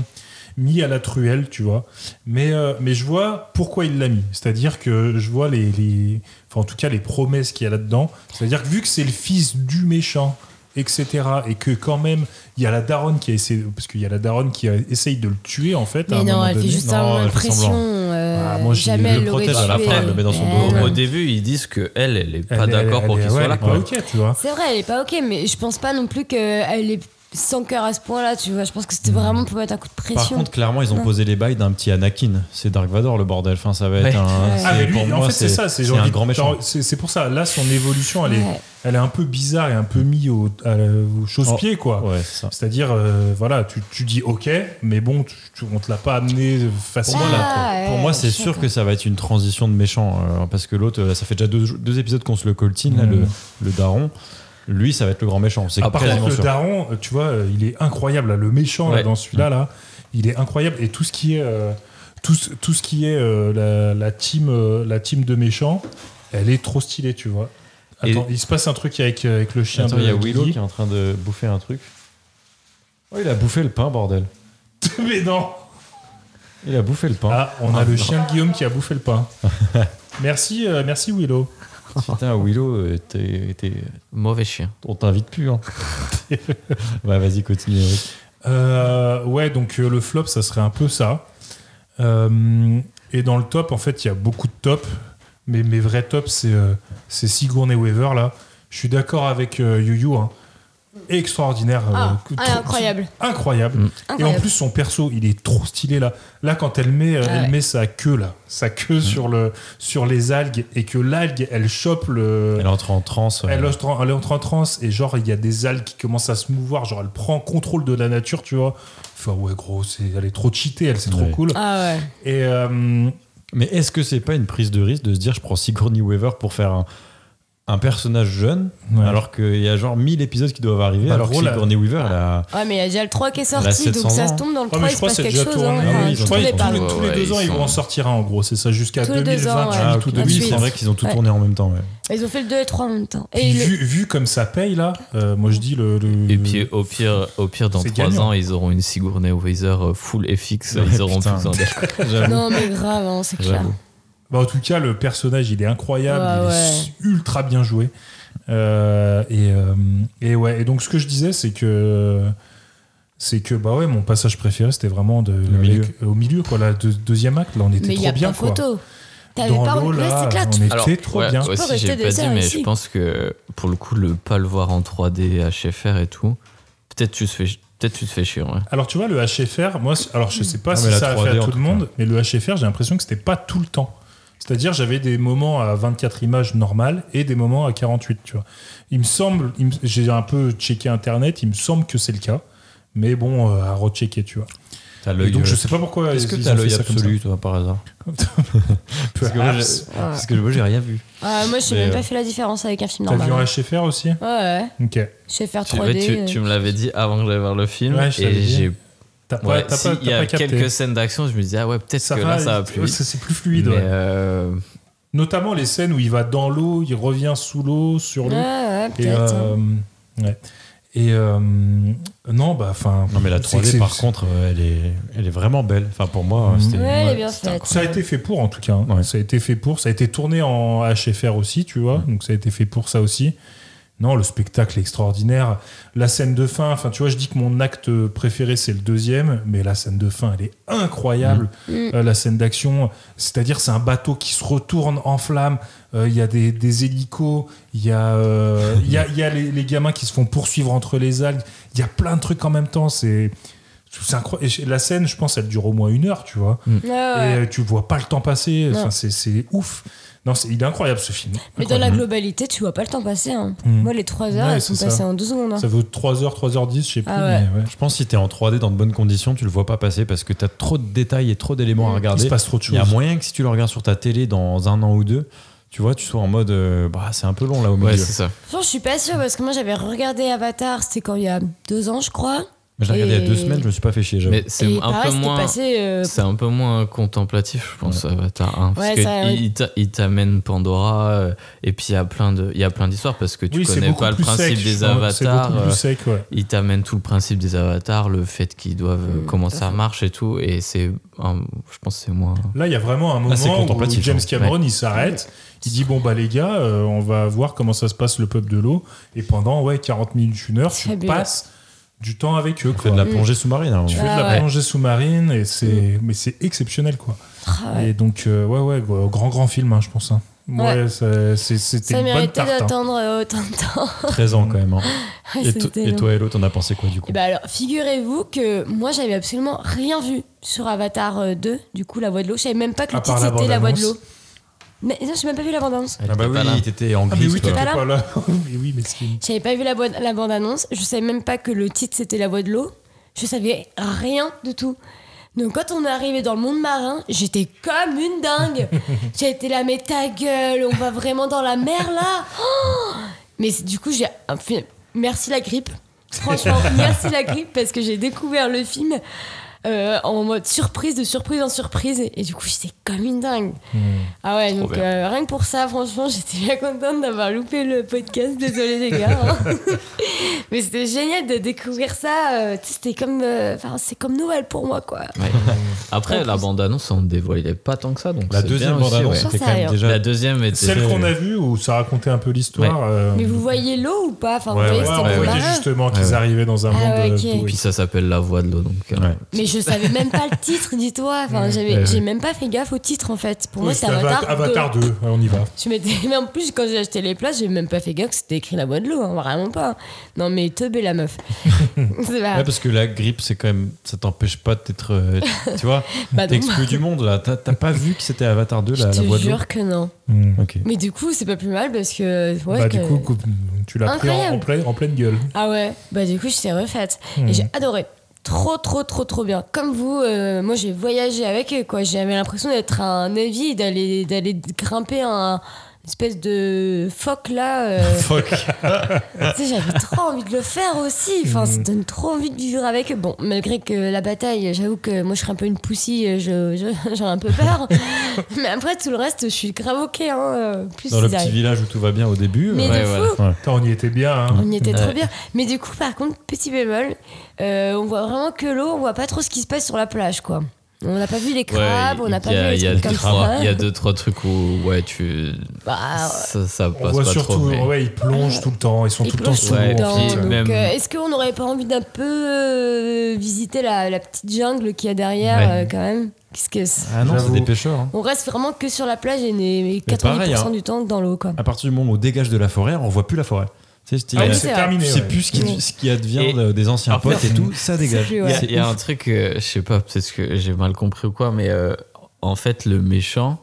mis à la truelle, tu vois. Mais euh, mais je vois pourquoi il l'a mis. C'est-à-dire que je vois les, les enfin en tout cas les promesses qu'il y a là-dedans. C'est-à-dire que vu que c'est le fils du méchant, etc. et que quand même il y a la daronne qui a essayé parce qu'il y a la daronne qui a- essaye de le tuer en fait. à Mais un non, moment elle fait donné. juste Non, un elle fait impression. semblant. euh, Ah, moi, je jamais le elle l'aurait protège à la tué. fin, elle le met dans son Ouais, dos. ouais. Au début, ils disent que elle, elle est pas Elle est- d'accord elle pour est- qu'il ouais, soit elle là. est quoi. pas ok, tu vois. C'est vrai, elle est pas ok, mais je pense pas non plus qu'elle est sans cœur à ce point-là, tu vois. Je pense que c'était vraiment pour mettre un coup de Par pression. contre, clairement, ils ont Mm. Non. posé les bails d'un petit Anakin. C'est Dark Vador, le bordel. Enfin, ça va être Ouais. un. Ouais. c'est- Ah, mais lui, pour en moi, fait, c'est ça, c'est c'est genre- un grand méchant. genre, C'est c'est pour ça, là, son évolution, elle, est, Ouais. elle est un peu bizarre et un peu mis au, à la- au chausse-pied, quoi. Oh, Ouais, c'est ça. C'est-à-dire, euh, voilà, tu, tu dis ok, mais bon, tu, tu- on te l'a pas amené euh, facilement. Ah, là, quoi. ouais, Pour moi, c'est je sûr sais que pas. ça va être une transition de méchant. euh, parce que l'autre, euh, ça fait déjà deux, deux épisodes qu'on se le coltine, là, Mm. le, le daron. Lui, ça va être le grand méchant. C'est Ah, Par quasiment contre, le sûr. daron, euh, tu vois, euh, il est incroyable, là, le méchant, là, Ouais. dans celui-là, là, il est incroyable. Et tout ce qui est, euh, tout, ce- tout ce qui est euh, la, la team, euh, la team de méchants, Elle est trop stylée, tu vois. Et- Attends, il se passe un truc avec, euh, avec le chien Attends, de il y a Willow Guigui. qui est en train de bouffer un truc. Oh, il a bouffé le pain, bordel. Mais non Il a bouffé le pain. Ah, on a le chien de Guillaume qui a bouffé le pain. merci, euh, merci Willow. Putain, Willow, euh, t'es- t'es- Mauvais chien. on t'invite plus. Hein. ouais, vas-y, continue. Eric. Euh, ouais, donc euh, le flop, ça serait un peu ça. Euh, et dans le top, en fait, il y a beaucoup de tops. Mais mes vrais tops, c'est euh, c'est Sigourney Weaver, là. Je suis d'accord avec euh, Yu-Yu. hein. Extraordinaire. euh, Ah, que- ah, trop- incroyable. Incroyable. Et en Incroyable. plus, son perso, il est trop stylé, là. Là, quand elle met, euh, Ah elle ouais. met sa queue, là. Sa queue sur, le, sur les algues. Et que l'algue, elle chope le... Elle entre en transe. euh, Elle est, en, elle entre en transe et genre il y a des algues qui commencent à se mouvoir, genre elle prend contrôle de la nature, tu vois. Enfin ouais gros, c'est, elle est trop cheatée, elle c'est Ouais. trop cool. Ah ouais. Et euh, Mais est-ce que c'est pas une prise de risque de se dire je prends Sigourney Weaver pour faire un, un personnage jeune Ouais. alors qu'il y a genre 1000 épisodes qui doivent arriver Bah, alors en que gros, la- Sigourney Weaver elle a. Ouais, mais il y a déjà le 3 qui est Là, sorti, 700 donc ça ans. se tombe dans ouais, le 3, mais il je se crois que passe c'est quelque déjà chose. tourné. hein. Ah oui, Ouais, ils je ont Je crois trouvais que tous pas. les, tous les Ouais, deux ouais, ans ils ils vont en sont- sortir un en gros, c'est ça jusqu'à Tous les deux 2020. ans, ouais. Ah, Ah, ok, tout la 2020. suite. c'est vrai qu'ils ont tout Ouais. tourné en même temps. ouais. Ils ont fait le 2 et le 3 en même temps. Puis Et le- vu, vu comme ça paye là, euh, moi je dis le. le- Et puis au pire, au pire dans Mm. C'est 3 gagnant. ans, ils auront une Sigourney Weaver euh, full FX, Ouais, ils auront putain. plus besoin d'elle. J'avoue. Non, mais grave, hein, c'est clair. J'avoue. Bah, en tout cas le personnage il est incroyable, Ouais, il est ultra bien joué. Euh, et, euh, et ouais et donc ce que je disais c'est que c'est que bah ouais mon passage préféré c'était vraiment de milieu. avec- au milieu quoi la deux- deuxième acte là on était Mais il n'y trop a bien pas quoi. photo. T'avais Dans pas l'eau, Ouais, là, c'est clair, on tu- était trop ouais, bien. aussi, Tu peux j'ai rester pas des dit, heures mais ici. je pense que pour le coup, le pas le voir en 3D, HFR et tout, peut-être tu te fais, peut-être tu te fais chier. Ouais. Alors tu vois le HFR, moi c- alors je sais pas Ah, si mais la ça a fait 3D à en tout le tout cas. monde, mais le HFR j'ai l'impression que c'était pas tout le temps. C'est-à-dire j'avais des moments à 24 images normales et des moments à 48, tu vois. Il me semble, il me- j'ai un peu checké internet, il me semble que c'est le cas, mais bon euh, à rechecker, tu vois. T'as Et l'œil. donc je euh, sais pas pourquoi. Est-ce que ils t'as ont l'œil fait ça comme absolu, toi, par hasard ça. Parce que moi, Perhaps. j'ai- parce que moi, j'ai rien vu. Ah, moi, je n'ai Mais, même euh, pas fait la différence avec un film T'as vu normal. en HFR aussi Ouais, ouais. Ok. Je sais faire Tu, ouais, 3D. tu- euh. tu me l'avais dit avant que j'aille voir le film, Ouais, je t'avais et dit. j'ai. T'as pas, ouais, t'as si, pas, il y t'as a pas capté. quelques scènes d'action, je me disais ah ouais peut-être que là ça va plus ouais, vite. ça, c'est plus fluide. mais ouais. euh, Notamment les scènes où il va dans l'eau, il revient sous l'eau, sur Ouais, l'eau. ouais, Et, peut-être. hein. euh, ouais. Et euh, non, bah, enfin. Non, mais la c'est que 3D, c'est- par contre, euh, elle est, elle est vraiment belle. Enfin, pour moi, Mhm. Ah, c'était. Ouais, elle est bien c'était faite. Ça a été fait pour, en tout cas. hein. Ouais. Ça a été fait pour. Ça a été tourné en HFR aussi, tu vois. Donc, ça a été fait pour ça aussi. Non, le spectacle est extraordinaire. La scène de fin, enfin, tu vois, je dis que mon acte préféré, c'est le deuxième, mais la scène de fin, elle est incroyable. Mhm. Euh, la scène d'action, c'est-à-dire, c'est un bateau qui se retourne en flammes. Euh, Il y a des, des hélicos, il y a, euh, il y a, il y a les, les gamins qui se font poursuivre entre les algues. Il y a plein de trucs en même temps. C'est c'est incroyable. Et La scène, je pense, elle dure au moins une heure, tu vois Ouais, Ah ouais. et euh, tu vois pas le temps passer. Non. Enfin, c'est- c'est ouf. Non, c'est- il est incroyable ce film. Mais dans la globalité, tu vois pas le temps passer. hein. Mm. Moi, les 3 heures, Ouais, elles sont c'est ça. passées en 12 secondes. hein. Ça vaut 3h, 3h10, je sais plus. Ah ouais. mais ouais. Je pense que si t'es en 3D dans de bonnes conditions, tu le vois pas passer parce que t'as trop de détails et trop d'éléments à Mm. Il se regarder. passe trop de Il y a choses. moyen que si tu le regardes sur ta télé dans un an ou deux, tu vois, tu sois en mode euh, bah, c'est un peu long là au milieu. ouais c'est ça. Franchement, je suis pas sûre parce que moi, j'avais regardé Avatar, c'était quand il y a 2 ans, je crois. Mais je l'ai regardé il y a deux Et- semaines, je me suis pas fait chier. j'avoue. Mais c'est Et un pareil, peu c'était moins. passé. euh, C'est un peu moins contemplatif, je pense, Avatar 1. Parce Ouais, que ça, ouais. il t'a- il t'amène Pandora, euh, et puis il y a plein de- il y a plein d'histoires, parce que tu Oui, c'est connais beaucoup pas le plus sec. principe je des trouve. C'est avatars. beaucoup euh, plus sec, ouais. il t'amène tout le principe des avatars, le fait qu'ils doivent, euh, Mm, comment tout à ça fait. marche et tout, et c'est, un- je pense, que c'est moins. Là, il y a vraiment un c'est moment où contemplatif, James hein. Cameron, il s'arrête. Il dit, bon, bah les gars, euh, on va voir comment ça se passe le peuple de l'eau. Et pendant ouais, 40 minutes, une heure, tu Fabuleux. passes du temps avec eux. On fait Quoi. de la plongée sous-marine. hein, Tu fais de Ah la ouais. Mm. plongée sous-marine, et c'est mais c'est exceptionnel, quoi. ah ouais. Et donc, euh, ouais, ouais, gros- grand, grand film, hein, je pense. hein. Ouais, c'est- c'est- c'était Ça une bonne méritait tarte. hein. d'attendre euh, autant de temps. 13 ans quand même. hein. Ah, Et, to- C'était et long. toi, Hello, t'en as pensé quoi du Et coup bah alors, figurez-vous que moi, j'avais absolument rien vu sur Avatar euh, 2, du coup, La Voix de l'eau. Je savais même pas que À le part titre la c'était La Voix de bande-annonce. l'eau. Mais non, j'ai même pas vu la bande-annonce. Elle était pas là. bah t'étais en Ah, mais glisse, oui, toi. t'étais Pas là. pas là. mais oui, mais c'est- J'avais pas vu la, boi- la bande-annonce, je savais même pas que le titre c'était La Voix de l'eau, je savais rien du tout. Donc quand on est arrivé dans le monde marin, j'étais comme une dingue. j'étais là, mais ta gueule, on va vraiment dans la mer là Oh Mais c'est- du coup, j'ai enfin, merci la grippe. Franchement, merci la grippe parce que j'ai découvert le film euh, en mode surprise de surprise en surprise. Et, et du coup, j'étais comme une dingue. Hmm. Ah ouais, donc bien. euh, rien que pour ça, franchement, j'étais bien contente d'avoir loupé le podcast. Désolée les gars. hein. Mais c'était génial de découvrir ça. euh, tu sais, c'était comme, euh, enfin, c'est comme Noël pour moi, quoi. Ouais. En Après, plus. la bande-annonce, on ne dévoilait pas tant que ça. Donc La c'est deuxième bien aussi, bande-annonce ouais. était quand Ça, même alors. déjà. La deuxième était. Celle qu'on a vue où ça racontait un peu l'histoire. euh, Mais vous voyez l'eau ou pas Enfin, vous Ouais, voyez, ouais, c'était on pour voyait Barra. justement qu'ils Ouais, ouais. arrivaient dans un Ah ouais, monde. ok. euh, Puis pourri. ça s'appelle La Voix de l'eau. Donc, euh, Ouais. Mais je savais même pas le titre, dis-toi. Enfin, j'avais, Ouais, ouais. j'ai même pas fait gaffe au titre, en fait. Pour moi, Oui, c'était Avatar. deux. Avatar 2, ouais, on y va. Je m'étais, mais en plus, quand j'ai acheté les places, j'ai même pas fait gaffe que c'était écrit la voix de l'eau, hein, vraiment pas. Non, mais teubé la meuf. C'est pas- Ouais, parce que la grippe, c'est quand même. Ça t'empêche pas d'être. euh, tu vois bah, T'es donc, exclu du monde, là. T'as t'as pas vu que c'était Avatar 2, je la, la te voix de l'eau jure que non. Mm. Ok. Mais du coup, c'est pas plus mal parce que. ouais, Mm. bah, que- du coup, coupe- tu l'as pris en, en Incroyable. pleine- en pleine gueule. Ah ouais, bah du coup, je t'ai refaite. Hmm. Et j'ai adoré. Trop, trop, trop, trop bien. Comme vous, euh, moi j'ai voyagé avec eux, quoi. J'avais l'impression d'être un navire, d'aller, d'aller grimper un une espèce de phoque là. euh, Fuck. Tu sais, j'avais trop envie de le faire aussi. Enfin, ça donne trop envie de vivre avec eux. Bon, malgré que la bataille, j'avoue que moi, je serais un peu une poussie, je, je- j'en ai un peu peur. Mais après, tout le reste, je suis grave ok. Hein. euh, Plus Dans le ils petit arrivent. village où tout va bien au début. Mais euh, Ouais, de voilà. fou, Attends, on y était bien. hein. on y était trop Ouais. bien. Mais du coup, par contre, petit bémol, euh, on voit vraiment que l'eau, on voit pas trop ce qui se passe sur la plage, quoi. On n'a pas vu les crabes, ouais, on n'a il pas y a- vu il y les a trucs comme deux, trois- ça. Il y a deux, trois trucs où, ouais, tu. Bah, Ça, ça On passe voit pas surtout, trop. mais- ouais, ils plongent tout le temps, ils sont Et tout le temps plonge sous Ah. tout Ouais, l'eau. en le temps. puis fait. Donc, même- euh, est-ce qu'on n'aurait pas envie d'un peu euh, visiter la, la petite jungle qu'il y a derrière, Ouais. euh, quand même Qu'est-ce que c'est Ah non, c'est J'avoue. des pêcheurs. hein. On reste vraiment que sur la plage et n'est- 80% pareil, hein. du temps que dans l'eau, quoi. À partir du moment où on dégage de la forêt, on voit plus la forêt. Tu sais, c'est- Ah oui, Ouais, c'est c'est terminé. tu sais ouais. plus ce qui, Oui. ce qui advient Et- de- des anciens Alors, potes et tout, ça Ah, dégage. plus, Il y a- ouais. il y a un truc, euh, je sais pas, peut-être que j'ai mal compris ou quoi, mais euh, en fait, le méchant,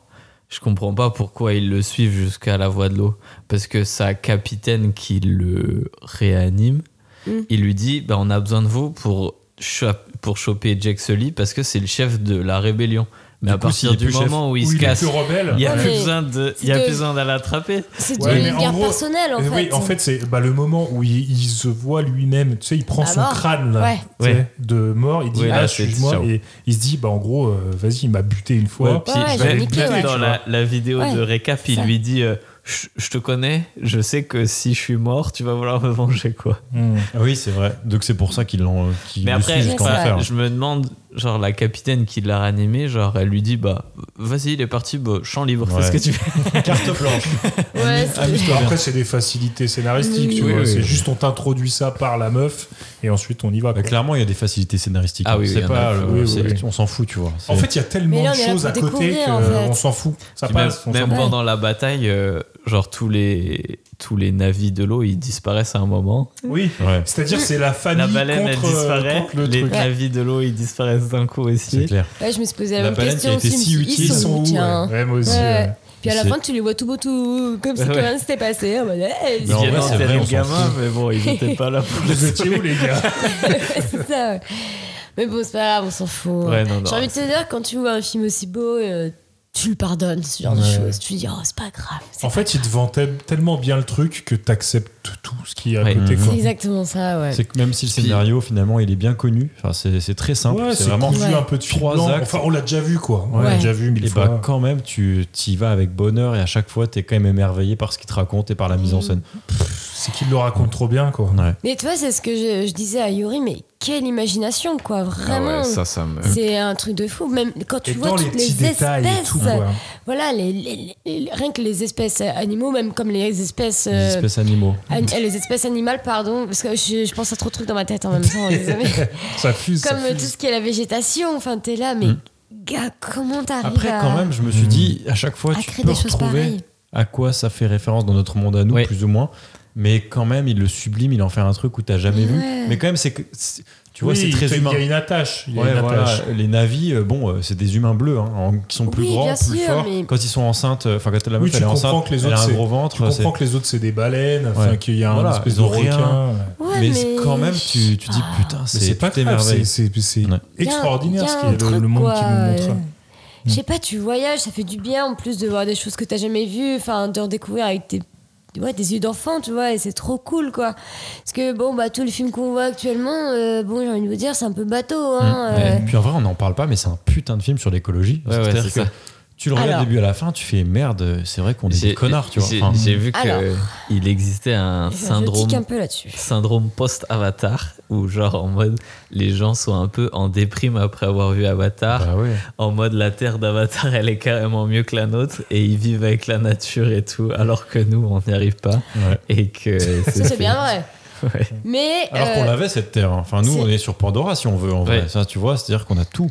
je comprends pas pourquoi ils le suivent jusqu'à la voie de l'eau. Parce que sa capitaine qui le réanime, Mm. il lui dit bah, on a besoin de vous pour, cho- pour choper Jack Sully parce que c'est le chef de la rébellion. Mais Du à coup, partir s'il est du plus chef, moment où il Où se il est casse, plus rebelle. il y a Ouais, plus Ah, mais besoin de- il y a c'est plus de- besoin d'aller attraper. C'est Ouais, du mais en regard gros- personnel, en Et fait. oui, en fait, c'est bah, le moment où il, il se voit lui-même. Tu sais, il prend À son Ah mort. crâne là, Ouais. tu sais, Ouais. de mort. Il dit Ouais, Ah, là, c'est- excuse-moi. ciao. Et il se dit Bah, en gros, euh, vas-y, il m'a buté une fois. Ouais, puis ouais, je j'ai vais niqué, dire ouais. dans la, la vidéo Ouais, de récap, il ça. lui dit euh, je je te connais, je sais que si je suis mort, tu vas vouloir me venger quoi. Hmm. Ah oui, c'est vrai. Donc c'est pour ça qu'ils l'ont. euh, qu'ils Mais le après, suivent jusqu'en enfin, enfer. je me demande, genre la capitaine qui l'a ranimé, genre elle lui dit bah vas-y, il est parti, bah, champ libre, Ouais. fais ce que tu veux. Carte blanche. Ouais, c'est- Après, c'est des facilités scénaristiques. tu Oui, vois, oui, c'est oui. juste on t'introduit ça par la meuf et ensuite on y va. Bah, quoi. clairement, il y a des facilités scénaristiques. hein. Ah oui, c'est oui, pas. il y en a, le- oui, c'est- oui. On s'en fout, tu vois. En C'est- fait, il y a tellement Mais là, de on est là choses à pour côté découvrir, qu'on en fait. s'en fout. Ça Puis même passe. on même s'en fout. pendant la bataille, euh, genre tous les tous les navis de l'eau, ils disparaissent à un moment. Oui. ouais, C'est-à-dire, c'est la famille La baleine elle Ah, contre, euh, disparaît, contre le les truc. navis de l'eau ils disparaissent d'un coup c'est aussi. clair. ouais, je me suis posé la, La même baleine question qui a été aussi, si je me suis dit, utile, Ils Ils sont où tiens. ouais. Ouais, moi aussi, Ouais. ouais. Puis à la C'est- fin, tu les vois tout beau, tout comme si Ouais. rien s'était passé. en mode, hey, Ils Mais en viennent vrai, c'est vrai, enterrer on le s'en gamin, fout. mais bon, ils étaient pas là pour le Vous étiez où, les gars c'est ça. ouais. Mais bon, c'est pas grave, on s'en fout. Ouais, non, non. J'ai envie de te dire, quand tu vois un film aussi beau, euh, tu le pardonnes, ce genre de Ouais. choses. Tu dis, oh, c'est pas grave. c'est En fait, ils te vantaient tellement bien le truc que t'acceptes tout ce qui est à Ouais. côté. C'est quoi. exactement ça, ouais. C'est que même si le Puis- scénario, finalement, il est bien connu, enfin, c'est c'est très simple. Ouais, c'est vraiment. cousu Ouais. un peu de fil Trois blanc. actes. Enfin, on l'a déjà vu, quoi. On l'a Ouais. déjà vu mille Et fois. bah, quand même, tu y vas avec bonheur et à chaque fois, t'es quand même émerveillé par ce qu'il te raconte et par la mise Mm, en scène. C'est qu'ils le racontent trop bien, quoi. Ouais. Mais tu vois, c'est ce que je, je disais à Yuri, mais quelle imagination, quoi, vraiment. ça me. c'est un truc de fou, même quand tu Et vois dans les toutes les, petits détails et espèces. tout, quoi. Voilà, les, les- les- rien que les espèces animaux, même comme les espèces, Les euh, espèces animaux. an- les espèces animales, pardon, parce que je, je pense à trop de trucs dans ma tête en même temps, désolé. Ça fuse. ça Oh, Comme euh, tout fuse. ce qui est la végétation, enfin, t'es là, mais gars, comment t'arrives Hmm. Après, à, quand même, je me suis dit, à chaque fois, à tu créer peux des choses retrouver pareilles à quoi ça fait référence dans notre monde à nous, Ouais. plus ou moins. Mais quand même, il le sublime, il en fait un truc où t'as jamais Ouais. vu. Mais quand même, c'est que. c'est- Tu vois, Oui, c'est très il humain. y a une attache. Il y a Ouais, une voilà, attache. les navis, euh, bon, euh, c'est des humains bleus, hein, en- qui sont plus Oui, grands, bien plus sûr, forts. mais- Quand ils sont enceintes, euh, enfin quand la Oui, meuf tu elle est comprends enceintes, que les elle autres, a un c'est- gros Tu ventre, c'est- comprends que les autres, c'est des baleines, enfin, Ouais. qu'il y a un Voilà, espèce ils de ont requin. rien. ouais. Ouais, mais, c'est- quand même tu, tu dis Ah. putain, Mais c'est c'est pas tout grave, c'est- émerveillé. c'est Ouais. c'est Il y a un- extraordinaire il y ce a qui un est le, truc, le monde qui quoi, nous montre. euh, Je sais pas, tu voyages, ça fait du bien en plus de voir des choses que t'as jamais vues, enfin de redécouvrir avec tes ouais, des yeux d'enfant, tu vois, et c'est trop cool, quoi. Parce que, bon, bah, tous les films qu'on voit actuellement, euh, bon, j'ai envie de vous dire, c'est un peu bateau, hein. Et euh. Puis en vrai, on n'en parle pas, mais c'est un putain de film sur l'écologie. Ouais, ouais, C'est-à-dire c'est que ça. tu le regardes Alors. du début à la fin, tu fais merde, c'est vrai qu'on est des J'ai- connards, tu vois. j'ai- Enfin, J'ai vu Alors. qu'il existait un Je- Je syndrome tique un peu là-dessus. syndrome post-Avatar, où genre en mode les gens sont un peu en déprime après avoir vu Avatar, bah ouais. en mode la terre d'Avatar elle est carrément mieux que la nôtre et ils vivent avec la nature et tout, alors que nous on n'y arrive pas Ouais. et que Ça, c'est bien vrai. Ouais. Mais. Alors euh, qu'on l'avait cette terre. hein. Enfin, nous, c'est- on est sur Pandora si on veut. En vrai, Ouais. ça, tu vois, c'est-à-dire qu'on a tout.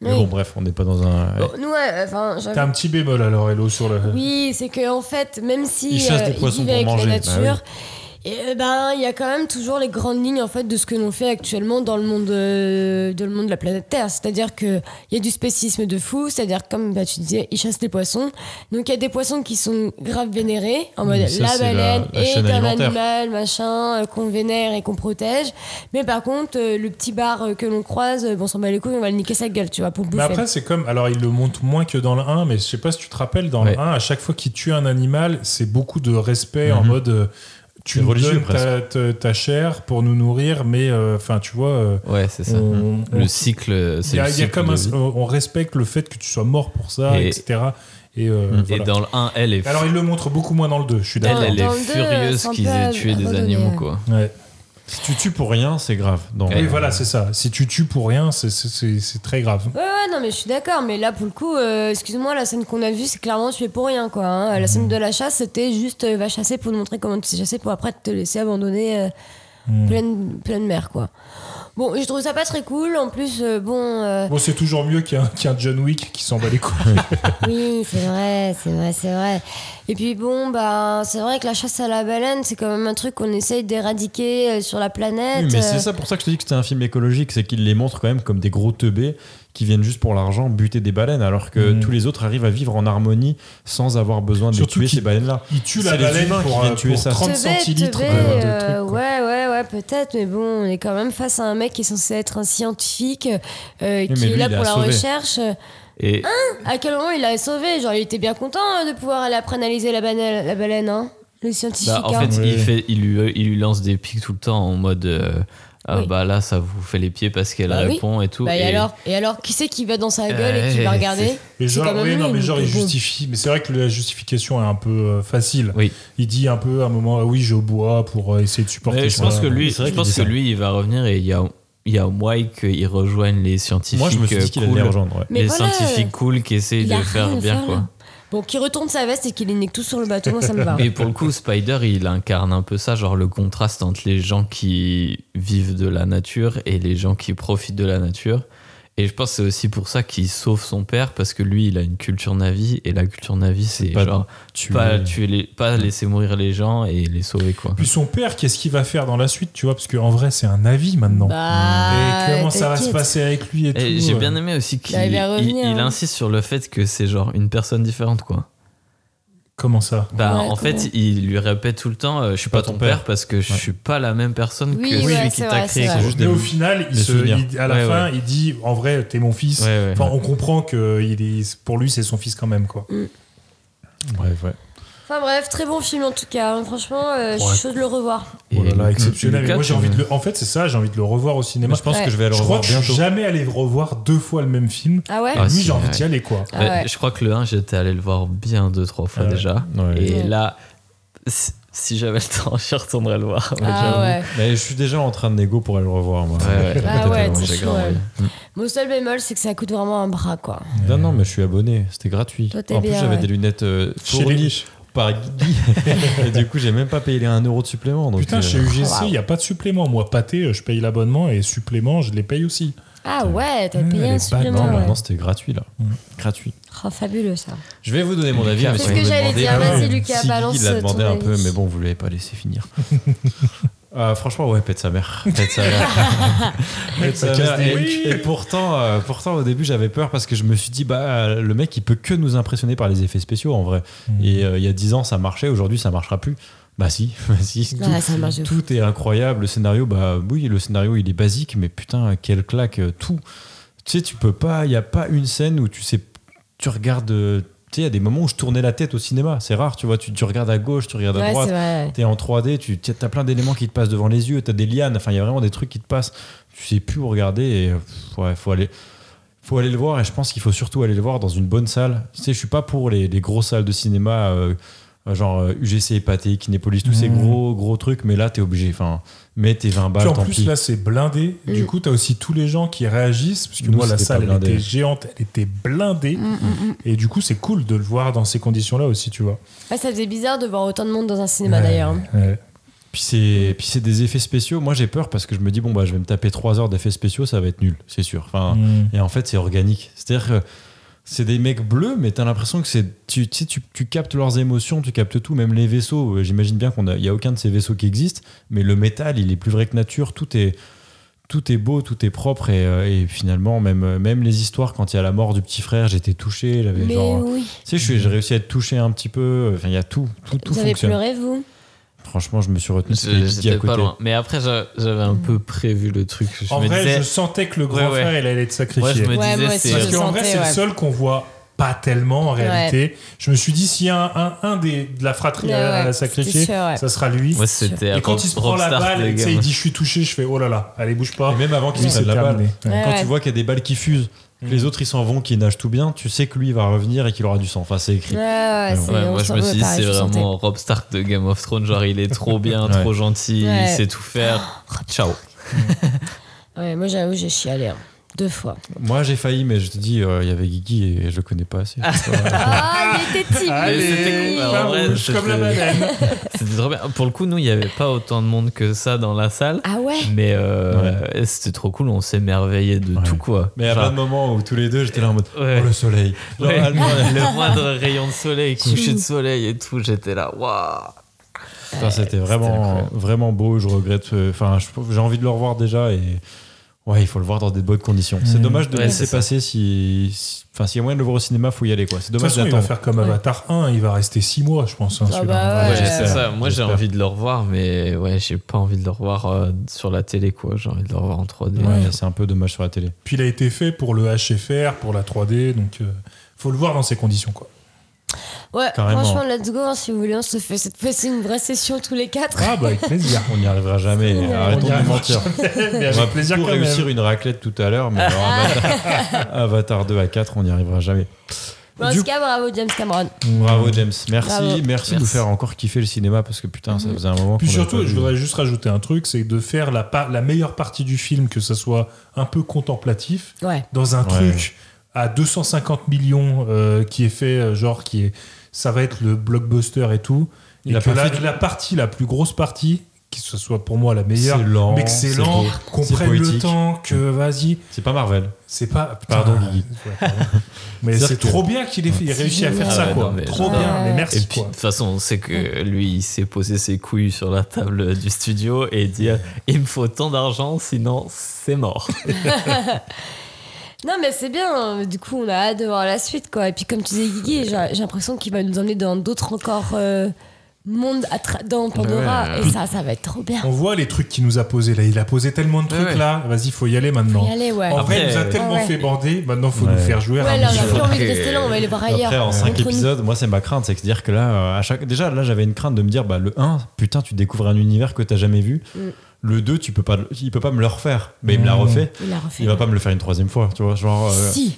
Mais Oui. bon, bref, on n'est pas dans un. bon, nous, ouais, enfin, j'avoue- T'as un petit bémol alors, Hello, sur le. Oui, c'est que en fait, même si Euh. Ils chassent des euh, poissons vivent avec pour la manger, bah nature, et, euh, ben il y a quand même toujours les grandes lignes en fait de ce que l'on fait actuellement dans le monde euh, de le monde de la planète Terre. C'est-à-dire que il y a du spécisme de fou, c'est-à-dire comme bah, tu disais, ils chassent les poissons. Donc il y a des poissons qui sont grave vénérés en Oui, mode mais ça, la c'est la- baleine la est chaîne un alimentaire. animal machin euh, qu'on vénère et qu'on protège. Mais par contre, euh, le petit bar euh, que l'on croise, euh, bon, on s'en bat les couilles, on va le niquer sa gueule, tu vois, pour bouffer. Mais après, c'est comme. Alors, il le monte moins que dans le 1, mais je sais pas si tu te rappelles, dans Ouais. le 1, à chaque fois qu'il tue un animal, c'est beaucoup de respect en Mhm. mode. euh, C'est Tu nous religieux, donnes ta, ta- ta chair pour nous nourrir, mais enfin, tu vois. euh, Ouais, c'est ça. Mm. on- Le on- cycle, il c'est y a, le il y a cycle comme de un- vie. on respecte le fait que tu sois mort pour ça, Et- Mhm. etc. Et, euh, Mm. Et Et voilà. dans le 1, elle est, Alors, il le montre beaucoup moins dans le 2, je suis elle, d'accord. elle Dans est le deux, furieuse c'est un qu'ils peu aient tué des abandonné, animaux, ouais. quoi. Ouais. Si tu tues pour rien, c'est grave. Dans- Oui, voilà, c'est ça. Si tu tues pour rien, c'est- c'est- c'est c'est très grave. Ouais, ouais, non, mais je suis d'accord, mais là, pour le coup, euh, excuse-moi, la scène qu'on a vue, c'est clairement tu es pour rien, quoi. hein. La scène de la chasse, c'était juste euh, va chasser pour nous montrer comment tu sais chasser pour après te laisser abandonner euh, Hmm. pleine, pleine mer, quoi. Bon, je trouve ça pas très cool, en plus, euh, bon. euh, Bon, c'est toujours mieux qu'un qu'un John Wick qui s'en bat les couilles. oui, c'est vrai, c'est vrai, c'est vrai. Et puis, bon, bah, c'est vrai que la chasse à la baleine, c'est quand même un truc qu'on essaye d'éradiquer euh, sur la planète. Oui, mais c'est euh. ça pour ça que je te dis que c'était un film écologique, c'est qu'il les montre quand même comme des gros teubés qui viennent juste pour l'argent buter des baleines, alors que Mm. tous les autres arrivent à vivre en harmonie sans avoir besoin de les Surtout tuer qu'ils- ces baleines-là. Il tue C'est la les baleine humains qui pour, viennent euh, tuer pour ça. 30 Teubé, centilitres teubé, de, de euh, trucs, quoi. ouais, ouais, ouais, peut-être, mais bon, on est quand même face à un mec qui est censé être un scientifique, euh, qui mais lui, est là il a pour la sauvé. recherche. Et À quel moment il a sauvé Genre, il était bien content hein, de pouvoir aller après analyser la, bana- la baleine, hein Le scientifique. bah, en hein. fait, il, Oui. fait il, lui, il lui lance des pics tout le temps en mode euh, Ah, Oui. bah là, ça vous fait les pieds parce qu'elle Bah oui. répond et tout. Bah, et, et alors Et alors, qui c'est qui va dans sa gueule et qui Euh, va c'est- regarder Et C'est genre, quand même oui, lui, non, mais donc, genre, il bon. justifie. Mais c'est vrai que la justification est un peu euh, facile. Oui. Il dit un peu à un moment, ah oui, je bois pour euh, essayer de supporter Mais je ça. pense que lui, C'est vrai je qu'il pense dit que ça. lui, il va revenir et il y a, il y a moyen qu'il rejoigne les scientifiques Moi, je me suis dit euh, qu'il cool, allait les rejoindre. ouais. Mais les voilà. scientifiques cool qui essayent Il a de faire rien à bien faire, quoi. là. Bon, qui retourne sa veste et qu'il nique tout sur le bateau, moi ça me va. Et pour le coup, Spider, il incarne un peu ça, genre le contraste entre les gens qui vivent de la nature et les gens qui profitent de la nature. Et je pense que c'est aussi pour ça qu'il sauve son père parce que lui, il a une culture navi et la culture navi, c'est pas genre Tu- pas tuer les, pas laisser mourir les gens et les sauver quoi. Puis son père, qu'est-ce qu'il va faire dans la suite, tu vois Parce qu'en vrai, c'est un avis maintenant. Bah, et comment ça va se t'inquiète. passer avec lui et, tout. Et J'ai euh. bien aimé aussi qu'il Bah, il va il- revenir, il hein. insiste sur le fait que c'est genre une personne différente quoi. Comment ça Bah, Ouais, en comment fait, il lui répète tout le temps euh, Je suis pas, ton père, parce que je Ouais. suis pas la même personne Oui, que ouais, celui c'est qui vrai, t'a c'est créé. vrai. quoi. C'est juste Mais des- au final, il des se, souvenirs. il- à la Ouais, fin, ouais. il dit En vrai, t'es mon fils. Ouais, ouais. Enfin, on comprend que il est, pour lui, c'est son fils quand même, quoi. Bref, ouais. Enfin bref, très bon film en tout cas. hein. Franchement, euh, je Ouais. suis chaud de le revoir. Et Oh là là, Lucas, exceptionnel. Mais Lucas, moi, j'ai tu- envie de le. En fait, c'est ça, j'ai envie de le revoir au cinéma. Mais je pense Ouais. que je vais aller le Je crois revoir que je suis bientôt. jamais allé revoir deux fois le même film. Ah ouais Ah, lui, si, j'ai envie ouais. d'y aller, quoi. Ah Ouais, ouais. Je crois que le 1, j'étais allé le voir bien deux, trois fois Ah ouais. déjà. Ouais. Et Ouais. là, si, si j'avais le temps, je retournerais le voir. mais j'avoue. Ah ouais. Mais je suis déjà en train de négo pour aller le revoir. Moi. Ouais, ouais. Ah ouais, c'est J'ai chaud, grave ouais. envie. Mon seul bémol, c'est que ça coûte vraiment un bras, quoi. Non, non, mais je suis abonné. C'était gratuit. Toi, t'es en plus, bien, j'avais ouais. des lunettes euh, Chez les fournies par Guy. et du coup, j'ai même pas payé les 1 euro de supplément. Donc, Putain, euh, chez UGC, il Waouh. n'y a pas de supplément. Moi, pâté, euh, je paye l'abonnement et supplément, je les paye aussi. Ah ouais, t'as Mmh, payé elle un est pas supplément. Non, ouais. maintenant, c'était gratuit, là. Gratuit. Oh, fabuleux ça. Je vais vous donner mon avis. Lucas, mais c'est si ce vous que me j'allais demandez- dire. Ah Vas-y, ouais. Lucas, Si, balance Il l'a ton demandé un peu, avis. mais bon, vous l'avez pas laissé finir. Euh, franchement, ouais, pète sa mère. Pète sa mère. Pète sa Ça casse mère. des Et, briques. et pourtant, euh, pourtant, au début, j'avais peur parce que je me suis dit, bah, euh, le mec, il peut que nous impressionner par les effets spéciaux en vrai. Mhm. Mm. Et euh, il y a 10 ans, ça marchait. Aujourd'hui, ça marchera plus. Bah si, bah si. Tout, Ouais, ça marche de tout est incroyable. Le scénario, bah oui, le scénario, il est basique, mais putain, quelle claque. euh, Tout. Tu sais, tu peux pas. Il y a pas une scène où tu sais. Tu regardes. euh, sais, il y a des moments où je tournais la tête au cinéma. C'est rare, tu vois. Tu, tu regardes à gauche, tu regardes à Ouais, droite. c'est vrai. T'es en 3D, tu as plein d'éléments qui te passent devant les yeux, t'as des lianes, enfin il y a vraiment des trucs qui te passent. Tu sais plus où regarder et euh, pff, ouais, faut aller, faut aller le voir et je pense qu'il faut surtout aller le voir dans une bonne salle. Tu sais, je suis pas pour les, les grosses salles de cinéma, euh, euh, genre euh, UGC, Hépaté, Kinépolis, tous ces Mhm. gros gros trucs, mais là t'es obligé, enfin, mets tes 20 Puis balles, en Bah, tant plus, pis. là, c'est blindé. Du Mm. coup, t'as aussi tous les gens qui réagissent. Parce que Nous, moi, la c'était salle, pas elle blindé. était géante, elle était blindée. Mm, Et du coup, c'est cool de le voir dans ces conditions-là aussi, tu vois. Ouais, ça faisait bizarre de voir autant de monde dans un cinéma Ouais. bah, d'ailleurs. Ouais. Puis c'est puis c'est des effets spéciaux. Moi j'ai peur parce que je me dis bon bah je vais me taper 3 heures d'effets spéciaux, ça va être nul, c'est sûr. Enfin, Mm. Et en fait, c'est organique. C'est-à-dire que c'est des mecs bleus, mais t'as l'impression que c'est tu, tu, sais, tu, tu captes leurs émotions, tu captes tout, même les vaisseaux. Euh, J'imagine bien qu'on a, il y a aucun de ces vaisseaux qui existent, mais le métal, il est plus vrai que nature. Tout est tout est beau, tout est propre et, euh, et finalement même euh, même les histoires quand il y a la mort du petit frère, j'étais touché, j'avais Mais genre euh, oui, tu sais je suis- j'ai réussi à être touché un petit peu. euh, Enfin, il y a tout, tout, tout vous avez fonctionne. pleuré vous Franchement, je me suis retenu parce que Je- Guigui à J'étais pas côté. loin. Mais après, j'a- j'avais Mm. un peu prévu le truc. Je En me vrai, disais, je sentais que le grand Ouais, ouais. frère, il allait être moi, je sacrifié. me Ouais, disais, moi aussi, c'est- euh, je Parce qu'en vrai, sentais, c'est le ouais. seul qu'on voit pas tellement en Ouais. réalité. Je me suis dit, s'il y a un, un, un des, de la fratrie à, Ouais, à ouais, sacrifier, c'était sûr, ouais. ça sera lui. Moi, c'était et quand Rob- il se prend la Rockstar, balle, les et tu sais, gars, il moi. dit je suis touché, je fais oh là là, allez bouge Et pas. même avant qu'il Oui, se prenne c'est la balle. terminé. Ouais, Quand ouais. tu vois qu'il y a des balles qui fusent, que les autres ils s'en vont, qui nagent tout bien, tu sais que lui il va revenir et qu'il aura du sang. Enfin, c'est écrit. Ouais, ouais, c'est- Ouais, on moi je sent- me ouais, suis dit pareil, c'est je sentais. vraiment Rob Stark de Game of Thrones, genre il est trop bien, Ouais. trop gentil, Ouais. Oh, il sait tout faire. Ciao. Ouais, moi j'avoue, j'ai chialé hein. deux fois. Moi j'ai failli, mais je te dis, euh, il y avait Guigui et je le connais pas assez. Ah, il était timide. Allez, c'était cool. En vrai, farouche c'était- comme la baleine. C'était trop bien. Pour le coup, nous il n'y avait pas autant de monde que ça dans la salle, Ah ouais. mais euh, c'était trop cool, on s'émerveillait de Ouais. tout quoi. mais à Genre, plein de moments où tous les deux j'étais là en mode Ouais. oh le soleil. Genre, ouais, ah, non, le moindre rayon de soleil, coucher de soleil et tout, j'étais là, waouh! putain, c'était vraiment, incroyable. vraiment beau. Je regrette. euh, Enfin, je- j'ai envie de le revoir déjà et ouais, il faut le voir dans des bonnes conditions. C'est dommage de le Ouais, laisser c'est ça. passer si, si- enfin, s'il y a moyen de le voir au cinéma, faut y aller quoi. C'est De toute dommage façon, il va d'attendre. faire comme Avatar 1, il va rester 6 mois, je pense. hein, Ah celui-là. bah ouais. Ouais, c'est ça. Moi, j'ai j'espère. envie de le revoir, mais ouais, j'ai pas envie de le revoir euh, sur la télé, quoi. J'ai envie de le revoir en 3D. Ouais, c'est un peu dommage sur la télé. Puis il a été fait pour le HFR, pour la 3D, donc euh, faut le voir dans ces conditions. Quoi. Ouais, Carrément. franchement, let's go. hein, si vous voulez, on se fait cette fois-ci une vraie session tous les quatre. Ah bah avec plaisir. On n'y arrivera jamais. Arrêtons On y de nous arrivera mentir. Mais On va avec plaisir pour quand réussir même. une raclette tout à l'heure, mais alors Avatar, Avatar 2 à 4, on n'y arrivera jamais. Bon, en Du- tout cas, bravo James Cameron. Bravo James, merci, Bravo. Mhm. merci, de nous Merci. faire encore kiffer le cinéma parce que putain, ça faisait un moment. Puis qu'on avait surtout, pas je vu. voudrais juste rajouter un truc, c'est de faire la, pa- la meilleure partie du film, que ça soit un peu contemplatif, Ouais. dans un Ouais. truc à 250 millions euh, qui est fait, euh, genre, qui est, ça va être le blockbuster et tout. Il et a que pas la, fait du- la partie, la plus grosse partie, que ce soit pour moi la meilleure, C'est lent, mais que c'est c'est lent, beau, qu'on c'est prenne le poétique. temps, que vas-y, C'est pas Marvel. c'est pas. putain, Pardon, euh, Guigui. ouais, pardon. mais C'est-à-dire c'est que- trop bien qu'il ait fait- il ait C'est réussi à faire génial. ça, Ah quoi. ouais, non, mais trop j'adore. bien, mais Et merci, puis, de quoi. toute façon, on sait que lui, il s'est posé ses couilles sur la table du studio et dire Il me faut tant d'argent, sinon c'est mort. Non, mais c'est bien. hein. Du coup, on a hâte de voir la suite, quoi. Et puis, comme tu disais, Guigui, j'ai j'ai l'impression qu'il va nous emmener dans d'autres encore euh, mondes à tra- dans Pandora. Ouais. Et ça, ça va être trop bien. On voit les trucs qu'il nous a posés là. Il a posé tellement de Ouais, trucs ouais. là. Vas-y, faut y aller maintenant. Faut y aller, ouais. En Après, vrai, il nous a euh, tellement ouais, ouais. fait bander. Maintenant, faut nous Ouais. faire jouer. à Ouais, un là, on jeu. a plus envie de Après- rester là, on va aller voir ailleurs. Après, en 5 Ah, Entre nous. épisodes, moi, c'est ma crainte. C'est de dire que là, euh, à chaque... déjà, là, j'avais une crainte de me dire bah, le 1, putain, tu découvres un univers que t'as jamais vu. Mm. Le 2, tu peux pas... le- il peut pas me le refaire. Mais il me l'a Mm. refait. Il a refait. Il va pas me le faire une troisième fois, tu vois. Genre, euh, Si.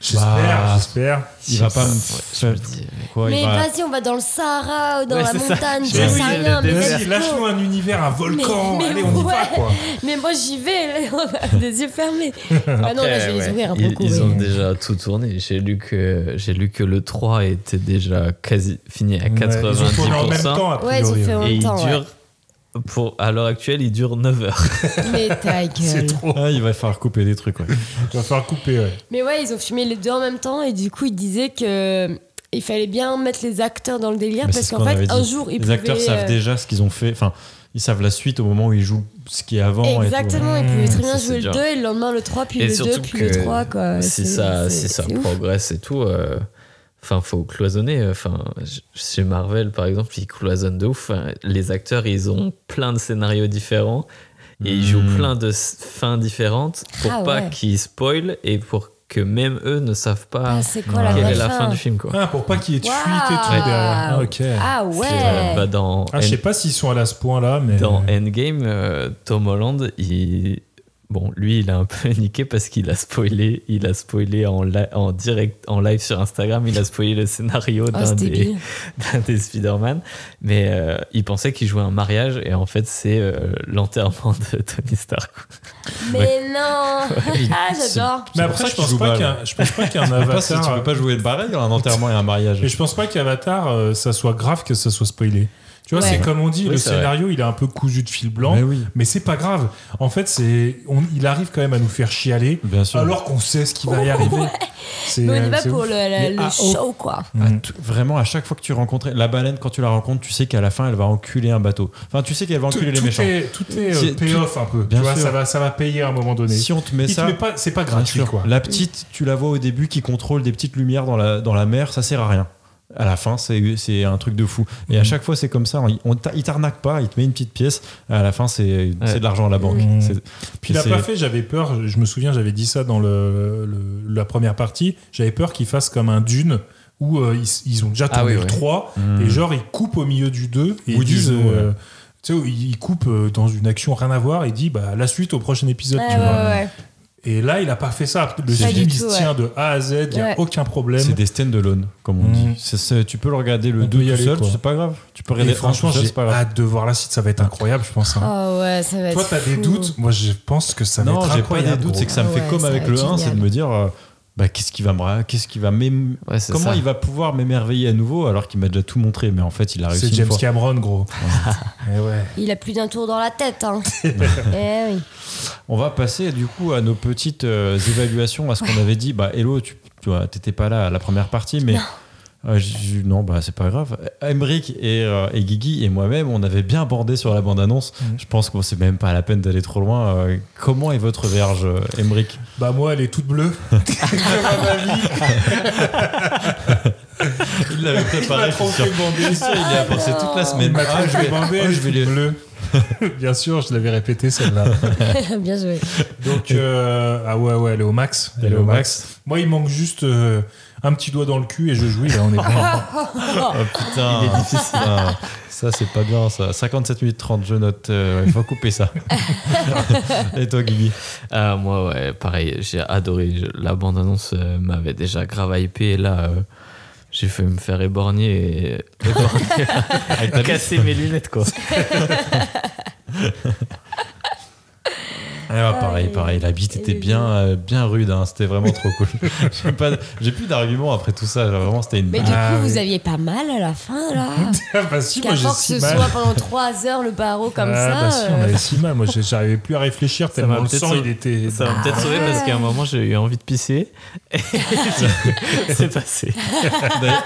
J'espère, Bah, j'espère. il va pas me. Ouais, je me faire- dis, quoi, il mais va- vas-y, on va dans le Sahara ou dans Ouais, la c'est ça. montagne, Mais j'en oui, sais le rien. Mais, désert. let's Vas-y, go. lâche-nous un univers, un volcan. mais Allez, on y ouais. va, quoi. mais moi, j'y vais, là, des yeux fermés. ah non, là, je vais les ouais, ouvrir un peu ils, beaucoup. ils oui. ont déjà tout tourné. J'ai lu, que- j'ai lu que le 3 était déjà quasi fini à Ouais, Ils ont tourné en même 90%. temps, a Ouais, priori. hein. j'ai fait en Et même il temps. ouais. dure, pour, à l'heure actuelle, il dure 9 heures. Mais ta gueule. C'est trop. Ah, il va falloir couper des trucs, ouais. Il va falloir couper, ouais. Mais ouais, ils ont filmé les deux en même temps et du coup, ils disaient que euh, il fallait bien mettre les acteurs dans le délire Mais c'est parce ce qu'en qu'on fait, avait un dit. jour, ils Les pouvaient. acteurs savent euh, déjà ce qu'ils ont fait. Enfin, ils savent la suite au moment où ils jouent ce qui est avant. et tout. Exactement, ils pouvaient très bien Ça, c'est jouer le dur. 2 et le lendemain le 3, puis Et le 2, surtout puis que le 3. Quoi. si C'est- ça, c'est- si ça c'est ouf. progresse et tout, euh, enfin, faut cloisonner. euh, Enfin, j- chez Marvel, par exemple, ils cloisonnent de ouf. Enfin, Les acteurs, ils ont plein de scénarios différents et ils jouent Hmm. plein de s- fins différentes pour Ah pas ouais. qu'ils spoilent et pour que même eux ne savent pas Ah, c'est quoi la quelle vraie est la fin fin du film, quoi. Ah, pour pas qu'il y ait de Waouh. fuite et tout derrière. Ah, ok. Ah C'est, euh, ouais. bah, dans Ah, je sais pas s'ils sont allés à ce point-là, mais. Dans Endgame, euh, Tom Holland, il... bon, lui, il a un peu niqué parce qu'il a spoilé, il a spoilé en, li- en direct, en live sur Instagram, il a spoilé le scénario Oh, d'un c'est des, débile. d'un des Spider-Man. Mais euh, il pensait qu'il jouait un mariage et en fait, c'est euh, l'enterrement de Tony Stark. Mais non Ah, j'adore C'est pour Mais après, ça je qu'il pense, joue pas mal. qu'un, je pense pas qu'un Je sais pas si avatar. tu peux pas jouer de pareil à un enterrement et un mariage. Mais je pense pas qu'Avatar, euh, ça soit grave que ça soit spoilé. Tu vois, Ouais. c'est comme on dit, Oui, le c'est vrai. scénario, il est un peu cousu de fil blanc, mais, Mais oui, c'est pas grave. En fait, c'est, on- il arrive quand même à nous faire chialer, bien sûr. alors qu'on sait ce qui va y arriver. C'est, euh, Mais on y va c'est pour ouf. Mm. le, le- Mais le à- show, quoi. À hmm. tout- vraiment, à chaque fois que tu rencontres la baleine, quand tu la rencontres, tu sais qu'à la fin, elle va enculer un bateau. Enfin, tu sais qu'elle va Tout, enculer les tout méchants. est, tout est, euh, C'est- payoff un peu. Bien tu vois, sûr. ça va, ça va payer à un moment donné. Si on te met Il te ça, met pas, c'est pas bien gratuit, sûr. quoi. La petite, tu la vois au début qui contrôle des petites lumières dans la, dans la mer, ça sert à rien. À la fin, c'est c'est un truc de fou. Et à Mhm. chaque fois, c'est comme ça. On, on t'a- il t'arnaque pas, il te met une petite pièce. À la fin, c'est c'est de l'argent à la banque. Mhm. C'est- Puis il a c'est- pas fait, j'avais peur, je me souviens, j'avais dit ça dans le, le- la première partie, j'avais peur qu'ils fassent comme un dune où euh, ils, ils ont déjà Ah tourné oui, le ouais. 3 Hmm. et genre ils coupent au milieu du 2 et Ou ils du disent. jeu, euh, Tu sais, ils coupent euh, dans une action rien à voir et dit bah, la suite au prochain épisode. Ouais, tu Bah ouais, vois. ouais. Et là, il a pas fait ça. Le Pas film, du il tout, se ouais. tient de A à Z, il n'y a Ouais. aucun problème. C'est des stand-alone, comme on Mhm. dit. C'est- c'est- tu peux le regarder le On 2 peut y tout aller, seul, quoi. c'est pas grave. Tu peux Et regarder franchement, un tout seul, j'ai c'est pas grave. hâte de voir la suite, ça va être incroyable, je pense. hein. Oh ouais, ça va Toi, être t'as des fou. doutes Moi, je pense que ça va non, être j'ai pas incroyable. des doutes, c'est que ça me fait Ouais, comme ça avec va être le 1, c'est de génial. me dire euh, bah, qu'est-ce qui va me ra- qu'est-ce qui va m'ém- Ouais, c'est comment ça. il va pouvoir m'émerveiller à nouveau alors qu'il m'a déjà tout montré mais en fait, il a réussi C'est une James fois. Cameron, gros. Eh ouais. Il a plus d'un tour dans la tête. Hein. eh oui. On va passer du coup à nos petites euh, évaluations à ce qu'on avait dit bah Hello, tu tu vois, t'étais pas là à la première partie mais Euh, j'ai- non, bah c'est pas grave. Emric et, euh, et Guigui et moi-même, on avait bien bordé sur la bande-annonce. Mhm. Je pense que c'est même pas la peine d'aller trop loin. Euh, comment est votre verge, euh, Emric Bah moi elle est toute bleue. Comme à ma vie. Il l'avait Il m'a préparé. trop fait bander. il y a pensé toute la Il semaine. m'a trop fait bander, ah, elle je vais est les- toute bleue. Bien sûr, je l'avais répété celle-là. Bien joué. Donc euh, ah ouais ouais, elle est au max. Elle, est au max. Moi il manque juste euh, un petit doigt dans le cul et je jouis là on est bon. Oh putain. Putain. Ah, Ça, c'est pas bien, ça. 57 minutes 30, je note. euh, Il faut couper ça. Et toi, Guigui Ah, moi, ouais, pareil, j'ai adoré. Je- La bande-annonce euh, m'avait déjà grave hypé. Et là, euh, j'ai fait me faire éborgner et Avec ta bite casser mes lunettes, quoi. Ah, pareil, pareil. La bite était bien, euh, bien rude. hein. C'était vraiment trop cool. J'ai pas- J'ai plus d'arguments après tout ça. Vraiment, c'était une. Mais du Ah coup, vous oui. aviez pas mal à la fin, là. Ah bah si moi Qu'à j'ai force si que ce mal. soit pendant 3 heures le barreau comme ah, ça. bah si, on euh, avait si mal. Moi, j'ai- j'arrivais plus à réfléchir m'a tellement le peut-être sang, sauvé. il était. Ça m'a peut-être sauvé parce qu'à un moment j'ai eu envie de pisser. Et du coup, c'est passé. D'ailleurs-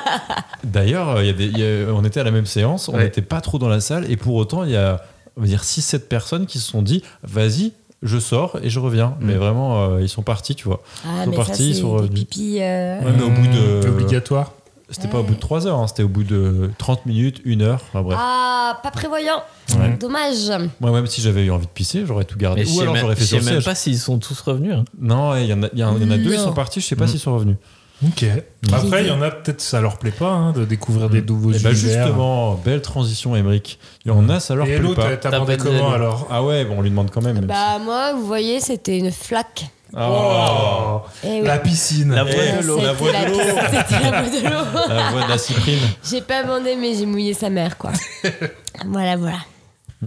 D'ailleurs, euh, il y a des- il y a- on était à la même séance, on Ouais. n'était pas trop dans la salle, et pour autant, il y a on va dire 6-7 personnes qui se sont dit vas-y, je sors et je reviens. Mais vraiment, euh, ils sont partis, tu vois. Ah, sont mais partis, ils ça, sont c'est des revenus. pipis. euh, Ouais, mais au bout de. Obligatoire. C'était pas au bout de 3 heures, hein, c'était au bout de 30 minutes, 1 heure. Enfin, bref. Ah, pas prévoyant. Ouais. Dommage. Moi, même si j'avais eu envie de pisser, j'aurais tout gardé. Mais je Ah, Ou sais alors même- j'aurais je fait sur sais le même siège. pas s'ils sont tous revenus. hein. Non, ouais, il y en a, il y en a- il y en a deux, ils Non. sont partis, je sais pas s'ils sont revenus. Ok. Après, il y en a peut-être, ça leur plaît pas hein, de découvrir des nouveaux Et univers. bah justement, belle transition, Emmerich. Il y en a, ça leur Et plaît l'autre, pas. t'as T'as abordé pas dit comment la- alors Ah ouais, bon, on lui demande quand même. même Bah, moi, vous voyez, c'était une flaque. si- Oh. Eh oui. La piscine. La voix Ah, de l'eau. c'était la voix de l'eau. C'était la voix de l'eau. La voix de la cyprine. J'ai pas bandé, mais j'ai mouillé sa mère, quoi. voilà, voilà.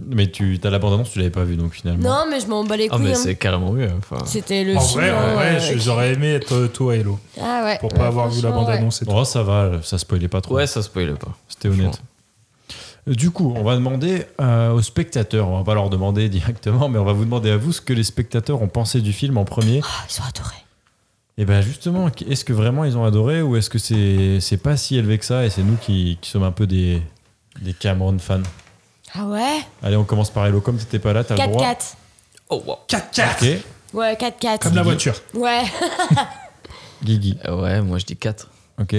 Mais tu as la bande-annonce, tu l'avais pas vue donc finalement. Non, mais je m'en bats les Ah, couilles. mais hein. c'est carrément mieux. enfin. C'était le En film. vrai, en vrai, euh, je- j'aurais aimé être euh, toi et l'eau Ah ouais. pour pas Ouais, avoir vu la franchement, ouais. bande-annonce et tout. Oh, ça va, ça spoilait pas trop. Ouais, ça spoile pas. C'était honnête. Du coup, on va demander euh, aux spectateurs, on va pas leur demander directement, mais on va vous demander à vous ce que les spectateurs ont pensé du film en premier. Ah, ils sont adorés. Et ben justement, est-ce que vraiment ils ont adoré ou est-ce que c'est c'est pas si élevé que ça et c'est nous qui, qui sommes un peu des, des Cameron fans Ah ouais Allez, on commence par Hello, comme t'étais pas là, t'as le droit. 4-4. Oh, wow. 4 Ok, Ouais, 4-4. Comme la voiture. Ouais. Guigui. Euh, Ouais, moi je dis 4. Ok,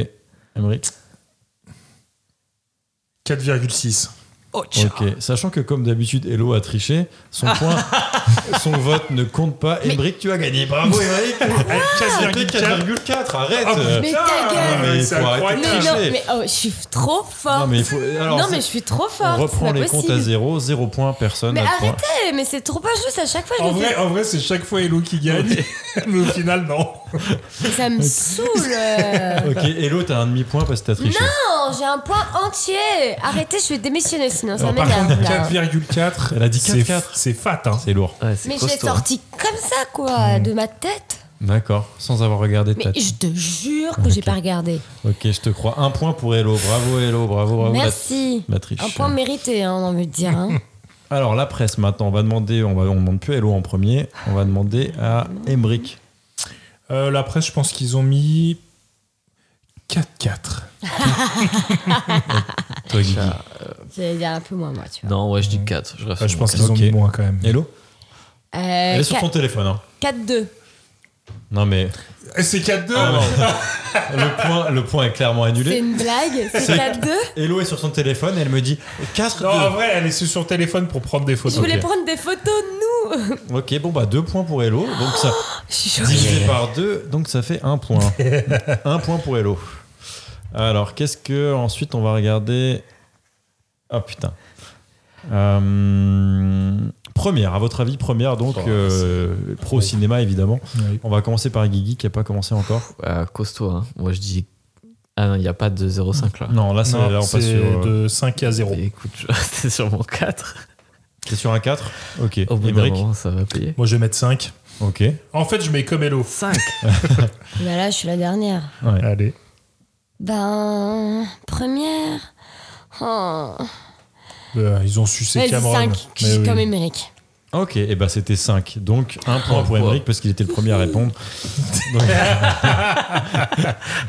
Emery. 4,6. Ocho. Ok, sachant que comme d'habitude, Hello a triché, son point, son vote ne compte pas. Embrick, tu as gagné. Bravo, Embrick Ah, Allez, casse bien, T'as fait Kit Kat. 4,4, arrête Ah, putain, Mais ta gueule. Non, Ah, mais c'est faut arrêter de Mais incroyable. non, tricher. mais oh, je suis trop forte. Non, mais il faut- alors, non, c'est- mais je suis trop On forte. reprend c'est pas les comptes à possible. zéro, zéro point, personne. Mais à point. arrêtez, mais c'est trop injuste à chaque fois. Je En le vrai, fais. en vrai c'est chaque fois Hello qui gagne, mais au final, non. Ça me saoule. euh. Ok, Hello, t'as un demi-point parce que t'as triché. Non, j'ai un point entier. Arrêtez, je vais démissionner sinon ça Alors, par contre, m'énerve. là. 4,4. Elle a dit c'est- 4,4. C'est fat, hein. C'est hein. Hmm. lourd. Ouais, c'est Mais je l'ai costaud, sorti comme ça, quoi, de ma tête. D'accord, sans avoir regardé de Mais tête. je te jure que j'ai pas regardé. Ok, je te crois. Un point pour Hello. Bravo, Hello. Bravo, bravo. la- Merci. La, triche. Un point mérité, hein, on a envie de dire. hein. Alors, la presse maintenant. On va demander, on va, on demande plus Hello en premier. On va demander à Embrick. Euh, la presse, je pense qu'ils ont mis 4,4. Toi, Guigui. Ça. J'allais dire un peu moins, moi, tu hein. vois. Non, ouais, je dis 4. Je, reste Ah, je sur mon pense qu'ils ont Ok. mis moins quand même. Hello Euh, Elle est sur qua- ton téléphone. hein. 4-2. Non, mais. Eh, C'est 4,2 Ah, non. le, point, le point est clairement C'est annulé. une blague C'est C'est- 4-2 Hello est sur son téléphone et elle me dit 4 Non, en vrai, elle est sur téléphone pour prendre des Je photos. voulais prendre des photos de nous. Ok, bon, bah 2 points pour Hello. Donc, ça. Je suis choquée. Divisé par 2, donc ça fait 1 point. 1 point pour Hello. Alors, qu'est-ce que. Ensuite, on va regarder. Ah putain. Euh, Première, à votre avis, première, donc Oh, euh, pro cinéma évidemment. Oui. On va commencer par Guigui qui n'a pas commencé encore. Euh, costaud, hein. Moi, je dis. Ah non, il n'y a pas de 0,5 là. Non, là, Ah, c'est- Non, là, on c'est passe sur, euh, de 5 à 0. Mais écoute, je restais sur mon 4. t'es sur un 4. Ok. Au bout d'un Aymeric moment, ça va payer. Moi, je vais mettre 5. Ok. Ouais. En fait, je mets comme Hello. 5 Bah là, je suis la dernière. Allez. Ben. Première. Oh. Euh, ils ont sucé Vas-y, Cameron. 5, Mais oui. comme Émeric. Ok, et bah c'était 5. Donc un Oh, point pour Emmerich parce qu'il était le premier à répondre.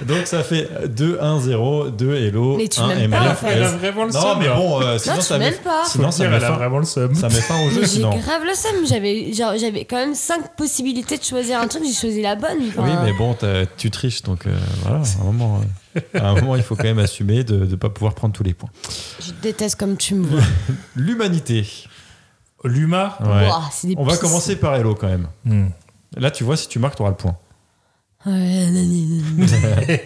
Donc, Donc, ça fait 2-1-0, 2 Hello, Mais tu 1 m'aimes pas, en Emmerich. fait. Elle a vraiment le euh, Non, mais bon, euh, sinon tu ça met, m'aimes pas. sinon, Sinon, ça met elle a fin, vraiment le seum. ça met fin au jeu Mais j'ai sinon. grave le seum. J'avais genre, j'avais quand même 5 possibilités de choisir un truc, j'ai choisi la bonne. Oui, enfin. mais bon, t'as- tu triches, donc euh, voilà, à un, moment, euh, à un moment, il faut quand même assumer de ne pas pouvoir prendre tous les points. Je déteste comme tu me vois. L'humanité. Luma Ouais. Ouah, c'est des On va pisses. commencer par Hello quand même. Hmm. Là, tu vois, si tu marques, t'auras le point. Ouais, nan, nan, nan.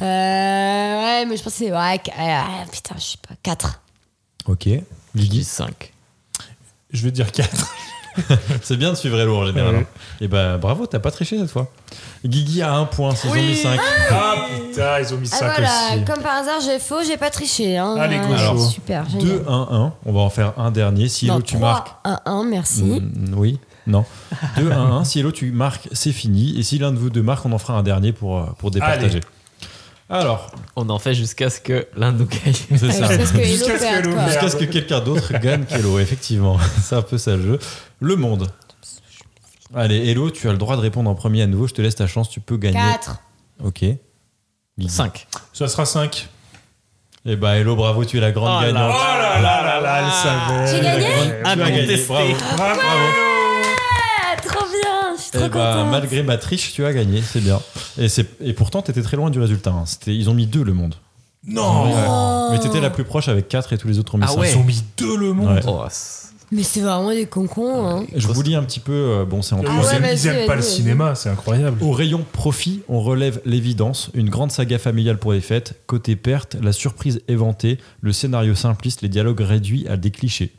Euh, ouais, mais je pensais. Ouais, qu- euh, putain, je sais pas. 4. Ok. Je dis 5. Je vais dire 4. C'est bien de suivre Hello en général. Ouais. hein. Et ben bravo, t'as pas triché cette fois. Guigui a un point, c'est zombie 5. Ah putain, ils ont mis 5 Ah voilà, aussi. comme par hasard, j'ai faux, j'ai pas triché. Hein. Allez, Ouais, gaucho. Alors, super, génial. 2-1-1. On va en faire un dernier. Si Non, Hello, tu 3, marques. 1, 1, merci. Mm, oui, non. 2-1-1. si Hello, tu marques, c'est fini. Et si l'un de vous deux marque, on en fera un dernier pour, euh, pour départager. Alors, On en fait jusqu'à ce que l'un nous gagne. c'est Ouais, ça. Jusqu'à ce que Jusqu'à Hello ce que perde, Hello quoi. perde. Jusqu'à ce que quelqu'un d'autre gagne qu'Hello, effectivement. C'est un peu ça le jeu. Le monde. Allez, Hello, tu as le droit de répondre en premier à nouveau. Je te laisse ta chance, tu peux gagner. 4. Ok. 5. Ça sera 5. Et bah, Hello, bravo, tu es la grande Oh là gagnante. Oh là là là là, elle savait. J'ai gagné Tu as gagné, bravo. Bravo. Ah, trop bien, je suis trop Eh ben, contente. malgré ma triche, tu as gagné, c'est bien. Et, c'est- et pourtant, t'étais très loin du résultat. hein. C'était- Ils ont mis deux le monde. Oh. Non Mais t'étais la plus proche avec 4 et tous les autres ont mis Ah cinq. ouais. Ils ont mis 2 le monde. Ouais. Oh, c'est- Mais c'est vraiment des concons. Hein. Je vous lis un petit peu, euh, bon c'est en Ils Ah ouais, aiment- vas-y, ils aiment pas vas-y, le vas-y. cinéma, c'est incroyable. Au rayon profit, on relève l'évidence, une grande saga familiale pour les fêtes, côté perte, la surprise éventée, le scénario simpliste, les dialogues réduits à des clichés.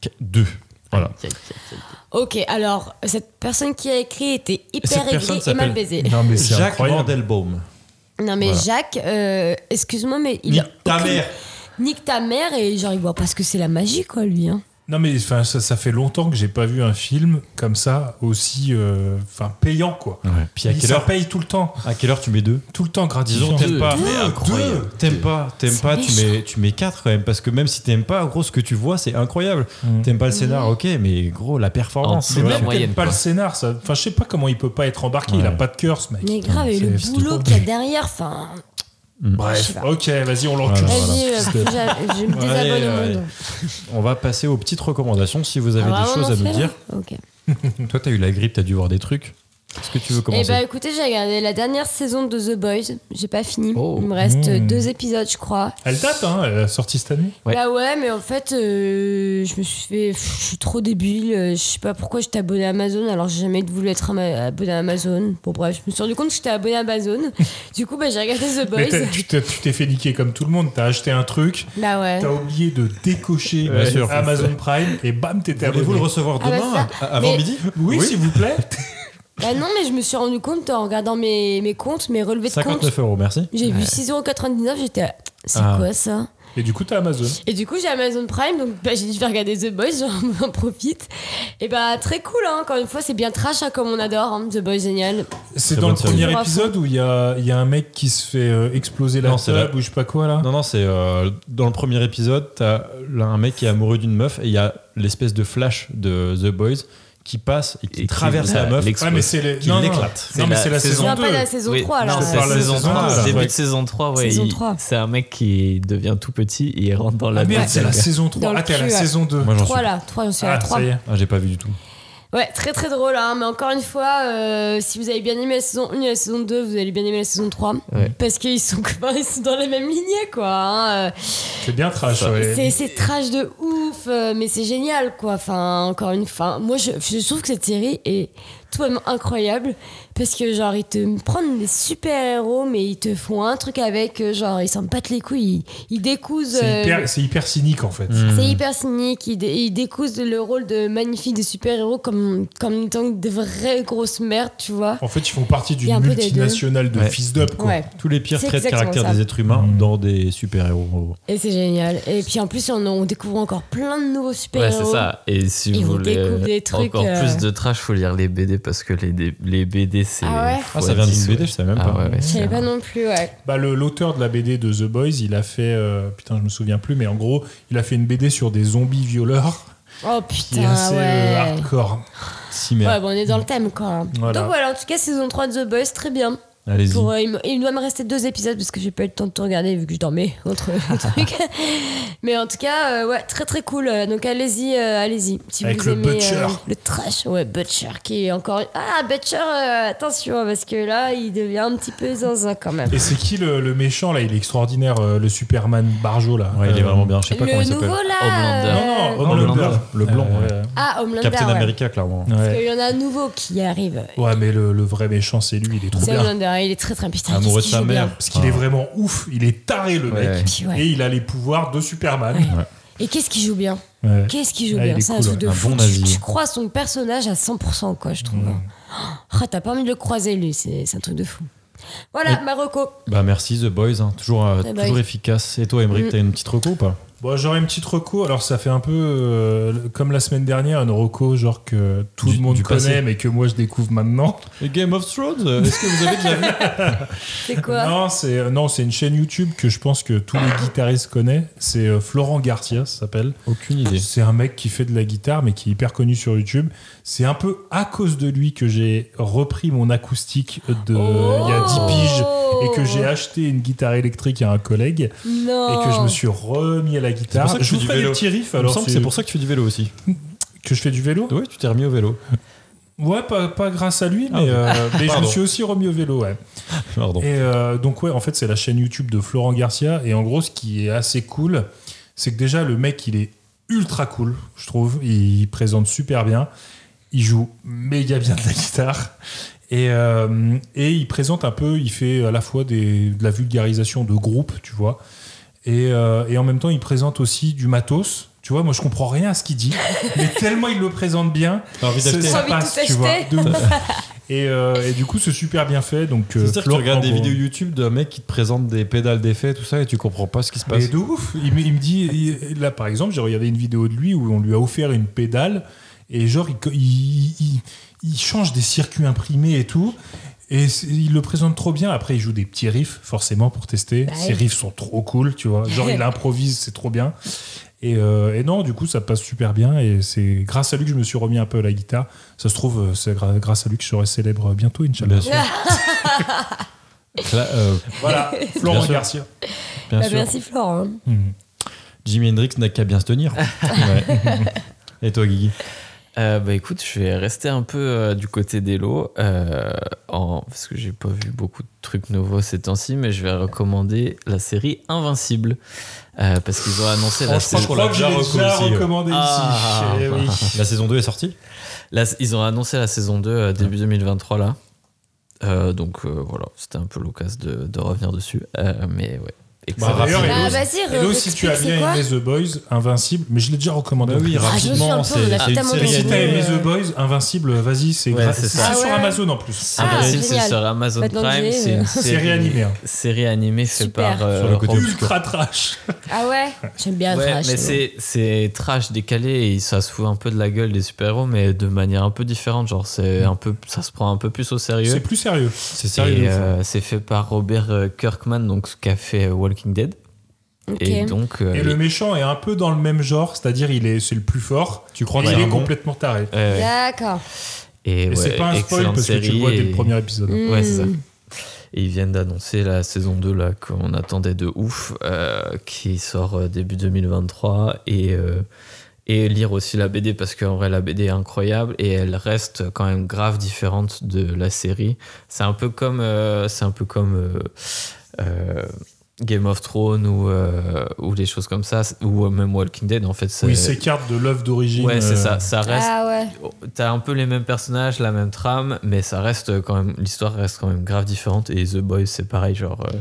Qu- Deux. Voilà. aïe, aïe, aïe, aïe. Ok, alors, cette personne qui a écrit était cette hyper personne aigrie et s'appelle- mal baisée. Non mais c'est Jacques incroyable. Mandelbaum. Non, mais Voilà. Jacques, euh, excuse-moi, mais il. Nique a ta aucune- mère. Nique ta mère et genre, il voit pas ce que c'est la magie, quoi, lui. Hein. Non mais enfin, ça, ça fait longtemps que j'ai pas vu un film comme ça aussi euh, enfin payant quoi. Puis à Il- quelle, ça heure, paye tout le temps, à quelle heure tu mets deux tout le temps gratifiant. Disons t'aimes pas, Deux, incroyable. Deux, Euh, t'aimes Deux. pas, t'aimes C'est pas, tu méchant. mets, tu mets 4 quand même, parce que même si t'aimes pas, en gros, ce que tu vois, c'est incroyable. Mm. T'aimes pas le scénar, ok, mais gros, la performance, En c'est dessous de vrai. la Même moyenne, t'aimes pas quoi. le scénar, ça... enfin je sais pas comment il peut pas être embarqué, Ouais. il a pas de cœur ce mec. Mais grave, et le c'est- c'est boulot trop qu'il y a derrière, enfin. Je sais Bref, pas. ok, vas-y on l'encule. Bah, Voilà. Vas-y, euh, plus j'a- je me Allez, désabonne au allez. monde. On va passer aux petites recommandations si vous avez Ah, des vraiment, choses à on en nous fait, dire. là Ok. Toi, t'as eu la grippe, t'as dû voir des trucs. Est-ce que tu veux Eh commencer ben écoutez, j'ai regardé la dernière saison de The Boys. J'ai pas fini. Oh. Il me reste Hmm. Mmh. deux épisodes, je crois. Elle date, hein, elle a sorti cette année. Ouais. Bah ouais, mais en fait, euh, je me suis fait. pff, je suis trop débile. euh, je sais pas pourquoi j'étais abonné à Amazon alors j'ai jamais voulu être ama- abonné à Amazon. Bon, bref, je me suis rendu compte que j'étais abonné à Amazon. du coup, bah, j'ai regardé The Mais t'as- Boys. tu t'es tu t'es fait niquer comme tout le monde. T'as acheté un truc, Bah ouais. t'as oublié de décocher Bien sûr. Amazon Prime et bam, t'étais abonné. Voulez-vous le recevoir Ah bah demain ça, à- avant mais- midi Oui, s'il vous plaît. Bah non, mais je me suis rendu compte en regardant mes, mes comptes, mes relevés de comptes. 59 euros, merci. J'ai vu 6,99€, j'étais. à- C'est Ah. quoi ça Et du coup, t'as Amazon. Et du coup, j'ai Amazon Prime, donc bah, j'ai dit je vais regarder The Boys, j'en profite. Et bah, très cool, hein, encore une fois, c'est bien trash, hein, comme on adore, hein, The Boys, génial. C'est Très dans le bonne série. premier Toujours à épisode où il y a, il y a un mec qui se fait euh, exploser la Non, c'est table la- ou je sais pas quoi là. Non, non, c'est euh, dans le premier épisode, t'as là, un mec qui est amoureux d'une meuf et il y a l'espèce de flash de The Boys qui passe et qui Et qui traverse la- la meuf. l'explose. Ouais, Ah, mais c'est les- Qui non, non. l'éclate. Non, C'est mais la c'est la saison On saison n'a 2. pas la saison Oui. 3 là. Non, on c'est parle de la saison saison 3. deux, là. Début Ouais. de saison 3, ouais. Saison il- 3. C'est un mec qui devient tout petit et il rentre dans la Ah merde, boîte. c'est la saison 3. Dans le Ah, t'es à la cul, ouais. saison 2. Moi, j'en suis. 3 là, 3, j'en suis à la Ah, 3. ça y est. Ah, j'ai pas vu du tout. Ouais, très très drôle, hein, mais encore une fois, euh, si vous avez bien aimé la saison 1 et la saison 2, vous allez bien aimer la saison 3. Ouais. Parce qu'ils sont, copains, ils sont dans la même lignée, quoi. hein, euh, C'est bien trash. ouais. C'est c'est trash de ouf, euh, mais c'est génial, quoi. Enfin, encore une fois, moi je, je trouve que cette série est tout même incroyable parce que, genre, ils te prennent des super-héros, mais ils te font un truc avec, euh, genre, ils s'en battent les couilles, ils, ils décousent. C'est euh, Hmm. hyper, c'est hyper cynique en fait. Hmm. c'est hyper cynique. Ils, dé- ils décousent le rôle de magnifique des super-héros comme, comme étant des vraies grosses merdes, tu vois. En fait, ils font partie Il y d'une a un peu des deux. multinationale de Ouais. fils d'up quoi. Ouais, Tous les pires C'est traits de exactement caractère ça. des êtres humains dans des super-héros. et c'est génial. Et puis en plus, on, on découvre encore plein de nouveaux Ouais, super-héros. c'est ça. Et si Ils vous vous voulez découvrent des euh, trucs, encore euh, plus de trash, faut lire les BD parce que les, dé- les BD, c'est. Ah ouais Ah, fois ça vient 10, d'une BD, ouais. je savais même Ah pas. ouais, ouais, Je savais c'est pas un- non plus, ouais. Bah, le- L'auteur de la BD de The Boys, il a fait. euh, putain, je me souviens plus, mais en gros, il a fait une BD sur des zombies violeurs Oh qui est putain, assez euh, ouais. hardcore. Si, mais Ouais, bon, on est dans le thème quoi. Voilà. Donc voilà, en tout cas, saison 3 de The Boys, très bien. allez-y. Pour, euh, il, me- il doit me rester deux épisodes parce que j'ai pas eu le temps de tout regarder vu que je dormais entre les trucs. Mais en tout cas, euh, ouais, très très cool. Euh, Donc allez-y, euh, allez-y. Si Avec vous le aimez euh, Butcher. le trash, ouais, Butcher qui est encore. Ah, Butcher, euh, attention parce que là, il devient un petit peu zinzin quand même. Et c'est qui le, le méchant là Il est extraordinaire, euh, le Superman Barjo là. Ouais, il est Euh, vraiment bien. Je sais pas comment Le il s'appelle. nouveau Homelander. là. Non, euh, non, Homelander. Homelander, le blanc, Mm. Euh, Ah, Homelander. Captain ouais. America, clairement. Parce Ouais. qu'il y en a un nouveau qui arrive. Ouais, mais le, le vrai méchant, c'est lui, il est trop C'est bien. Homelander, il est très très putain. Amoureux qu'est-ce de qu'il sa joue bien. mère. Parce qu'il est vraiment ouf, il est taré le Ouais, mec. ouais. Puis, ouais. Et il a les pouvoirs de Superman. Et qu'est-ce qu'il joue bien Ouais. Qu'est-ce qu'il joue Ah, il bien est C'est un cool, truc de un fou. bon Tu- nazi. tu, crois son personnage à 100%, quoi, je trouve. Ah, t'as pas envie de le croiser, lui. C'est c'est un truc de fou. Voilà, Marocco. Bah merci The Boys, hein. toujours, euh, Eh ben, toujours oui. efficace. Et toi, Emmerich, Mm. t'as une petite reco ou pas Bon, j'aurais une petite reco. Alors, ça fait un peu euh, comme la semaine dernière, une reco genre que tout Du- le monde du connaît, passé. mais que moi je découvre maintenant. Game of Thrones, euh, est-ce que vous avez déjà vu C'est quoi non, c'est euh, non, c'est une chaîne YouTube que je pense que tous les guitaristes connaissent. C'est euh, Florent Garcia, ça s'appelle. Aucune idée. C'est un mec qui fait de la guitare, mais qui est hyper connu sur YouTube. C'est un peu à cause de lui que j'ai repris mon acoustique de il y a 10 piges et que j'ai acheté une guitare électrique à un collègue Non. et que je me suis remis à la guitare. pour ça que je tu vous fais du ferai des vélo. petits riffs. Il me Alors semble que c'est pour ça que tu fais du vélo aussi. que je fais du vélo. Oui, tu t'es remis au vélo. Ouais, pas, pas grâce à lui, Ah, mais, euh, mais je me Pardon. suis aussi remis au vélo. Ouais. Pardon. Et euh, donc, ouais, en fait, c'est la chaîne YouTube de Florent Garcia. Et en gros, ce qui est assez cool, c'est que déjà, le mec, il est ultra cool, je trouve. Il présente super bien. Il joue méga bien de la guitare. Et, euh, et il présente un peu, il fait à la fois des, de la vulgarisation de groupe, tu vois. Et, euh, et en même temps, il présente aussi du matos. Tu vois, moi, je comprends rien à ce qu'il dit, mais tellement il le présente bien, T'as envie ça, d'acheter ça J'ai envie de passe, tout tu vois. acheter. de ouf. et, euh, et du coup, c'est super bien fait. Donc, euh, C'est-à-dire que tu Flore, regardes des en gros, vidéos YouTube d'un mec qui te présente des pédales d'effet, tout ça, et tu comprends pas ce qui se passe. Mais de ouf il, me- il me dit, il- là par exemple, j'ai regardé une vidéo de lui où on lui a offert une pédale et genre il, co- il- il- il change des circuits imprimés et tout. Et c'est- il le présente trop bien. Après, il joue des petits riffs, forcément, pour tester. Bah Ces oui. riffs sont trop cool, tu vois. Genre, il improvise, c'est trop bien. Et, euh, et non, du coup, ça passe super bien. Et c'est grâce à lui que je me suis remis un peu à la guitare. Ça se trouve, euh, c'est gra- grâce à lui que je serai célèbre bientôt, Inch'Allah. Bien sûr. Cla- euh, Voilà, Bien Florent sûr. Garcia. bien Bah, sûr. merci, Florent. Hmm. Jimi Hendrix n'a qu'à bien se tenir. Ouais. Et toi, Guigui Euh, bah écoute, je vais rester un peu euh, du côté d'Elo, euh, en- parce que j'ai pas vu beaucoup de trucs nouveaux ces temps-ci, mais je vais recommander la série Invincible, euh, parce qu'ils ont annoncé la Franchement, saison. je crois que je l'ai déjà recommandé Ah. ici. Eh oui. La saison 2 est sortie La- ils ont annoncé la saison 2 euh, début 2023 là. Euh, donc euh, voilà, c'était un peu l'occasion de, de revenir dessus. Euh, mais ouais. Excellent. d'ailleurs, Rapide. il y a Bah, Hello, vas-y, Hello, si tu as bien aimé The Boys, Invincible, mais je l'ai déjà recommandé. en plus. Ah, je me souviens pas, on a c'est une tellement série Et entendu. si animée. t'as aimé Euh, The Boys, Invincible, vas-y, c'est Ouais, grave. c'est C'est ça. sur Ah ouais. Amazon en plus. Ah, Invincible, c'est génial. sur Amazon Maintenant que Prime. j'ai, C'est une euh, série, Série animée. hein. série animée faite Super. par. euh, Sur le côté Rob- obscur. Ultra trash. Ah ouais J'aime bien Ouais, trash. mais c'est, c'est trash décalé et ça se fout un peu de la gueule des super-héros, mais de manière un peu différente. Genre, c'est Mm. un peu, ça se prend un peu plus au C'est sérieux. plus sérieux. C'est sérieux. Et, de fou. euh, c'est fait par Robert euh, Kirkman, donc ce qu'a fait euh, Walking Dead. Ok. Et donc, euh, Et le méchant est un peu dans le même genre, c'est-à-dire il est c'est le plus fort. Tu crois et que il c'est est un bon complètement taré. ouais, ouais. D'accord. Et, Et Euh, ouais, c'est pas un spoil excellente parce que tu le série vois dès le et- premier épisode. Ouais, c'est ça. Mm. Et ils viennent d'annoncer la saison 2 là qu'on attendait de ouf, euh, qui sort euh, début 2023 et euh, et lire aussi la BD parce qu'en vrai la BD est incroyable et elle reste quand même grave différente de la série. C'est un peu comme euh, c'est un peu comme euh, euh, Game of Thrones ou euh, ou des choses comme ça ou même Walking Dead en fait. c'est- Où il s'écarte de l'œuvre d'origine. Euh, ouais c'est euh, ça, ça reste Ah ouais. T'as un peu les mêmes personnages, la même trame, mais ça reste quand même. L'histoire reste quand même grave différente. Et The Boys, c'est pareil, genre. euh,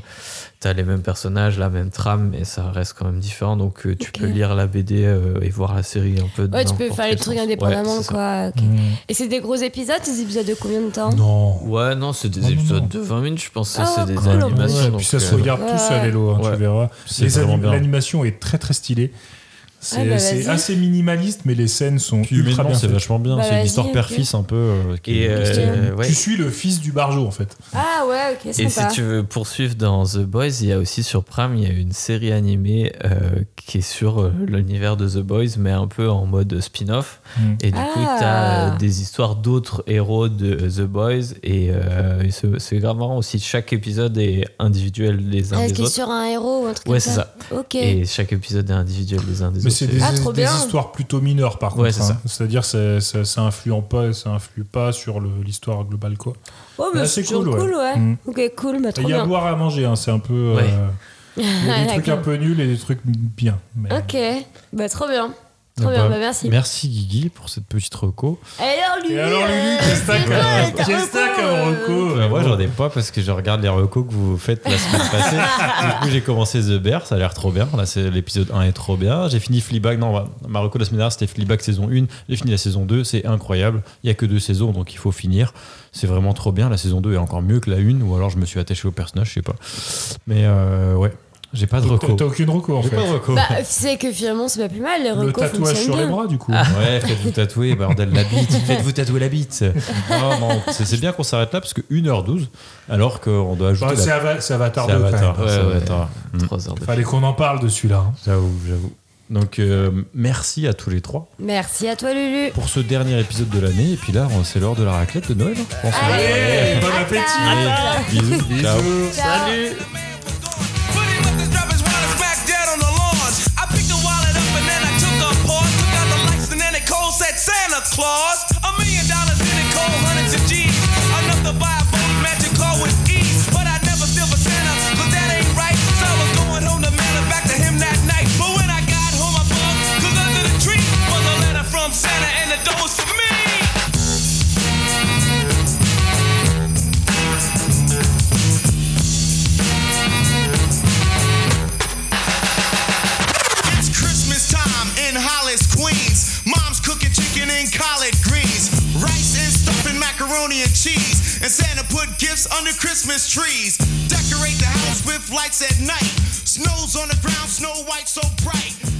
t'as les mêmes personnages, la même trame, mais ça reste quand même différent. Donc euh, tu Ok. peux lire la BD euh, et voir la série un peu. Ouais, tu peux n'importe faire les quel trucs sens. indépendamment, Ouais, c'est ça. quoi. ok. Et c'est des gros épisodes, des épisodes de combien de temps Mm. Non. Ouais, non, c'est des Non, non, épisodes non. de 20 minutes, je pense. Ah, c'est des cool, en plus. animations. Ouais, donc, puis ça se euh, regarde tout seul, Ouais. Hello, hein, Ouais. tu verras. C'est Les vraiment anim- bien. L'animation est très très stylée. C'est Ah, bah, c'est vas-y. assez minimaliste, mais les scènes sont Puis ultra humainement, bien c'est faites. vachement bien. Bah, c'est une vas-y, histoire ok. père-fils un peu. euh, qui Et est- euh, ouais. Tu suis le fils du barjo en fait. Ah ouais, ok, Et si sympa. tu veux poursuivre dans The Boys, il y a aussi sur Prime, il y a une série animée euh, qui est sur euh, l'univers de The Boys, mais un peu en mode spin-off. Mm. Et du coup, Ah. tu as des histoires d'autres héros de euh, The Boys. Et, euh, et c'est c'est grave marrant aussi. Chaque épisode est individuel les uns Ah, Est-ce des qu'il est autres. sur un héros ou un truc Ouais, comme c'est ça ça. Ok. Et chaque épisode est individuel les uns des Mais autres. c'est des, Ah, trop des bien. histoires plutôt mineures par Ouais, contre. c'est ça. hein. C'est-à-dire ça, ça, ça influent pas, ça influe pas sur le- l'histoire globale quoi. Oh, mais Ah, c'est c'est toujours cool, ouais. cool, ouais. Mm. Ok, cool, bah Il trop y a à bien. boire et à manger, hein, c'est un peu. euh, Ouais. il y a des trucs un D'accord. peu nuls et des trucs bien. mais- Ok, bah trop bien. Trop Ah bien, bah, bah merci. Merci Guigui pour cette petite reco. Et alors, lui, Et alors, Lulu, euh, qu'est-ce que t'as c'est comme- quoi, ta qu'est-ce que t'as comme reco, euh, reco Bah, moi, j'en ai pas parce que je regarde les recos que vous faites la semaine passée. du coup, j'ai commencé The Bear, ça a l'air trop bien. Là, c'est l'épisode 1 est trop bien. J'ai fini Fleabag. Non, bah, ma reco la semaine dernière, c'était Fleabag saison 1. J'ai fini la saison 2, c'est incroyable. Il y a que deux saisons, donc il faut finir. C'est vraiment trop bien. La saison 2 est encore mieux que la 1, ou alors je me suis attaché au personnage, je sais pas. Mais euh, ouais, j'ai pas de T'as- reco. T'as aucune reco en J'ai fait. pas de reco. Bah, c'est que finalement, c'est pas plus mal, les Le recos tatouage fonctionnent sur les bien. Ah. bras du coup. Ouais, faites-vous tatouer, bordel, la bite. Faites-vous tatouer la bite. Non, non, c'est c'est bien qu'on s'arrête là parce que 1h12, alors qu'on doit ajouter Enfin, la Bah, c'est Ava- c'est Avatar Bah, C'est 2 quand Avatar, même. ouais, c'est ouais. Avatar. Mm. Trois heures de Fallait qu'on en parle de celui-là. hein. J'avoue, j'avoue. Donc euh, merci à tous les trois Merci à toi, Lulu. pour ce dernier épisode de l'année. Et puis là, on- c'est l'heure de la raclette de Noël. hein, je pense. Allez, bon appétit Allez, bisous, ciao. Salut Putting up this driver's wallet back dead on the lawn. I picked the wallet up and then I took a pause. Took out the lights and then it cold said Santa Claus. A million dollars in it cold, hundreds of G's. Enough to buy a boat magic car with ease. But I never still for Santa, cause that ain't right. So I was going home to mail it back to him that night. But when I got home, I bugged, cause under the tree was a letter from Santa and the dough was for me. It's Christmas time in Hollis, Queens. Mom's cooking chicken and collard greens, rice and stuffing macaroni and cheese. And Santa put gifts under Christmas trees. Decorate the house with lights at night. Snow's on the ground, snow white so bright.